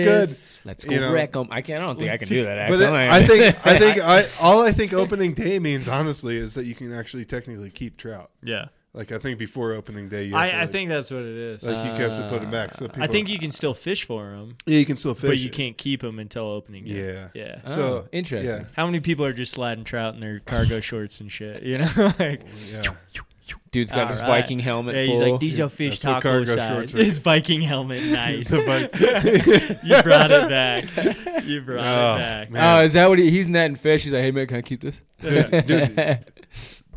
S8: good.
S3: Let's go
S8: You know.
S3: wreck 'em. I can't. I don't think I can do that
S8: But
S3: accent.
S8: it- I think I think I all I think opening day means honestly is that you can actually technically keep trout.
S2: Yeah.
S8: Like I think before opening day, you have to,
S2: I, I
S8: like-
S2: think that's what it is.
S8: like you have to put it back. So people,
S2: I think you can still fish for them,
S8: yeah, you can still fish,
S2: but you
S8: it.
S2: can't keep them until opening day.
S8: Yeah,
S2: Yeah.
S8: So
S3: Oh, interesting.
S8: yeah,
S2: How many people are just sliding trout in their cargo shorts and shit? You know, like
S8: yeah.
S3: Dude's got his
S2: Alright.
S3: Viking helmet
S2: yeah,
S3: full.
S2: he's like these are fish
S8: That's what
S2: taco
S8: cargo
S2: size.
S8: shorts are.
S2: His Viking helmet, nice. you brought it back. You brought it back. Oh.
S3: oh, is that what he, he's netting fish? He's like, hey man, can I keep this?
S8: dude,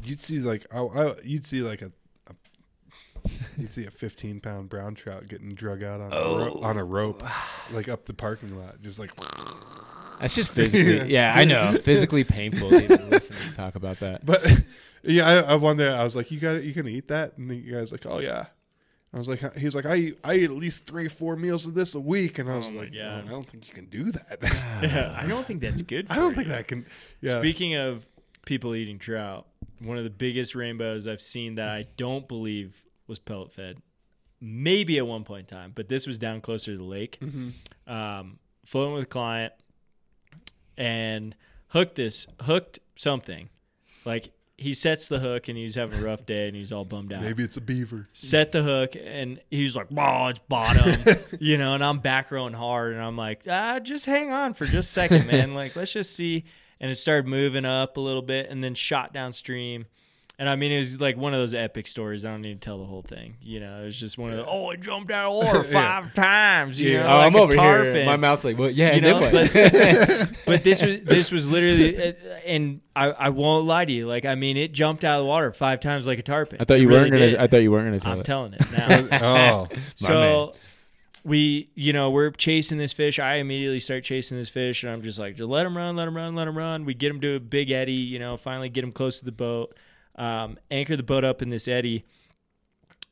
S8: you'd see like I, I, you'd see like a, a you'd see a 15 pound brown trout getting drug out on a
S2: Oh.
S8: ro- on a rope, like up the parking lot, just like.
S3: That's just physically. yeah. I know. Physically painful. to even listen to you talk about that.
S8: But yeah, I, I one day I was like, "You got you gonna eat that?" And the guy's like, "Oh yeah." I was like, he was like, I eat, I eat at least three, four meals of this a week, and I was like,
S2: Oh God. Ah,
S8: "Man, I don't think you can do that.
S2: Yeah, I don't think that's good.
S8: I
S2: for
S8: don't
S2: you.
S8: think that can. Yeah,
S2: Speaking of people eating trout, one of the biggest rainbows I've seen that I don't believe was pellet fed. Maybe at one point in time, but this was down closer to the lake. Um, floating with a client and hooked this, hooked something. Like he sets the hook and he's having a rough day and he's all bummed out
S8: maybe it's a beaver.
S2: set the hook and he's like, "Oh, it's bottom," you know, and I'm back rowing hard and I'm like, "Ah, just hang on for just a second, man. Like, let's just see." And it started moving up a little bit and then shot downstream. And I mean, it was like one of those epic stories. I don't need to tell the whole thing. You know, it was just one of the, oh, I jumped out of water five times. You
S3: oh,
S2: know, like
S3: I'm
S2: a
S3: over here.
S2: tarpon
S3: My mouth's like, well, yeah,
S2: you
S3: and
S2: know,
S3: then what?
S2: but, but this was this was literally, and I, I won't lie to you. Like I mean, it jumped out of the water five times like a tarpon.
S3: I thought
S2: It
S3: you
S2: really
S3: weren't gonna.
S2: did.
S3: I thought you weren't gonna tell
S2: I'm
S3: it.
S2: telling it now
S8: oh,
S2: so we you know we're chasing this fish i immediately start chasing this fish and i'm just like just let him run let him run let him run we get him to a big eddy you know finally get him close to the boat um, anchor the boat up in this eddy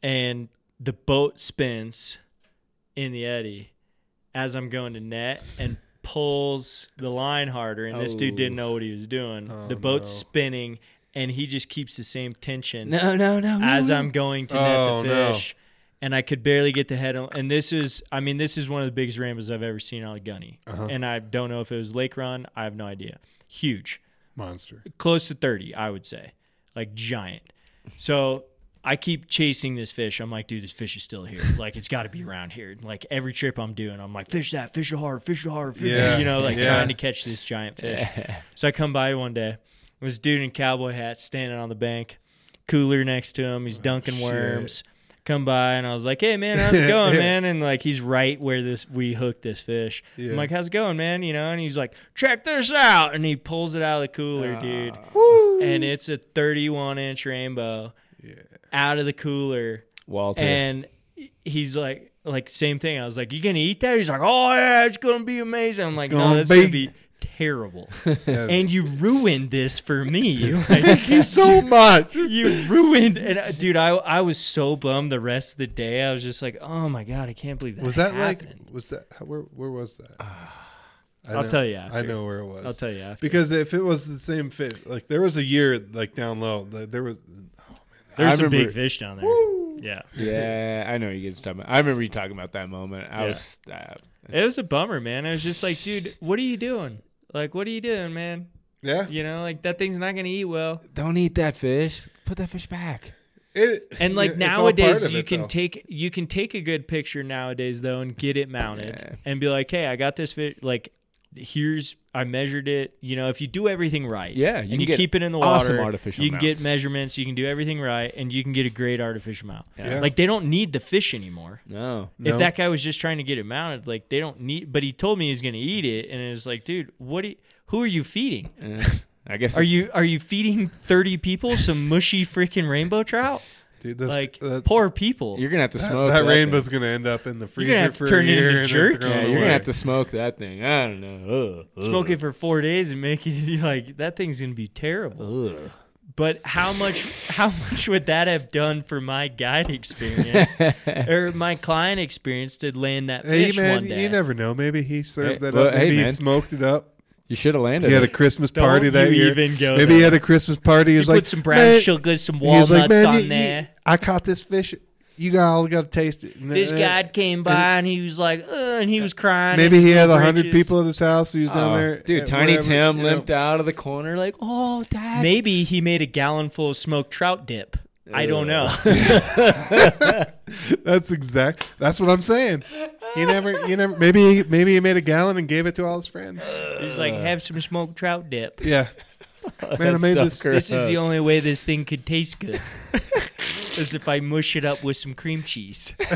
S2: and the boat spins in the eddy as i'm going to net and pulls the line harder and this dude
S3: Oh.
S2: didn't know what he was doing the boat's spinning and he just keeps the same tension
S3: no, no, no.
S2: as I'm going to
S8: Oh,
S2: net
S8: no.
S2: the fish, and I could barely get the head on. And this is, I mean, this is one of the biggest rainbows I've ever seen on a gunny,
S8: Uh-huh.
S2: and I don't know if it was Lake Run. I have no idea. Huge,
S8: monster.
S2: close to thirty, I would say, like giant. So I keep chasing this fish. I'm like, dude, this fish is still here. Like it's got to be around here. Like every trip I'm doing, I'm like, fish that, fish it hard, fish it hard, fish it
S8: Yeah,
S2: hard. You know, like
S8: yeah.
S2: trying to catch this giant fish. So I come by one day. This dude in cowboy hat standing on the bank, cooler next to him. He's dunking
S8: Oh, shit.
S2: worms. Come by and I was like, "Hey man, how's it going, man?" And like he's right where this we hooked this fish.
S8: Yeah.
S2: I'm like, "How's it going, man?" You know, and he's like, "Check this out!" And he pulls it out of the cooler, dude. And it's a 31 inch rainbow out of the cooler.
S3: Walter.
S2: And he's like, like same thing. I was like, "You gonna eat that?" He's like, "Oh yeah, it's gonna be amazing." I'm like, "No,
S8: gonna
S2: that's
S8: be-
S2: gonna be terrible." and you ruined this for me. Like, you,
S8: So much.
S2: you ruined. And uh, dude, I I was so bummed the rest of the day. I was just like, "Oh my god, I can't believe that."
S8: Was that
S2: happened." Ah.
S8: like? Was that how- where? Where was that? I
S2: I'll
S8: know-
S2: tell you after.
S8: I know where it was.
S2: I'll tell you after.
S8: Because if it was the same fish, like there was a year like down low, like, there was
S2: There's
S3: I
S2: some big
S3: remember-
S2: fish down there. Yeah,
S3: yeah, I know you guys are talking. About. I remember you talking about that moment. I
S2: Yeah.
S3: was. Uh,
S2: it was a bummer, man. I was just like, "Dude, what are you doing? Like, what are you doing, man?
S8: yeah.
S2: You know, like that thing's not gonna eat well."
S3: Don't eat that fish. Put that fish back.
S8: It,
S2: And like
S8: it's all part
S2: nowadays,
S8: of
S2: you
S8: it,
S2: can
S8: though.
S2: take you can take a good picture nowadays though, and get it mounted,
S3: Yeah.
S2: and be like, "Hey, I got this fish." Like, here's I measured it. You know, if you do everything right,
S3: Yeah, you
S2: you
S3: can
S2: and you
S3: get
S2: keep it in the water,
S3: awesome artificial
S2: you can
S3: mounts.
S2: get measurements, you can do everything right, and you can get a great artificial mount.
S8: Yeah.
S2: Like they don't need the fish anymore.
S3: No.
S8: No.
S2: If that guy was just trying to get it mounted, like they don't need. But he told me he's going to eat it, and it's like, dude, what? Do you, who are you feeding?
S3: Eh, I guess
S2: Are
S3: it's-
S2: you are you feeding thirty people some mushy freaking rainbow trout?
S8: Dude, that's, uh,
S2: like
S8: that,
S2: poor people.
S3: You're gonna have to
S8: that,
S3: smoke
S8: that
S3: thing.
S8: rainbow's gonna end up in the
S2: You're
S8: freezer
S2: gonna have to
S8: for a
S2: turn it into
S8: year.
S2: jerky.
S8: And then
S3: Yeah,
S8: throw it
S3: you're gonna
S8: away.
S3: have to smoke that thing. I don't know. Ugh,
S2: Smoke it for four days and make it like that thing's gonna be terrible.
S3: ugh, ugh.
S2: But how much how much would that have done for my guide experience or my client experience to land that
S8: Hey
S2: fish
S8: man,
S2: one day?
S8: you never know. Maybe he served
S3: Hey,
S8: that
S3: well,
S8: up.
S3: hey,
S8: Maybe he
S3: man.
S8: smoked it up.
S3: You should have landed.
S8: He had a
S3: it.
S8: Christmas
S2: Don't
S8: party that
S2: you
S8: year.
S2: even go
S8: Maybe he
S2: there.
S8: had a Christmas party. He
S2: You
S8: was
S2: put
S8: like
S2: some brown
S8: "Man,"
S2: sugar, some
S8: he was
S2: walnuts
S8: like, "Man,
S2: on
S8: you-
S2: there.
S8: you- I caught this fish. You got all got to taste it. Uh, And
S2: this
S8: then-
S2: guy came by and he was like, uh, and he was crying.
S8: Maybe
S2: in
S8: he
S2: his
S8: had
S2: little
S8: a hundred
S2: britches.
S8: people at his house. He was down
S3: Oh,
S8: there.
S3: dude,
S8: uh,
S3: Tiny
S8: whatever,
S3: Tim
S8: you know.
S3: limped out of the corner like, "Oh, dad."
S2: Maybe he made a gallon full of smoked trout dip. I don't know.
S8: Uh. That's exact. That's what I'm saying. He never. You never. Maybe. Maybe he made a gallon and gave it to all his friends.
S2: He's like, have some smoked trout dip.
S8: Yeah. Man, I
S3: That's
S8: made
S3: so
S8: this.
S3: gross.
S2: This is the only way this thing could taste good. Is if I mush it up with some cream cheese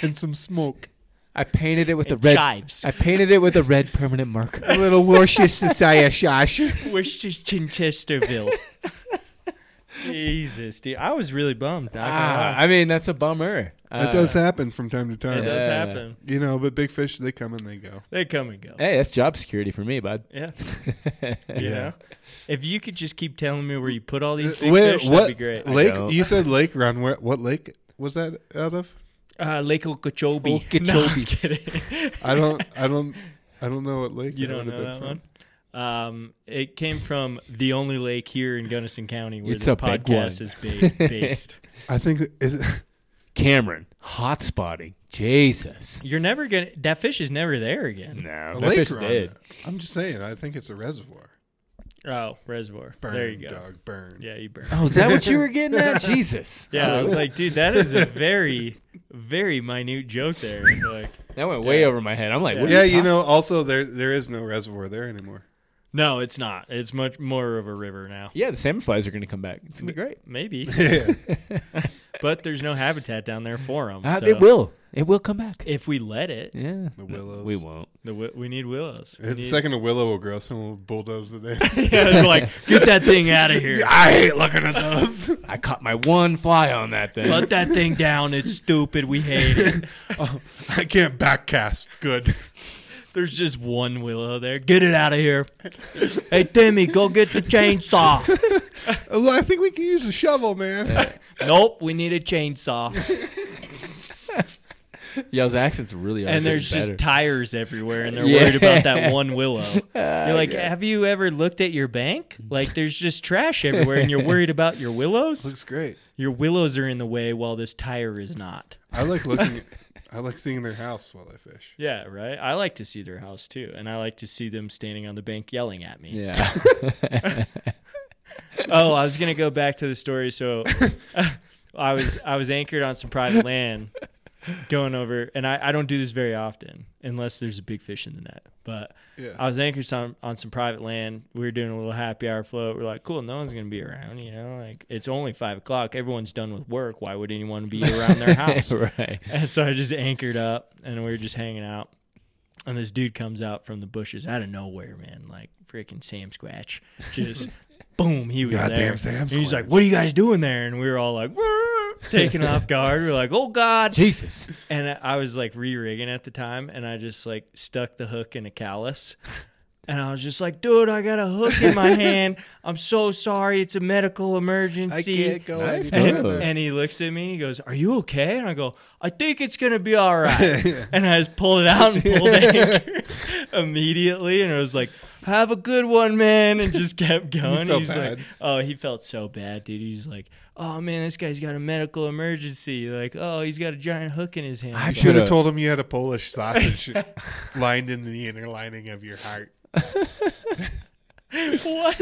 S8: and some smoke.
S3: I painted it with the
S2: and
S3: red.
S2: chives.
S3: I painted it with a red permanent marker.
S8: A little Worcestershire sauce.
S2: Worcestershire. Jesus, dude, I was really bummed. not gonna
S3: Ah,
S2: lie.
S3: I mean, that's a bummer.
S8: That does
S3: Uh,
S8: happen from time to
S2: it
S8: time.
S2: does
S3: yeah. Eh.
S2: happen.
S8: You know, but big fish they come and they go.
S2: They come and go.
S3: Uh, Hey, that's job security for me, bud.
S2: Yeah, you know, if you could just keep telling me where you put all
S3: Uh,
S2: these big
S8: Wait,
S2: fish,
S8: what
S2: that'd be great.
S3: don't.
S8: lake? You said lake run. Where, what lake was that out of?
S2: Uh, Lake Okeechobee. No, I'm kidding.
S8: I don't. I don't. I don't know what lake.
S2: You
S8: that
S2: don't
S8: would have
S2: know
S8: been
S2: that
S8: from.
S2: one? Um, it came from the only lake here in Gunnison County where
S3: It's
S2: this
S3: a big
S2: podcast is ba- based.
S8: I think is it,
S3: Cameron, hot spotting. Jesus.
S2: You're never gonna. That fish is never there again.
S3: No, that
S8: lake
S3: fish
S8: run.
S3: did.
S8: I'm just saying. I think it's a reservoir.
S2: Oh, reservoir.
S8: Burn,
S2: there you go.
S8: dog. Burn.
S2: Yeah, you burn.
S3: Oh, is that what you were getting at? Jesus.
S2: Yeah, I was like, dude, that is a very, very minute joke there. Like,
S3: That went way
S2: Yeah.
S3: over my head. I'm like, what
S8: Yeah,
S3: are you,
S8: you know. Also, there there is no reservoir there anymore.
S2: no, it's not. It's much more of a river now.
S3: Yeah, the salmon flies are going to come back. It's going to be great.
S2: Maybe,
S8: Yeah,
S2: but there's no habitat down there for them.
S8: Ah,
S3: Uh, It will. It will come back.
S2: If we let it,
S3: yeah.
S8: the willows.
S3: We won't.
S2: the, wi- we need willows. We
S8: It's
S2: need-
S8: second a willow will grow. Someone will bulldoze the day.
S2: yeah, they're like, get that thing out of here.
S8: I hate looking at those.
S3: I caught my one fly on that thing.
S2: Let that thing down. It's stupid. We hate it.
S8: oh, I can't backcast. Good.
S2: There's just one willow there. Get it out of here. Hey, Timmy, go get the chainsaw.
S8: Oh, I think we can use a shovel, man.
S2: nope, we need a chainsaw.
S3: Y'all's accents really are.
S2: And there's
S3: getting
S2: just
S3: better.
S2: tires everywhere, and they're
S3: Yeah.
S2: worried about that one willow. You're like, "Eh." have you ever looked at your bank? Like, there's just trash everywhere, and you're worried about your willows?
S8: Looks great.
S2: Your willows are in the way while this tire is not.
S8: I like looking. at- I like seeing their house while I fish.
S2: Yeah, right? I like to see their house too, and I like to see them standing on the bank yelling at me.
S3: yeah.
S2: oh, I was gonna go back to the story. So uh, I was I was anchored on some private land, going over, and I, I don't do this very often unless there's a big fish in the net. But
S8: Yeah.
S2: I was anchored some on some private land. We were doing a little happy hour float. We're like, cool, no one's gonna be around. You know, like it's only five o'clock. Everyone's done with work. Why would anyone be around their house?
S3: right.
S2: And so I just anchored up and we were just hanging out. And this dude comes out from the bushes out of nowhere, man, like freaking Sam Squatch. Just boom, he was
S8: Goddamn
S2: there.
S8: Sam
S2: and he's like,
S8: Squatch.
S2: "What are you guys doing there?" And we were all like, "Whoa," taken off guard. We are like, "Oh God!"
S3: Jesus.
S2: And I was like re-rigging at the time, and I just like stuck the hook in a callus. And I was just like, dude, I got a hook in my hand. I'm so sorry. It's a medical emergency.
S8: go.
S3: Nice,
S8: any
S3: bro.
S8: further.
S2: And he looks at me and he goes, Are you okay? And I go, I think it's going to be all right. and I just pulled it out and pulled anchor immediately. And I was like, Have a good one, man. And just kept going.
S8: felt
S2: He's
S8: bad.
S2: like, Oh, he felt so bad, dude. He's like, Oh, man, this guy's got a medical emergency. Like, oh, he's got a giant hook in his hand.
S8: I should have told him you had a Polish sausage lined in the inner lining of your heart.
S2: what?
S3: Ah,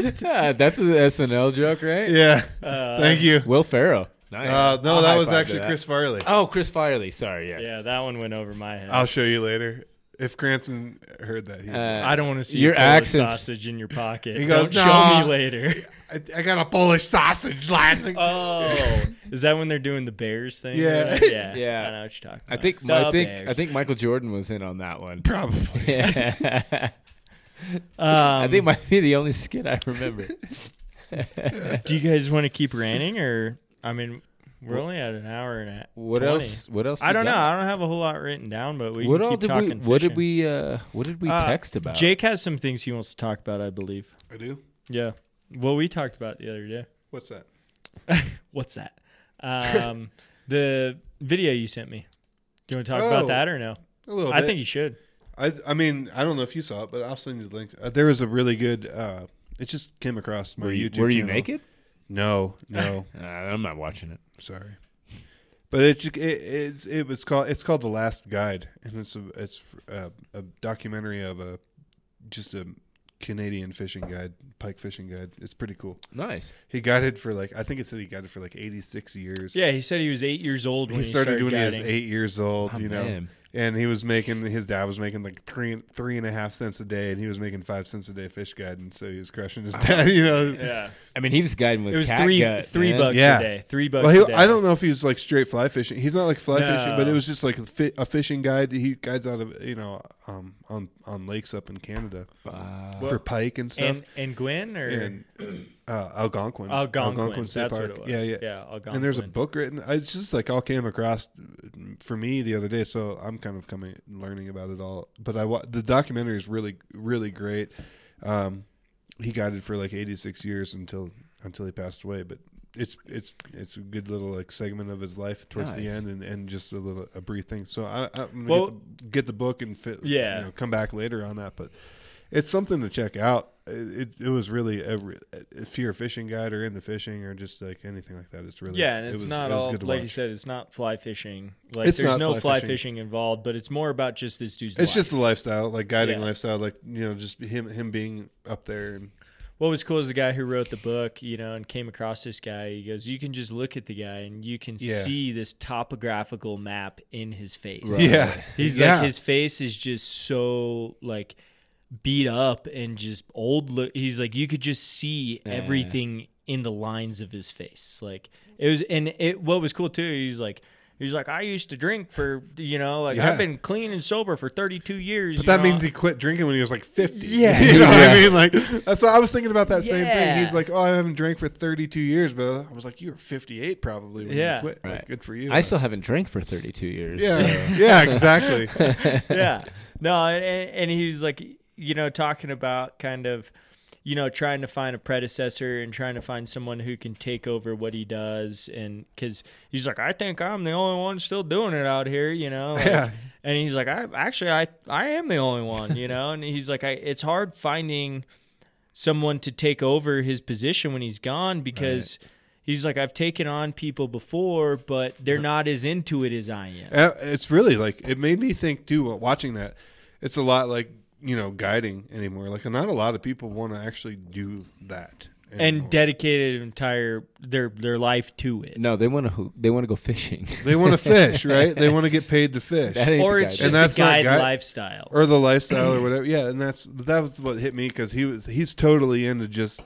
S3: that's an SNL joke, right?
S8: Yeah. Thank you.
S3: Will Ferrell. Nice.
S8: Uh, no,
S3: Uh, I'll
S8: that
S3: high
S8: was
S3: five to
S8: actually
S3: that.
S8: Chris Farley.
S3: Oh, Chris Farley. Sorry. Yeah.
S2: Yeah, that one went over my head.
S8: I'll show you later. If Granson heard that, he,
S3: Uh,
S2: I don't want to see
S3: your
S2: your accent
S3: accents-
S2: sausage in your pocket.
S8: He goes,
S2: don't show
S8: "Nah."
S2: me later.
S8: I, I got a Polish sausage line.
S3: uh,
S2: Oh, is that when they're doing the Bears thing?
S8: Yeah.
S2: yeah,
S3: Yeah.
S2: I know what you're talking.
S3: I
S2: about.
S3: think
S2: The
S3: I think I
S2: Bears.
S3: think Michael Jordan was in on that one.
S8: Probably.
S3: I
S2: Um,
S3: think might be the only skit I remember.
S2: do you guys want to keep ranting, or I mean, we're only at an hour and a
S3: What
S2: 20.
S3: else? What else?
S2: I
S3: we
S2: don't know.
S3: got?
S2: I don't have a whole lot written down, but we
S3: What
S2: can
S3: all
S2: keep
S3: did we?
S2: talking.
S3: What did
S2: fishing.
S3: we? Uh, what did we
S2: Uh,
S3: text about?
S2: Jake has some things he wants to talk about, I believe.
S8: I do.
S2: Yeah. Well, we talked about it the other day.
S8: What's that?
S2: What's that? Um, the video you sent me. Do you want to talk
S8: Oh,
S2: about that or no?
S8: A little.
S2: I
S8: bit.
S2: think you should.
S8: I I mean I don't know if you saw it, but I'll send you the link. Uh, there was a really good. uh It just came across my
S3: were you,
S8: YouTube.
S3: were you
S8: channel.
S3: naked?
S8: No, no,
S3: Uh, I'm not watching it.
S8: sorry. But it, ju- it it's it was called it's called the Last Guide, and it's a it's a, a documentary of a just a Canadian fishing guide, pike fishing guide. It's pretty cool.
S3: Nice.
S8: He guided for like I think it said he guided for like eighty six years.
S2: Yeah, he said he was eight years old when
S8: he started, doing it
S2: guiding.
S8: as eight years old,
S3: Oh,
S8: you know,
S3: man.
S8: and he was making his dad was making like three three and a half cents a day, and he was making five cents a day fish guide, and so he was crushing his dad, you know.
S2: Yeah,
S3: I mean, he was guiding with
S2: it was
S3: cat
S2: three
S3: gut,
S2: three
S3: man.
S2: bucks
S8: Yeah.
S2: a day. Three bucks.
S8: Well, he,
S2: a day.
S8: I don't know if he's like straight fly fishing. He's not like fly fishing, but it
S2: No.
S8: was just like a, fi- a fishing guide. He guides out of you know um, on on lakes up in Canada
S3: Wow.
S8: for pike and stuff.
S2: And and Gwen or
S8: And, uh, Algonquin,
S2: Algonquin.
S8: State
S2: That's
S8: Park.
S2: what it was.
S8: Yeah, yeah.
S2: yeah Algonquin.
S8: And there's a book written. I it's just like all came across for me the other day, so I'm kind of coming learning about it all. But I wa- the documentary is really really great. Um, he guided for like 86 years until until he passed away, but it's it's it's a good little like segment of his life towards the
S3: Nice.
S8: end and, and just a little a brief thing. So I, I'm gonna
S2: Well-
S8: get, the, get the book and fit,
S2: Yeah.
S8: you know, come back later on that, but it's something to check out. It, it, it was really a, re- if you're a fishing guide or into fishing or just like anything like that, it's really
S2: Yeah,
S8: it
S2: and it's
S8: was-
S2: not
S8: it was
S2: all
S8: good to
S2: like you
S8: watch.
S2: said. It's not fly fishing. Like
S8: It's
S2: there's
S8: not
S2: no
S8: fly
S2: fly,
S8: fishing.
S2: fishing. involved, but it's more about just this dude's.
S8: It's
S2: life.
S8: just the lifestyle, like guiding
S2: Yeah.
S8: lifestyle, like you know, just him him being up there and
S2: what was cool is the guy who wrote the book, you know, and came across this guy. He goes, "You can just look at the guy and you can
S8: Yeah.
S2: see this topographical map in his face."
S8: yeah,
S2: He's
S8: yeah.
S2: like his face is just so like beat up and just old look. He's like you could just see everything in the lines of his face. Like it was and it what was cool too, he's like he's like I used to drink for you know, like
S8: Yeah.
S2: I've been clean and sober for 32 years.
S8: But
S2: you
S8: that
S2: know?
S8: means he quit drinking when he was like 50.
S2: Yeah.
S8: You know what I mean? Like, that's why I was thinking about that same thing.
S2: Yeah.
S8: He's like, oh, I haven't drank for 32 years, but I was like, you were 58 probably when you
S2: Yeah.
S8: quit. Like,
S3: Right.
S8: good for you.
S3: I still haven't drank for 32 years.
S8: Yeah. yeah, exactly.
S2: yeah. No, and, and he's like, you know, talking about kind of, you know, trying to find a predecessor and trying to find someone who can take over what he does. And because he's like, I think I'm the only one still doing it out here, you know? like-
S8: Yeah.
S2: And he's like, I actually, I, I am the only one, you know? And he's like, I, it's hard finding someone to take over his position when he's gone because. He's like, I've taken on people before, but they're not as into it as I am.
S8: Uh, It's really like, it made me think too, while watching that, it's a lot like, you know, guiding anymore. Like, not a lot of people want to actually do that.
S2: and dedicated entire their their life to it.
S3: No, they want to. They want to go fishing.
S8: they want to fish, right? They want to get paid to fish.
S3: That ain't
S2: Or
S3: the
S2: it's
S3: guy.
S8: And that's
S2: just a
S8: not
S2: guide
S8: guy-
S2: lifestyle.
S8: or the lifestyle or whatever. Yeah, and that's that was what hit me because he was he's totally into just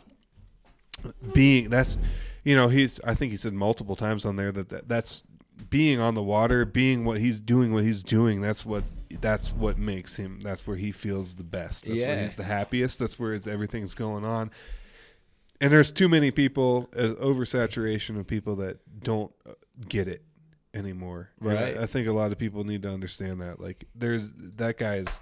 S8: being. That's you know he's I think he said multiple times on there that, that that's being on the water, being what he's doing, what he's doing. That's what that's what makes him. That's where he feels the best. That's where
S3: Yeah.
S8: he's the happiest. That's where it's, everything's going on. And there's too many people, uh, oversaturation of people that don't uh, get it anymore. And I-
S3: Right.
S8: I, think a lot of people need to understand that. Like, there's that guy is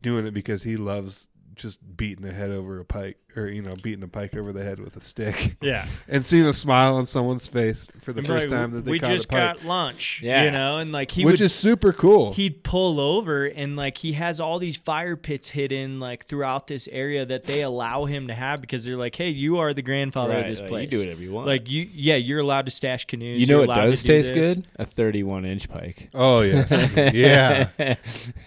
S8: doing it because he loves just beating the head over a pike, or you know, beating the pike over the head with a stick,
S2: yeah,
S8: and seeing a smile on someone's face for the first time that they
S2: we
S8: caught
S2: just
S8: a pike,
S2: got lunch.
S3: Yeah.
S2: you know, and like he
S8: which
S2: would
S8: is super cool.
S2: he'd pull over and like he has all these fire pits hidden like throughout this area that they allow him to have because they're like, hey, you are the grandfather
S3: Right,
S2: of this
S3: like, you
S2: place.
S3: do whatever you want.
S2: Like you, yeah, you're allowed to stash canoes.
S3: You know
S2: you're
S3: what
S2: allowed to
S3: does
S2: do
S3: taste
S2: this.
S3: good? A 31 inch pike.
S8: oh yes, yeah,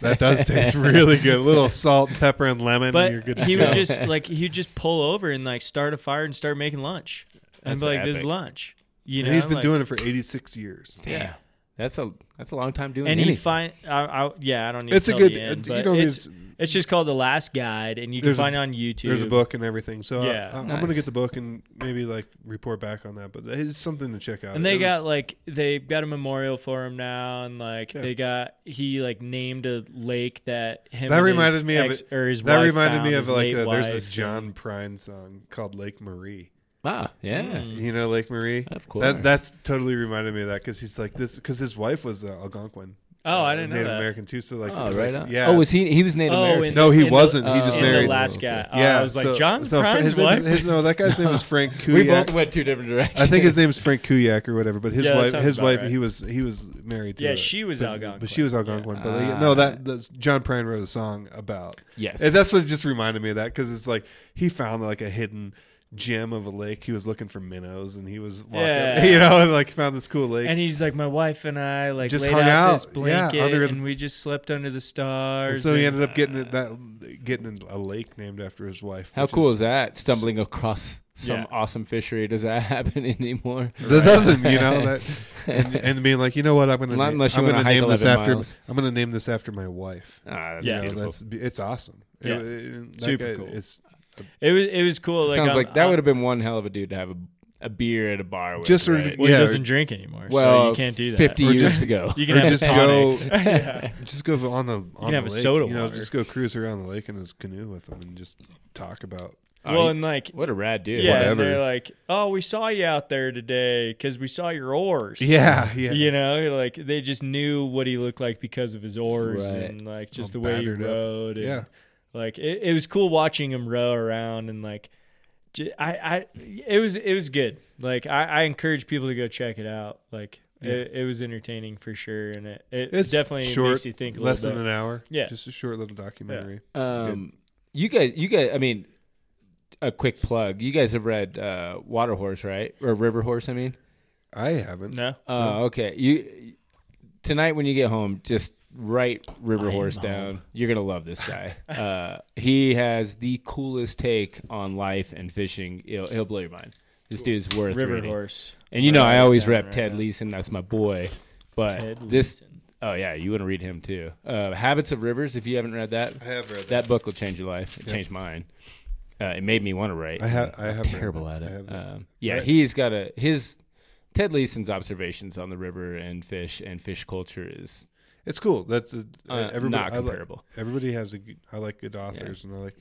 S8: that does taste really good. A little salt, pepper, and lemon, and you're
S2: But
S8: good. to
S2: he
S8: go.
S2: would just like he'd just pull over and like start a fire and start making lunch. And
S3: That's
S2: be like, "This
S3: epic.
S2: is lunch." You know,
S8: and he's been
S2: like-
S8: doing it for 86 years.
S3: Yeah. That's a that's a long time doing
S2: and he
S3: anything.
S2: find I, I, yeah I don't need
S8: It's
S2: to
S8: a
S2: tell the
S8: good- uh,
S2: end,
S8: you
S2: but
S8: don't need
S2: it's,
S8: to-
S2: it's just called the Last Guide, and you can
S8: There's a-
S2: find it on YouTube.
S8: There's a book and everything. So
S2: Yeah.
S8: I, I, am gonna
S3: Nice.
S8: get the book and maybe like report back on that. But it's something to check out.
S2: and they
S8: It
S2: got
S8: was-
S2: like they've got a memorial for him now, and like
S8: Yeah.
S2: they got he like named a lake that him
S8: That
S2: and
S8: reminded
S2: his
S8: me of
S2: ex-
S8: it-
S2: or his
S8: that
S2: wife
S8: reminded
S2: found,
S8: me of
S2: his
S8: like
S2: late
S8: the, there's this
S2: wife.
S8: John Prine song called Lake Marie.
S3: ah, yeah.
S2: Mm.
S8: You know Lake Marie.
S3: Of course.
S8: That that's totally reminded me of that because he's like this because his wife was uh, Algonquin.
S2: Oh, I
S8: uh,
S2: didn't know
S8: Native
S2: that.
S8: American too. So like,
S3: Oh,
S8: like,
S3: right on.
S8: Yeah.
S3: Oh, was he? He was Native
S2: Oh,
S3: American.
S2: and-
S8: no, he
S2: in the-
S8: wasn't. he
S3: uh,
S8: just
S3: in
S2: in
S8: married.
S2: the last guy. Oh,
S8: yeah,
S2: I was like
S8: so-
S2: John
S8: so fr-
S2: Prine's
S8: his name-
S2: wife.
S8: his- no, that guy's name was Frank Kuyak.
S3: we both went two different directions.
S8: uh, I think his name's Frank Kuyak or whatever, but his
S2: Yeah, that
S8: wife,
S2: sounds
S8: his
S2: about
S8: wife,
S2: right.
S8: he was he was married. to
S2: Yeah,
S8: a-
S2: she was
S8: but-
S2: Algonquin.
S8: but she was Algonquin.
S3: Yeah.
S8: But like,
S3: Ah.
S8: no, that that's, John Prine wrote a song about.
S3: Yes.
S8: and that's what just reminded me of that because it's like he found like a hidden gem of a lake. He was looking for minnows, and he was walking,
S2: Yeah.
S8: you know, and like found this cool lake.
S2: and he's like, my wife and I like
S8: Just
S2: laid
S8: hung
S2: out, this
S8: out, yeah,
S2: blanket,
S8: under the-
S2: and we just slept under the
S8: And
S2: stars.
S8: so he
S2: and- uh,
S8: ended up getting it, that getting a lake named after his wife.
S3: How
S8: which
S3: cool is that? Stumbling across some
S2: Yeah.
S3: awesome fishery. Does that happen anymore?
S8: That doesn't, you know, that, and, and being like, you know what, I'm gonna,
S3: Not
S8: name-
S3: unless you
S8: I'm
S3: wanna
S8: gonna
S3: hike
S8: name this
S3: 11
S8: after,
S3: miles.
S8: I'm gonna name this after my wife.
S3: Ah, that's
S8: You
S2: Yeah.
S8: know,
S3: beautiful.
S8: that's be- it's awesome. It-
S2: Yeah.
S8: it- that
S2: Super
S8: guy-
S2: cool.
S8: It's
S2: It was it was cool. Like,
S3: Sounds
S2: I'm-
S3: like that
S2: I'm-
S3: would have been one hell of a dude to have a, a beer at a bar with.
S8: Just sort of-
S3: right?
S2: Well,
S8: Yeah,
S2: he
S8: or-
S2: doesn't drink anymore, so
S3: Well,
S2: you can't do that.
S3: 50
S8: Or
S3: years
S8: just-
S3: ago.
S2: You can
S8: or
S2: have
S8: just
S2: a tonic.
S8: go, just go on the on the
S2: have a
S8: lake,
S2: soda
S8: You know,
S2: water.
S8: just go cruise around the lake in his canoe with him and just talk about.
S3: Oh,
S2: well,
S3: he-
S2: and like
S3: what a rad dude.
S2: yeah,
S8: whatever.
S2: and they're like, oh, we saw you out there today because we saw your oars.
S8: Yeah, yeah.
S2: You know, like they just knew what he looked like because of his oars
S3: Right.
S2: and like just
S8: All
S2: the way he
S8: battered up.
S2: rowed. And,
S8: Yeah.
S2: like it, it was cool watching him row around and like j- I, I it was it was good. Like I, I encourage people to go check it out. Like it, it was entertaining for sure, and it, it
S8: It's
S2: definitely
S8: short,
S2: makes you think a
S8: less
S2: little
S8: than
S2: bit.
S8: an hour.
S2: Yeah.
S8: just a short little documentary.
S3: Um, you guys, you guys. I mean, a quick plug. You guys have read uh, Water Horse, right? Or River Horse? I mean.
S8: I haven't.
S2: no.
S3: Oh, okay. You tonight when you get home, just write River Horse down. You're gonna love this guy. uh, he has the coolest take on life and fishing. He'll, he'll blow your mind. This dude's worth
S2: River
S3: reading.
S2: horse.
S3: And you know, I always
S2: down,
S3: rep
S2: write
S3: Ted
S2: down.
S3: Leeson. That's my boy. But
S2: Ted
S3: this,
S2: Leeson.
S3: oh yeah, you want to read him too. Uh, Habits of Rivers. If you haven't read that,
S8: I have read that.
S3: that book will change your life. It changed mine. Uh, it made me want to write.
S8: I have.
S3: and
S8: I
S3: I'm
S8: have read
S3: terrible
S8: that.
S3: at
S8: I have
S3: it.
S8: that.
S3: Um, yeah,
S8: Right.
S3: he's got a his Ted Leeson's observations on the river and fish and fish culture is
S8: It's cool. That's a,
S3: uh,
S8: everybody.
S3: not
S8: I like-
S3: comparable.
S8: everybody has a. good- I like good authors, and I like.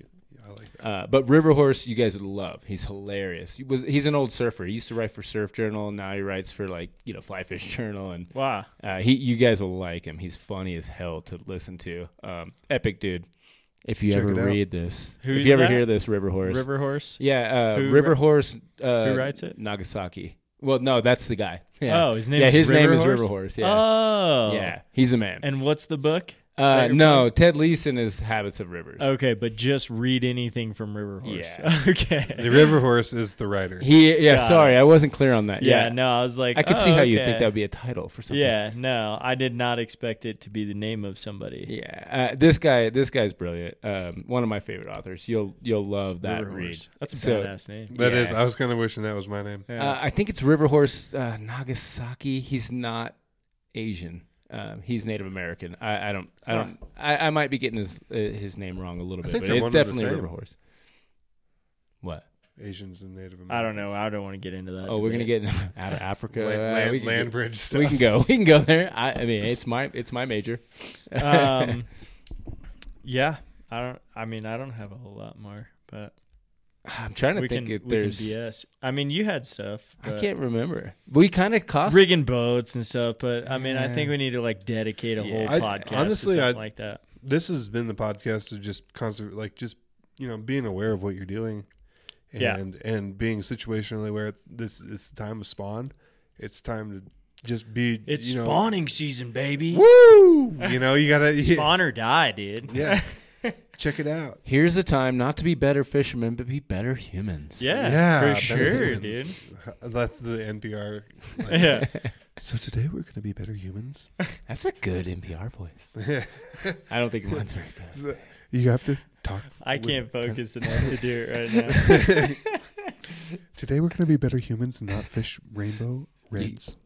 S8: I like that.
S3: Uh, but River Horse, you guys would love. He's hilarious. He was he's an old surfer. He used to write for Surf Journal. Now he writes for like you know Fly Fish Journal and
S2: Wow.
S3: Uh, he, you guys will like him. He's funny as hell to listen to. Um, epic dude. If you
S8: Check
S3: ever
S8: it out.
S3: read this,
S2: Who
S3: if
S2: is
S3: you ever
S2: that?
S3: hear this, River Horse.
S2: River horse.
S3: Yeah, uh,
S2: Who
S3: River
S2: wri-
S3: Horse. Uh,
S2: who writes it?
S3: Nagasaki. Well, no, that's the guy. Yeah.
S2: Oh, his name
S3: Yeah,
S2: is
S3: his
S2: River
S3: name is
S2: Horse?
S3: River Horse. Yeah.
S2: Oh.
S3: Yeah, he's a man.
S2: And what's the book?
S3: uh,
S2: you're
S3: no, Ted Leeson is Habits of Rivers.
S2: Okay, but just read anything from River Horse.
S3: Yeah.
S8: The
S2: okay.
S8: River Horse is the writer.
S3: He, yeah,
S2: God.
S3: sorry, I wasn't clear on that.
S2: Yeah,
S3: Yeah,
S2: no, I was like,
S3: I could
S2: oh,
S3: see how you
S2: okay.
S3: think that would be a title for something.
S2: Yeah, no, I did not expect it to be the name of somebody.
S3: Yeah, uh, this guy, this guy's brilliant. Um, one of my favorite authors. You'll you'll love that
S2: River
S3: read.
S2: Horse. That's a
S3: So-
S2: badass name.
S8: That is.
S3: Yeah.
S8: I was kind of wishing that was my name.
S3: Uh, I think it's River Horse uh, Nagasaki. He's not Asian. Um, he's Native American. I, I don't. I don't. I, I might be getting his uh, his name wrong a little
S8: I
S3: bit,
S8: think
S3: but
S8: they're one and
S3: it's
S8: the
S3: definitely
S8: same.
S3: River Horse. What?
S8: Asians and Native Americans.
S2: I don't know. I don't want to get into that.
S3: Oh, we're gonna
S2: debate.
S3: get out of Africa.
S8: Land,
S3: Uh,
S8: land,
S3: we, can
S8: land
S3: get-
S8: bridge stuff.
S3: we can go. We can go there. I, I mean, it's my it's my major.
S2: um, yeah, I don't. I mean, I don't have a whole lot more, but
S3: I'm trying to
S2: we
S3: think
S2: can,
S3: if
S2: we can
S3: there's.
S2: BS. I mean, you had stuff.
S3: I
S2: but-
S3: can't remember. We kind of cost.
S2: rigging boats and stuff. But I mean, I
S3: Yeah.
S2: think we need to like dedicate a
S3: Yeah.
S2: whole
S8: I-
S2: podcast
S8: honestly,
S2: to
S8: I-
S2: something like that.
S8: This has been the podcast of just constant, like just you know, being aware of what you're doing, and
S2: Yeah.
S8: and being situationally aware. This it's time of spawn. It's time to just be.
S2: It's
S8: you know,
S2: spawning season, baby.
S8: Woo! You know, you gotta yeah,
S2: Spawn or die, dude.
S8: yeah. Check it out.
S3: Here's the time not to be better fishermen, but be better humans.
S2: Yeah,
S8: Yeah,
S2: for
S8: better
S2: sure, dude.
S8: humans. That's the NPR. like,
S2: Yeah,
S8: So today we're gonna be better humans.
S3: That's a good NPR voice. I don't think mine's very good.
S8: You have to talk.
S2: I
S8: with-
S2: can't focus enough to do it right now.
S8: Today we're gonna be better humans and not fish rainbow reds.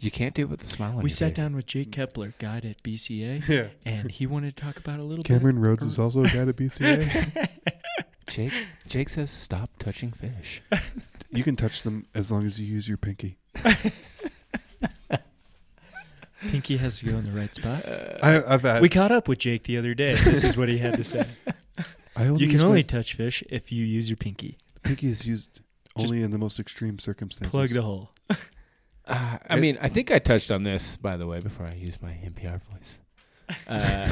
S3: You can't do it with a smile on
S2: We
S3: your
S2: sat
S3: face.
S2: down with Jake Kepler, guide at BCA,
S8: Yeah.
S2: and he wanted to talk about a little
S8: Cameron
S2: bit.
S8: Rhodes is also a guy at BCA.
S3: Jake, Jake says, stop touching fish.
S8: you can touch them as long as you use your pinky.
S2: Pinky has to go in the right spot.
S3: Uh,
S8: I, I've had.
S2: we caught up with Jake the other day. This is what he had to say.
S8: I only
S2: You can
S8: use
S2: only
S8: my-
S2: touch fish if you use your pinky.
S8: pinky is used only in the most extreme circumstances.
S2: Plug the hole.
S3: Uh, I mean, I think I touched on this, by the way, before I used my NPR voice. Uh,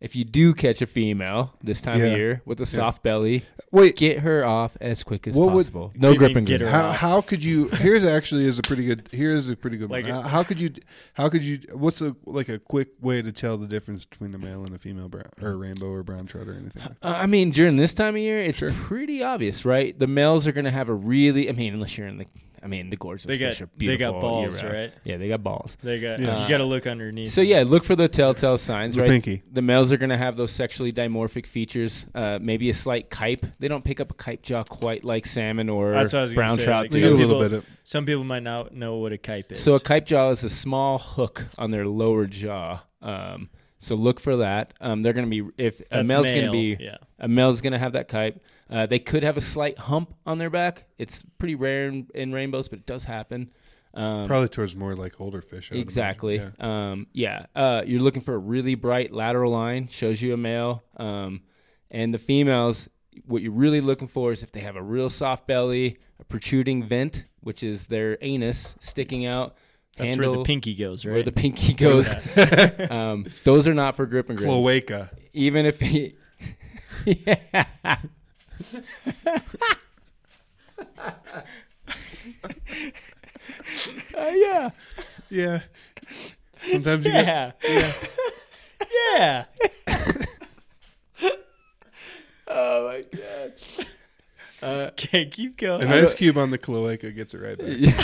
S3: if you do catch a female this time
S8: Yeah.
S3: of year with a soft belly,
S8: Wait,
S3: get her off as quick as
S8: What would-
S3: possible. no
S2: You
S3: grip
S2: mean
S3: and
S2: get
S3: grip.
S2: her-
S8: how, how could you? Here's actually is a pretty good. Here's a pretty good
S2: Like
S8: one.
S2: a-
S8: How, how could you? How could you? What's a like a quick way to tell the difference between a male and a female brown or a rainbow or brown trout or anything?
S3: Uh, I mean, during this time of year, it's
S8: Sure.
S3: pretty obvious, right? The males are going to have a really. I mean, unless you're in the. I mean, the gorgeous
S2: They
S3: fish
S2: got
S3: are
S2: they
S3: beautiful.
S2: got balls,
S3: year-round.
S2: right?
S3: Yeah, they got balls.
S2: They got
S8: Yeah.
S2: you got to look underneath.
S3: So yeah, look for the telltale signs,
S8: The
S3: right?
S8: pinky.
S3: The males are going to have those sexually dimorphic features, uh, maybe a slight kype. They don't pick up a kype jaw quite like salmon or
S2: That's what I was gonna
S3: brown
S2: say,
S3: trout.
S2: like,
S8: They
S3: do.
S8: get a
S2: Some
S8: little
S2: people-
S8: bit of
S2: some people might not know what a kype is.
S3: So a kype jaw is a small hook on their lower jaw. Um, so look for that. Um, they're going to be if a
S2: That's
S3: male's going
S2: male,
S3: to be
S2: yeah.
S3: a male's going to have that kype. Uh, they could have a slight hump on their back. It's pretty rare in, in rainbows, but it does happen. Um,
S8: probably towards more like older fish. I would
S3: exactly.
S8: imagine.
S3: Um, yeah. Uh, you're looking for a really bright lateral line. Shows you a male. Um, and the females, what you're really looking for is if they have a real soft belly, a protruding vent, which is their anus sticking out.
S2: That's where the
S3: handle-
S2: pinky goes, right?
S3: where the pinky goes. um, those are not for grip and
S8: Yeah.
S3: grip.
S8: Cloaca.
S3: Even if he. yeah. Uh, yeah.
S8: Yeah. Sometimes you get
S2: yeah, yeah, yeah.
S3: Oh my god.
S2: Okay, keep
S8: an
S2: going.
S8: ice cube on the cloaca gets it right back.
S3: Yeah.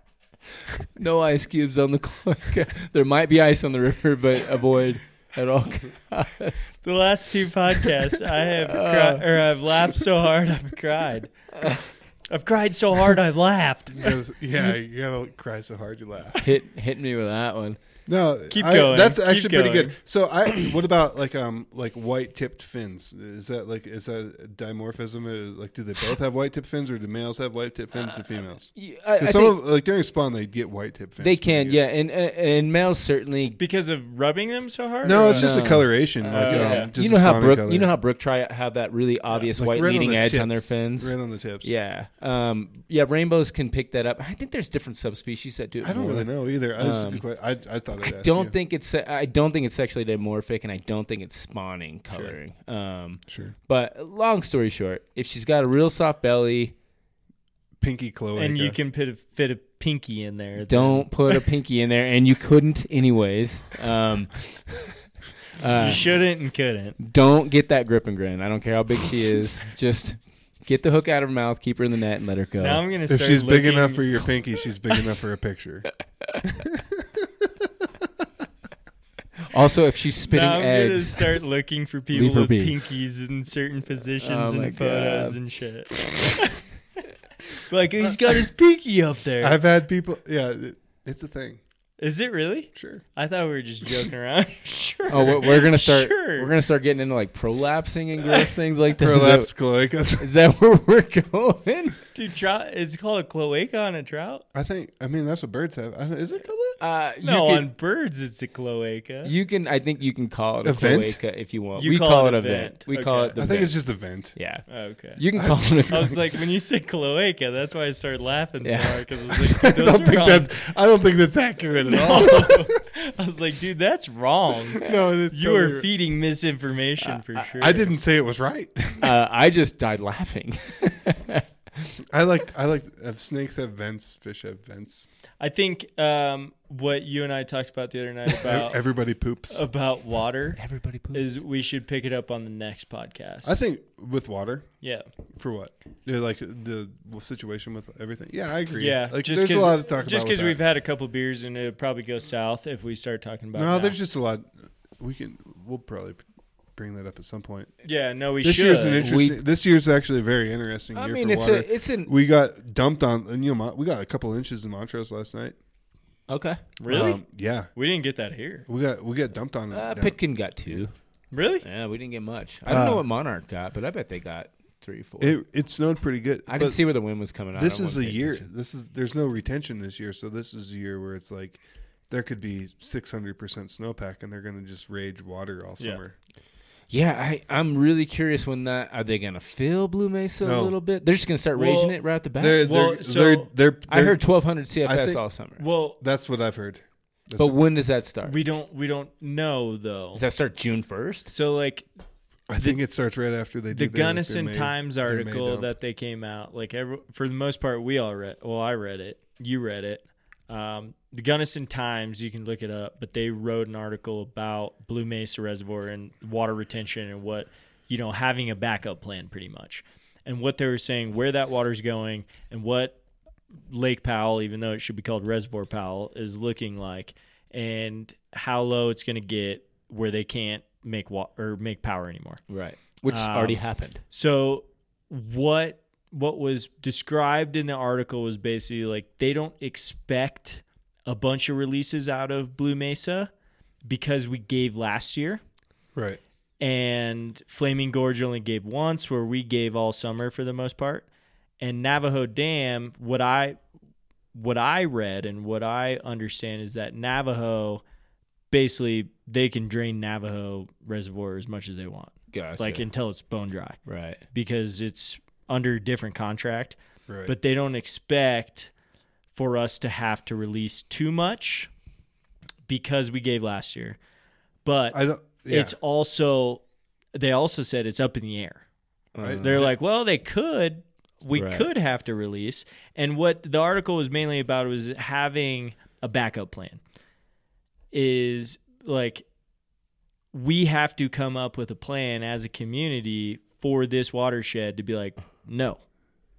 S3: no ice cubes on the cloaca. There might be ice on the river, but avoid at all costs.
S2: The last two podcasts, I have
S3: Uh.
S2: cri- or I've laughed so hard I've cried. I've cried so hard I've laughed.
S8: You gotta- yeah, you gotta cry so hard you laugh.
S3: Hit hit me with that one.
S8: No,
S2: Keep
S8: I-
S2: going.
S8: That's
S2: Keep
S8: actually pretty
S2: going.
S8: good. So, I what about like um like white tipped fins? Is that like is that dimorphism? Is- Like, do they both have white tipped fins, or do males have white tipped fins to females?
S3: Uh, I, I
S8: 'Cause some
S3: think
S8: of, like during spawn, they get white tipped fins.
S3: they
S8: pretty
S3: can,
S8: good.
S3: yeah, and and- and males certainly
S2: Because of rubbing them so hard?
S8: No,
S2: or-
S8: it's just the
S3: No.
S8: coloration. Like,
S2: Uh,
S8: um,
S2: yeah.
S8: just
S3: you know
S8: the
S3: how
S8: spawning
S3: Brooke,
S8: color.
S3: you know how Brooke try have that really obvious
S8: Like,
S3: white
S8: right
S3: leading
S8: the
S3: edge on their
S8: tips,
S3: fins.
S8: right on the tips.
S3: yeah, um, yeah. Rainbows can pick that up. I think there's different subspecies that do it.
S8: I don't
S3: more.
S8: really know either. I just
S3: Um,
S8: I, I thought
S3: I
S8: I'd ask
S3: don't
S8: you.
S3: think it's se- I don't think it's sexually dimorphic, and I don't think it's spawning coloring. Um,
S8: sure.
S3: but long story short, if she's got a real soft belly,
S8: Pinky cloaca.
S2: and you can fit a, fit a pinky in there. then
S3: don't put a pinky in there, and you couldn't anyways. Um,
S2: you
S3: uh,
S2: shouldn't and couldn't.
S3: don't get that grip and grin. I don't care how big she is. Just get the hook out of her mouth, keep her in the net, and let her go.
S2: Now I'm gonna
S8: If
S2: start.
S8: she's big
S2: looking-
S8: enough for your pinky, she's big enough for a picture.
S3: Also, if she's spitting
S2: now I'm gonna
S3: eggs,
S2: start looking for people
S3: Leave her
S2: with
S3: be.
S2: pinkies in certain positions
S3: Oh my
S2: and photos
S3: God.
S2: and shit. like he's got his pinky up there. Is
S8: I've had people. Yeah, it, it's a thing.
S2: it really?
S8: Sure.
S2: I thought we were just joking around. sure.
S3: oh, we're, we're gonna start.
S2: Sure.
S3: We're gonna start getting into like prolapsing and gross things like that. Is
S8: Prolapse
S3: that-
S8: cloacas.
S3: Is that where we're going?
S2: Dude, trout. It's called a cloaca on a trout.
S8: I think. I mean, that's what birds have. I don't- Is it called that?
S3: Uh, you
S2: No,
S3: can,
S2: on birds it's a cloaca.
S3: you can. I think you can call it a
S8: Event?
S3: cloaca if you want.
S2: You
S3: we
S2: call
S3: call,
S2: it
S3: it
S2: a
S3: a vent.
S2: vent.
S3: We call
S2: Okay.
S3: it the.
S8: I think
S3: vent.
S8: it's just the vent.
S3: yeah.
S2: okay.
S3: You can call it. A
S2: I
S3: cloaca.
S2: was like, when you said cloaca, that's why I started laughing
S3: Yeah.
S2: so hard because I was
S8: I
S2: like, dude, those
S8: don't think
S2: are wrong. Oh.
S8: that's. I don't think that's accurate at all.
S2: I was like, dude, that's wrong.
S8: no, it's
S2: You
S8: totally
S2: are
S8: right.
S2: feeding misinformation for sure.
S8: I didn't say it was right.
S3: uh, I just died laughing.
S8: I like. I like. If snakes have vents, fish have vents. E-
S2: I think um, what you and I talked about the other night about
S8: Everybody poops.
S2: about water
S3: Everybody poops.
S2: is we should pick it up on the next podcast.
S8: I think with water
S2: Yeah.
S8: for what? Yeah, like the situation with everything. Yeah, I agree.
S2: Yeah.
S8: like
S2: just
S8: there's a
S2: 'cause-
S8: lot to talk about.
S2: Just
S8: because
S2: because we've had a couple beers and it'll probably go south if we start talking about.
S8: No,
S2: that.
S8: there's just a lot. We can. We'll probably bring that up at some point.
S2: Yeah. No, we
S8: This
S2: should.
S8: year's an
S3: We-
S8: interesting. this year's actually a very interesting
S3: I
S8: year
S3: mean,
S8: for
S3: it's
S8: water.
S3: a. It's an.
S8: we got dumped on. And you know, Mon- we got a couple inches in Montrose last night.
S3: Okay.
S2: Really?
S8: Um, yeah,
S2: we didn't get that here.
S8: we got we got dumped on.
S3: Uh,
S8: down-
S3: Pitkin got two.
S2: Really?
S3: Yeah, we didn't get much. I don't
S8: Uh,
S3: know what Monarch got, but I bet they got three, four.
S8: it it snowed pretty good.
S3: I can
S8: but
S3: see where the wind was coming out.
S8: This
S3: I
S8: is a
S3: wasn't paying
S8: year.
S3: attention.
S8: This is there's no retention this year, so this is a year where it's like there could be 600 percent snowpack, and they're going to just rage water all
S2: Yeah.
S8: summer.
S3: Yeah, I, I'm really curious when that are they gonna fill Blue Mesa a
S8: No.
S3: little bit? They're just gonna start
S2: Well,
S3: raging it right at the back.
S8: They're,
S2: Well,
S8: they're,
S2: so-
S8: they're, they're,
S3: I
S8: they're-
S3: heard 1,200 CFS
S8: think-
S3: all summer.
S2: Well,
S8: that's what I've heard. That's
S3: but
S8: what-
S3: when does that start?
S2: we don't we don't know though.
S3: does that start June 1st?
S2: So like
S8: I think it starts right after they
S2: the
S8: do their- their
S2: Gunnison
S8: May-
S2: Times
S8: their May
S2: article
S8: dump.
S2: that they came out, like every, for the most part, we all read. Well, I read it. You read it. Um, the Gunnison Times, you can look it up, but they wrote an article about Blue Mesa Reservoir and water retention and what you know having a backup plan, pretty much, and what they were saying, where that water's going, and what Lake Powell, even though it should be called Reservoir Powell, is looking like, and how low it's going to get where they can't make wa- or make power anymore.
S3: Right. Which
S2: Um,
S3: already happened.
S2: So what what was described in the article was basically like they don't expect a bunch of releases out of Blue Mesa because we gave last year
S8: right?
S2: and Flaming Gorge only gave once where we gave all summer for the most part. And Navajo Dam, what I what I read and what I understand is that Navajo basically they can drain Navajo reservoir as much as they want.
S3: Gotcha.
S2: Like until it's bone dry
S3: right.
S2: because it's under a different contract,
S8: Right.
S2: but they don't expect for us to have to release too much because we gave last year. But
S8: I don't. Yeah.
S2: it's also they also said it's up in the air.
S8: I-
S2: They're like, well, they could we
S3: Right.
S2: could have to release. And what the article was mainly about was having a backup plan. Is like we have to come up with a plan as a community for this watershed to be like, no,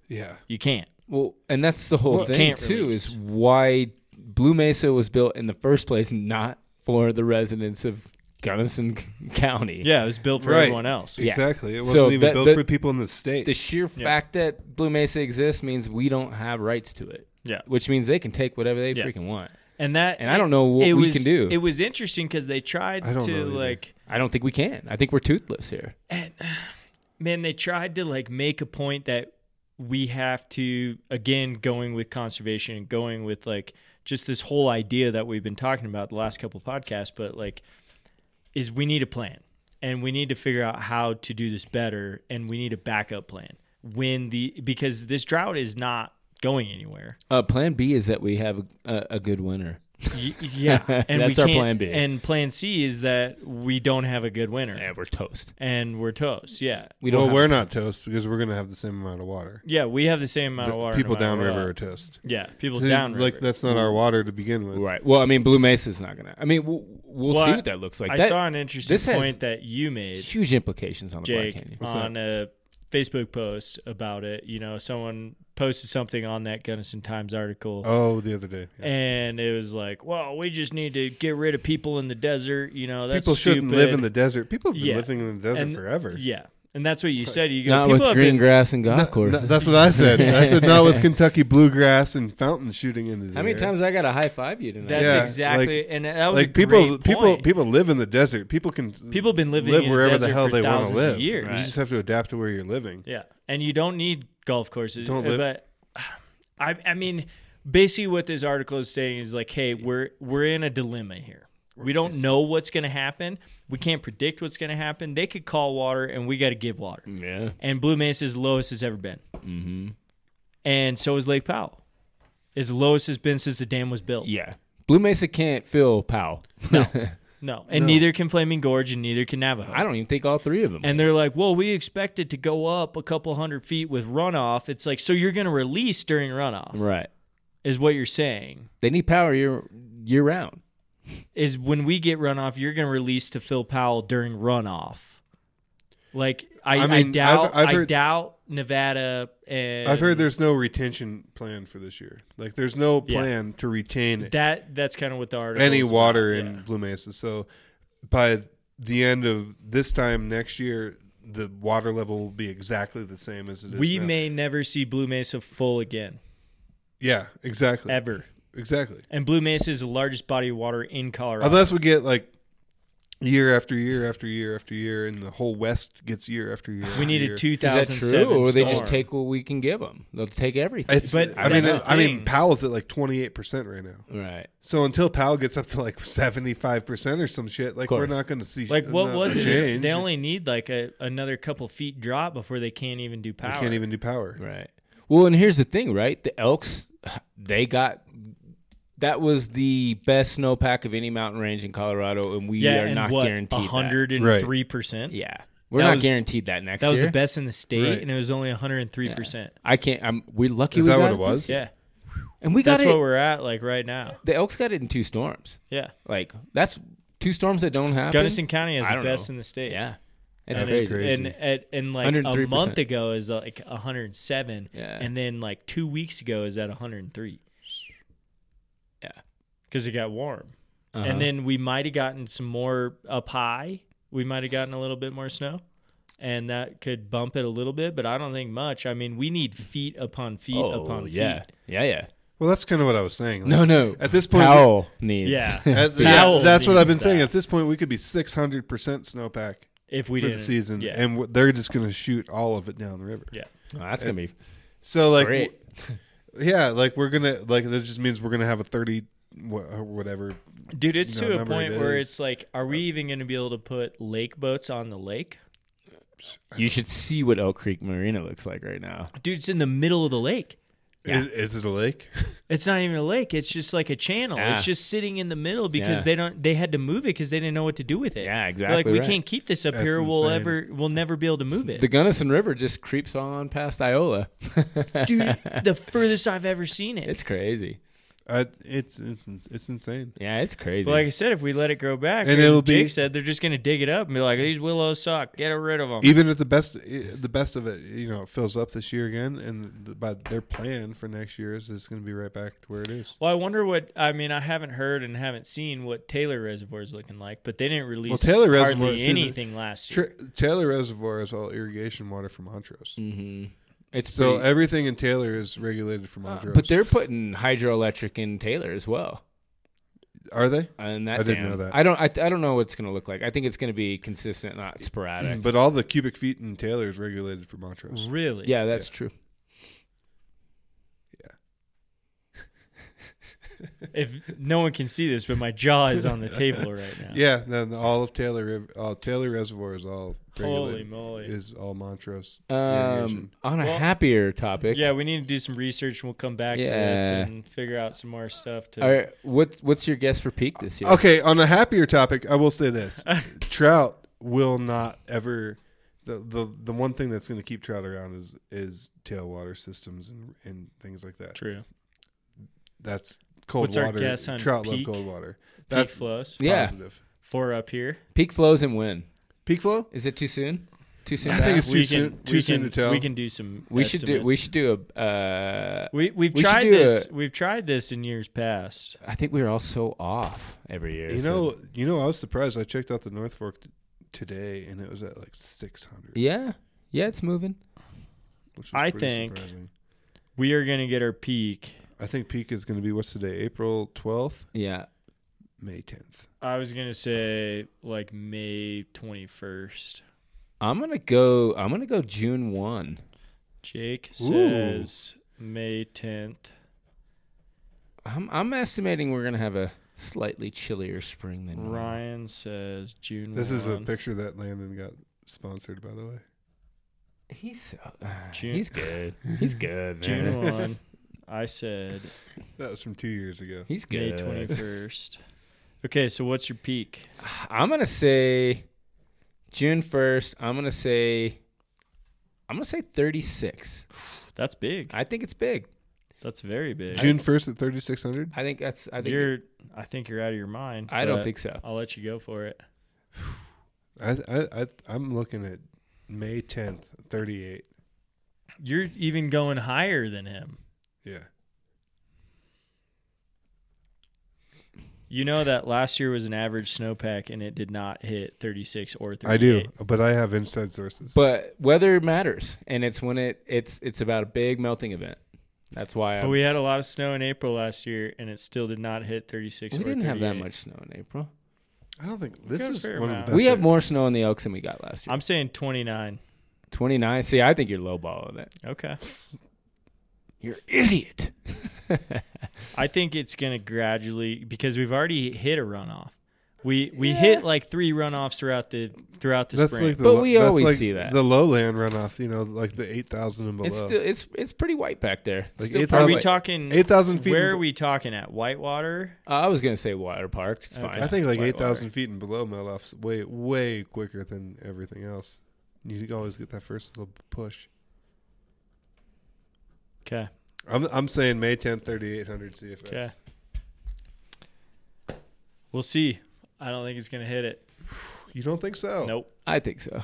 S8: yeah.
S2: you can't.
S3: Well, and that's the whole
S2: Well,
S3: thing
S2: can't
S3: too
S2: release.
S3: is why Blue Mesa was built in the first place, not for the residents of Gunnison County.
S2: Yeah, it was built for
S8: Right.
S2: everyone else.
S8: Exactly. It
S3: So
S8: wasn't even
S3: that-
S8: built
S3: that-
S8: for people in the state.
S3: The sheer fact that Blue Mesa exists means we don't have rights to it.
S2: Yeah.
S3: Which means they can take whatever they
S2: Yeah.
S3: freaking want.
S2: And that
S3: And I don't know what
S2: it
S3: we
S2: was-
S3: can do.
S2: It was interesting because they tried
S8: I don't
S2: to
S8: know either.
S2: like
S3: I don't think we can. I think we're toothless here.
S2: man they tried to like make a point that we have to again going with conservation and going with like just this whole idea that we've been talking about the last couple of podcasts but like is we need a plan and we need to figure out how to do this better and we need a backup plan when the because this drought is not going anywhere
S3: Uh, plan B is that we have a, a good winner.
S2: Y- yeah and
S3: That's
S2: we
S3: our
S2: can't-
S3: plan B.
S2: and plan c is that we don't have a good winter
S3: Yeah, we're toast.
S2: and we're toast yeah
S3: We don't.
S8: well,
S3: have-
S8: we're not toast because we're going to have the same amount of water.
S2: yeah we have the same amount
S8: The
S2: of water no
S8: people
S2: matter
S8: downriver
S2: what.
S8: are toast.
S2: Yeah, people Mm.
S8: See,
S2: down
S8: Like that's not our water to begin with.
S3: right. Well, I mean, Blue Mesa's not gonna. I mean, we'll, we'll
S2: Well,
S3: see
S2: I-
S3: what that looks like.
S2: I
S3: That-
S2: saw an interesting
S3: this has-
S2: point that you made,
S3: huge implications on the Black
S2: Jake,
S3: Canyon.
S2: on a Facebook post about it. You know, someone posted something on that Gunnison Times article.
S8: Oh, the other day. Yeah.
S2: And it was like, well, we just need to get rid of people in the desert. You know, that's
S8: People shouldn't
S2: stupid.
S8: live in the desert. People have been
S2: Yeah.
S8: living in the desert
S2: And-
S8: forever.
S2: Yeah, and that's what you said. You go,
S3: Not
S2: people
S3: with
S2: have
S3: green
S2: been-
S3: grass and golf
S8: No,
S3: courses.
S8: that's what I said. I said not with Kentucky bluegrass and fountain shooting into the
S3: How many
S8: air.
S3: times I got to high five you tonight?
S2: That's
S8: Yeah,
S2: exactly,
S8: like-
S2: and that was
S8: Like
S2: a
S8: people,
S2: great
S8: people,
S2: point.
S8: people live in the desert. People can
S2: People have been living
S8: live
S2: in the
S8: wherever the
S2: desert
S8: hell
S2: for
S8: they want to
S2: thousands of
S8: live.
S2: years.
S8: You just have to adapt to where you're living.
S2: Yeah, and you don't need golf courses.
S8: Don't
S2: uh,
S8: live-
S2: But I, I mean, basically, what this article is saying is like, hey, we're we're in a dilemma here. We don't know what's going to happen. We can't predict what's going to happen. They could call water, and we got to give water.
S3: yeah.
S2: And Blue Mesa is the lowest it's ever been, mm-hmm. and so is Lake Powell. Is the lowest it's been since the dam was built.
S3: Yeah. Blue Mesa can't fill Powell. No.
S2: No, and neither can Flaming Gorge, and neither can Navajo.
S3: I don't even think all three of them.
S2: And they're like, well, we expect it to go up a couple hundred feet with runoff. It's like, so you're going to release during runoff,
S3: right.
S2: is what you're saying.
S3: They need power year year round.
S2: Is when we get runoff, you're going to release to Phil Powell during runoff. Like, I,
S8: I
S2: I,
S8: mean, I've-
S2: doubt,
S8: I've
S2: i
S8: heard-
S2: doubt Nevada and
S8: I've heard there's no retention plan for this year. Like there's no
S2: Yeah.
S8: plan to retain
S2: that. That's kind of what the article
S8: any
S2: is about,
S8: water
S2: yeah.
S8: in Blue Mesa. So by the end of this time next year, the water level will be exactly the same as it is.
S2: We
S8: now.
S2: may never see Blue Mesa full again,
S8: yeah, exactly.
S2: ever.
S8: Exactly.
S2: And Blue Mesa is the largest body of water in Colorado.
S8: Unless we get like year after year after year after year, and the whole West gets year after year.
S2: we
S8: after
S2: need
S8: year.
S2: a
S3: Is that
S2: 2007
S3: true, or they
S2: storm.
S3: just take what we can give them? They'll take everything.
S8: It's,
S2: But
S8: I mean,
S2: that's
S8: it-
S2: the
S8: I mean,
S2: thing.
S8: Powell's at like twenty eight percent right now.
S3: right.
S8: So until Powell gets up to like seventy five percent or some shit, like we're
S3: course.
S8: not going to see
S2: like what
S8: not
S2: was
S8: a
S2: it?
S8: Change.
S2: They only need like a, another couple feet drop before they can't even do
S8: They
S2: power.
S8: can't even do power.
S3: Right. Well, and here's the thing, right? The Elks, they got that was the best snowpack of any mountain range in Colorado, and we
S2: yeah,
S3: are
S2: and
S3: not
S2: what,
S3: guaranteed that.
S2: 103 percent.
S3: Yeah, we're
S2: That
S3: not
S2: was-
S3: guaranteed that next
S2: that was
S3: year.
S2: the best in the state,
S8: Right.
S2: and it was only 103 percent.
S3: I can't. I'm. We're lucky.
S8: Is
S3: we
S8: that
S3: got
S8: what it
S3: this-
S8: was?
S2: Yeah,
S3: And we got
S2: that's
S3: it.
S2: what we're at like right now.
S3: the Elks got it in two storms.
S2: Yeah,
S3: Like that's two storms that don't happen.
S2: Gunnison County has
S3: I
S2: the
S3: don't
S2: best
S3: know.
S2: in the state.
S3: Yeah, that's
S8: That's
S3: crazy.
S8: crazy.
S2: And and, and like a
S3: 103%.
S2: month ago is like 107,
S3: Yeah.
S2: and then like two weeks ago is at 103.
S3: Yeah.
S2: because it got warm.
S3: Uh-huh.
S2: and then we might have gotten some more up high. We might have gotten a little bit more snow, and that could bump it a little bit, but I don't think much. I mean, we need feet upon feet
S3: oh,
S2: upon
S3: yeah,
S2: feet.
S3: yeah, yeah.
S8: Well, that's kind of what I was saying. Like,
S3: No, no.
S8: At this point,
S3: Powell needs.
S2: Yeah.
S8: at the-
S2: Powell
S8: that's what
S2: needs
S8: I've been saying.
S2: that.
S8: At this point, we could be six hundred percent snowpack
S2: If we
S8: for the
S2: didn't-
S8: season,
S2: yeah.
S8: and w- they're just going to shoot all of it down the river.
S2: yeah.
S3: Oh, that's gonna be
S8: So like,
S3: great.
S8: yeah, like we're gonna like that just means we're gonna have a thirty wha- or whatever.
S2: Dude, it's
S8: No,
S2: to a
S8: number
S2: point
S8: it
S2: where
S8: is.
S2: it's like, are we even going to be able to put lake boats on the lake?
S3: You should see what Elk Creek Marina looks like right now.
S2: Dude, it's in the middle of the lake.
S8: Is, is it a lake?
S2: It's not even a lake. It's just like a channel.
S3: Yeah.
S2: It's just sitting in the middle because
S3: Yeah.
S2: they don't. They had to move it because they didn't know what to do with it.
S3: Yeah,
S2: They're Like
S3: exactly
S2: we
S3: right.
S2: can't keep this up
S8: That's
S2: here. We'll
S8: insane.
S2: ever. We'll never be able to move it.
S3: The Gunnison River just creeps on past Iola.
S2: Dude, the furthest I've ever seen it.
S3: it's crazy.
S8: I, it's, it's it's insane.
S3: Yeah, it's crazy.
S2: But like I said, if we let it grow back,
S8: And
S2: or
S8: it'll
S2: Jake
S8: be-
S2: said they're just gonna dig it up and be like, "These willows suck. Get rid of them."
S8: Even at the best, i- the best of it, you know, it fills up this year again, and the, by their plan for next year is it's going to be right back to where it is.
S2: Well, I wonder what. I mean, I haven't heard and haven't seen what Taylor Reservoir is looking like, but they didn't release
S8: Well, Taylor Reservoir
S2: hardly
S8: is in the-
S2: anything last year.
S8: Tr- Taylor Reservoir is all irrigation water from Montrose,
S3: hmm It's
S8: so
S3: pretty-
S8: everything in Taylor is regulated from Montrose.
S3: Uh, but they're putting hydroelectric in Taylor as well.
S8: are they?
S3: And that
S8: I didn't
S3: dam-
S8: know that.
S3: I don't. I, I don't know what it's going to look like. I think it's going to be consistent, not sporadic.
S8: But all the cubic feet in Taylor is regulated from Montrose.
S2: Really?
S3: yeah, that's true.
S2: If no one can see this, but my jaw is on the table right
S3: Mm-hmm.
S2: now.
S8: Yeah, then all of Taylor, Riv- all Taylor Reservoir is all
S2: Holy
S8: regulated.
S2: moly.
S8: Is all Montrose.
S3: Um,
S8: irrigation.
S3: on a
S2: Well-
S3: happier topic.
S2: yeah, we need to do some research and we'll come back to this
S3: Yeah.
S2: and figure out some more stuff. To
S3: All right. What What's your guess for peak this year?
S8: Okay, on a happier topic, I will say this: Trout will not ever. The, the, the one thing that's going to keep trout around is is tailwater systems and, and things like that.
S2: true.
S8: That's cold
S2: What's our
S8: water.
S2: guess on
S8: trout
S2: peak-
S8: love cold water.
S2: Peak
S8: That's
S2: flows.
S3: Yeah.
S8: positive.
S2: Four up here.
S3: Peak flows and when?
S8: Peak flow?
S3: Is it too soon? Too soon.
S8: I
S3: to
S8: think
S3: ask?
S8: it's too soon- too
S2: we
S8: soon to
S2: can,
S8: tell.
S2: We can do some.
S3: we should do. We
S2: estimates.
S3: should do a. Uh,
S2: We we've
S3: we should
S2: tried
S3: do
S2: this.
S3: a-
S2: We've tried this in years past.
S3: I think we were all so off every year.
S8: You
S3: so-
S8: know, you know, I was surprised. I checked out the North Fork t- today, and it was at like six hundred.
S3: Yeah. Yeah, it's moving.
S8: which was
S2: I
S8: pretty
S2: think-
S8: surprising.
S2: We are gonna get our peak.
S8: I think peak is going to be what's today, April twelfth,
S3: Yeah.
S8: May tenth.
S2: I was gonna say like May twenty first.
S3: I'm gonna go I'm gonna go June one.
S2: Jake says May tenth.
S3: I'm I'm estimating we're gonna have a slightly chillier spring than normal.
S2: Ryan says June.
S8: This is a
S2: 1.
S8: picture that Landon got sponsored, by the way.
S3: He's so, uh,
S2: June-
S3: he's good. He's good, man.
S2: June one. I said
S8: That was from two years ago.
S3: He's
S2: May
S3: good.
S2: twenty first. Okay, so what's your peak?
S3: I'm gonna say June first. I'm gonna say I'm gonna say 36.
S2: That's big.
S3: I think it's big.
S2: That's very big.
S8: June first at thirty six hundred.
S3: I think that's I think
S2: you're. I think you're out of your mind.
S3: I don't
S2: but
S3: think so.
S2: I'll let you go for it.
S8: I, I, I, I'm looking at May tenth, thirty eight.
S2: You're even going higher than him.
S8: Yeah,
S2: You know that last year was an average snowpack and it did not hit 36 or 38.
S8: I do, but I have inside sources.
S3: But weather matters, and it's when it it's it's about a big melting event. That's why I.
S2: But we had a lot of snow in April last year, and it still did not hit 36.
S3: we
S2: or
S3: didn't have that
S2: 38.
S3: much snow in April.
S8: I don't think this
S2: got a
S8: is
S2: fair
S8: one of
S2: amount.
S8: the best.
S3: We have
S8: year-
S3: more snow in the Elks than we got last year.
S2: I'm saying 29.
S3: 29. See, I think you're lowballing it.
S2: Okay.
S3: You're an idiot.
S2: I think it's going to gradually because we've already hit a runoff. We we hit like three runoffs throughout the throughout the
S8: That's
S2: spring.
S8: like the
S3: But
S8: lo-
S3: we
S8: that's
S3: always
S8: like
S3: see that.
S8: the lowland runoff. You know, like the eight thousand and below.
S3: It's still it's it's pretty white back there. It's
S8: Like
S3: still
S8: 8,000
S3: pretty
S2: are we
S3: white.
S2: talking
S8: 8,000 feet
S2: Where
S8: in-
S2: are we talking at? Whitewater?
S3: Uh, I was gonna say water park. It's fine.
S8: I think like
S3: Whitewater.
S8: eight thousand feet and below melt offs way way quicker than everything else. You can always get that first little push.
S2: Okay.
S8: I'm I'm saying May 10th, 3800 CFS.
S2: Okay. We'll see. I don't think it's going to hit it.
S8: You don't think so?
S2: Nope.
S3: I think so.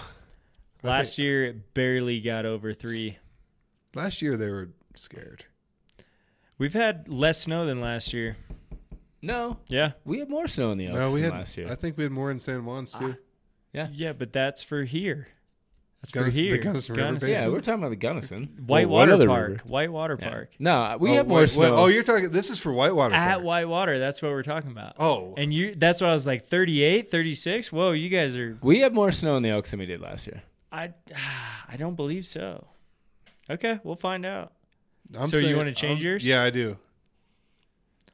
S8: I
S2: Last year it barely got over 3.
S8: Last year they were scared.
S2: We've had less snow than last year.
S3: No,
S2: Yeah.
S3: we had more snow in the Elks
S8: no, we
S3: than
S8: had.
S3: last year.
S8: I think we had more in San Juan's
S2: Uh,
S8: too.
S2: Yeah, but that's for here. That's
S8: Gunnison-
S2: for
S8: the
S2: here.
S8: Gunnison River
S2: Gunnison.
S3: yeah,
S8: Basin?
S3: we're talking about the Gunnison.
S2: White
S3: Well, what
S2: Water
S3: other
S2: Park.
S3: river?
S2: White Water
S3: Yeah.
S2: Park.
S3: No, we
S8: oh,
S3: had more
S8: wait,
S3: snow.
S8: wait, oh, you're talking. This is for Whitewater.
S2: At
S8: Park.
S2: White Water, that's what we're talking about.
S8: oh,
S2: And you that's why I was like 38, 36. Whoa, you guys are
S3: we had more snow in the Elks than we did last year.
S2: I I don't believe so. Okay, we'll find out.
S8: I'm
S2: so you
S8: saying-
S2: wanna change
S8: I'm-
S2: yours?
S8: Yeah, I do.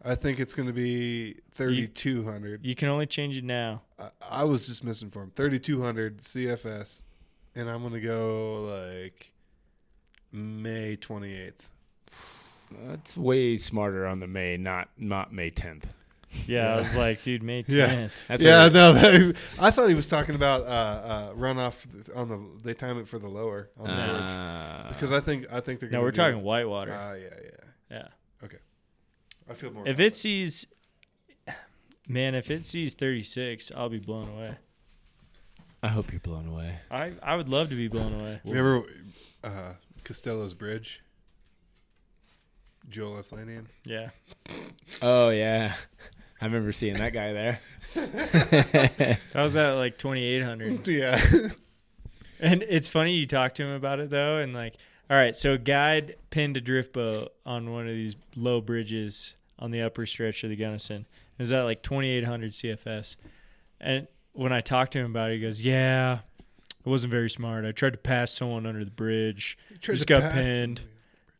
S8: I think it's going to be 3200.
S2: You can only change it now.
S8: I, I was just misinformed. 3200 CFS, and I'm going to go like May 28th.
S3: That's way smarter on the May, not not May 10th.
S2: Yeah, I was like, dude, May 10th.
S8: Yeah.
S3: That's
S8: yeah,
S3: what-
S8: no, that, I thought he was talking about uh, uh, runoff on the. They time it for the lower on the bridge
S3: Uh,
S8: because I think I think they're.
S2: No,
S8: gonna
S2: we're
S8: do
S2: talking
S8: it.
S2: Whitewater.
S8: Ah, yeah, yeah.
S2: yeah.
S8: I feel more.
S2: If it sees man, if it sees 36, I'll be blown away.
S3: I hope you're blown away.
S2: I I would love to be blown away.
S8: remember uh, Costello's Bridge, Joel S. Lanian.
S2: Yeah.
S3: Oh yeah, I remember seeing that guy there.
S2: I was at like 2800.
S8: Yeah,
S2: And it's funny you talk to him about it though, and like, all right, so a guide pinned a drift boat on one of these low bridges on the upper stretch of the Gunnison. It was at like 2,800 CFS, and when I talked to him about it, he goes, "Yeah, I wasn't very smart. I tried to pass someone under the bridge, just got pinned,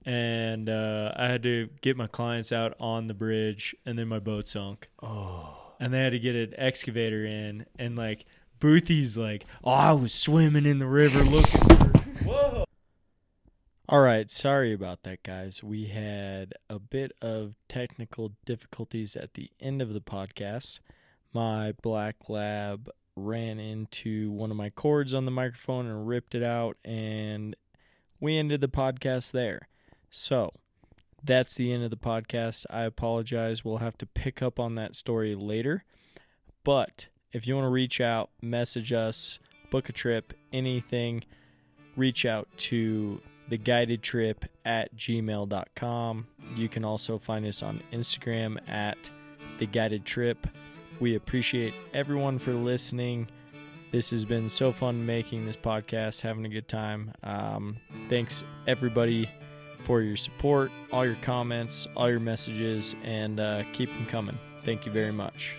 S2: and uh, I had to get my clients out on the bridge, and then my boat sunk. Oh, and they had to get an excavator in, and like." Boothie's like, oh, I was swimming in the river. Look, whoa. All right, sorry about that, guys. We had a bit of technical difficulties at the end of the podcast. My black lab ran into one of my cords on the microphone and ripped it out, and we ended the podcast there. So that's the end of the podcast. I apologize. We'll have to pick up on that story later. But if you want to reach out, message us, book a trip, anything, reach out to the guided trip at gmail.com. You can also find us on Instagram at the guided trip. We appreciate everyone for listening. This has been so fun making this podcast, having a good time. Um, thanks everybody for your support, all your comments, all your messages, and uh, keep them coming. Thank you very much.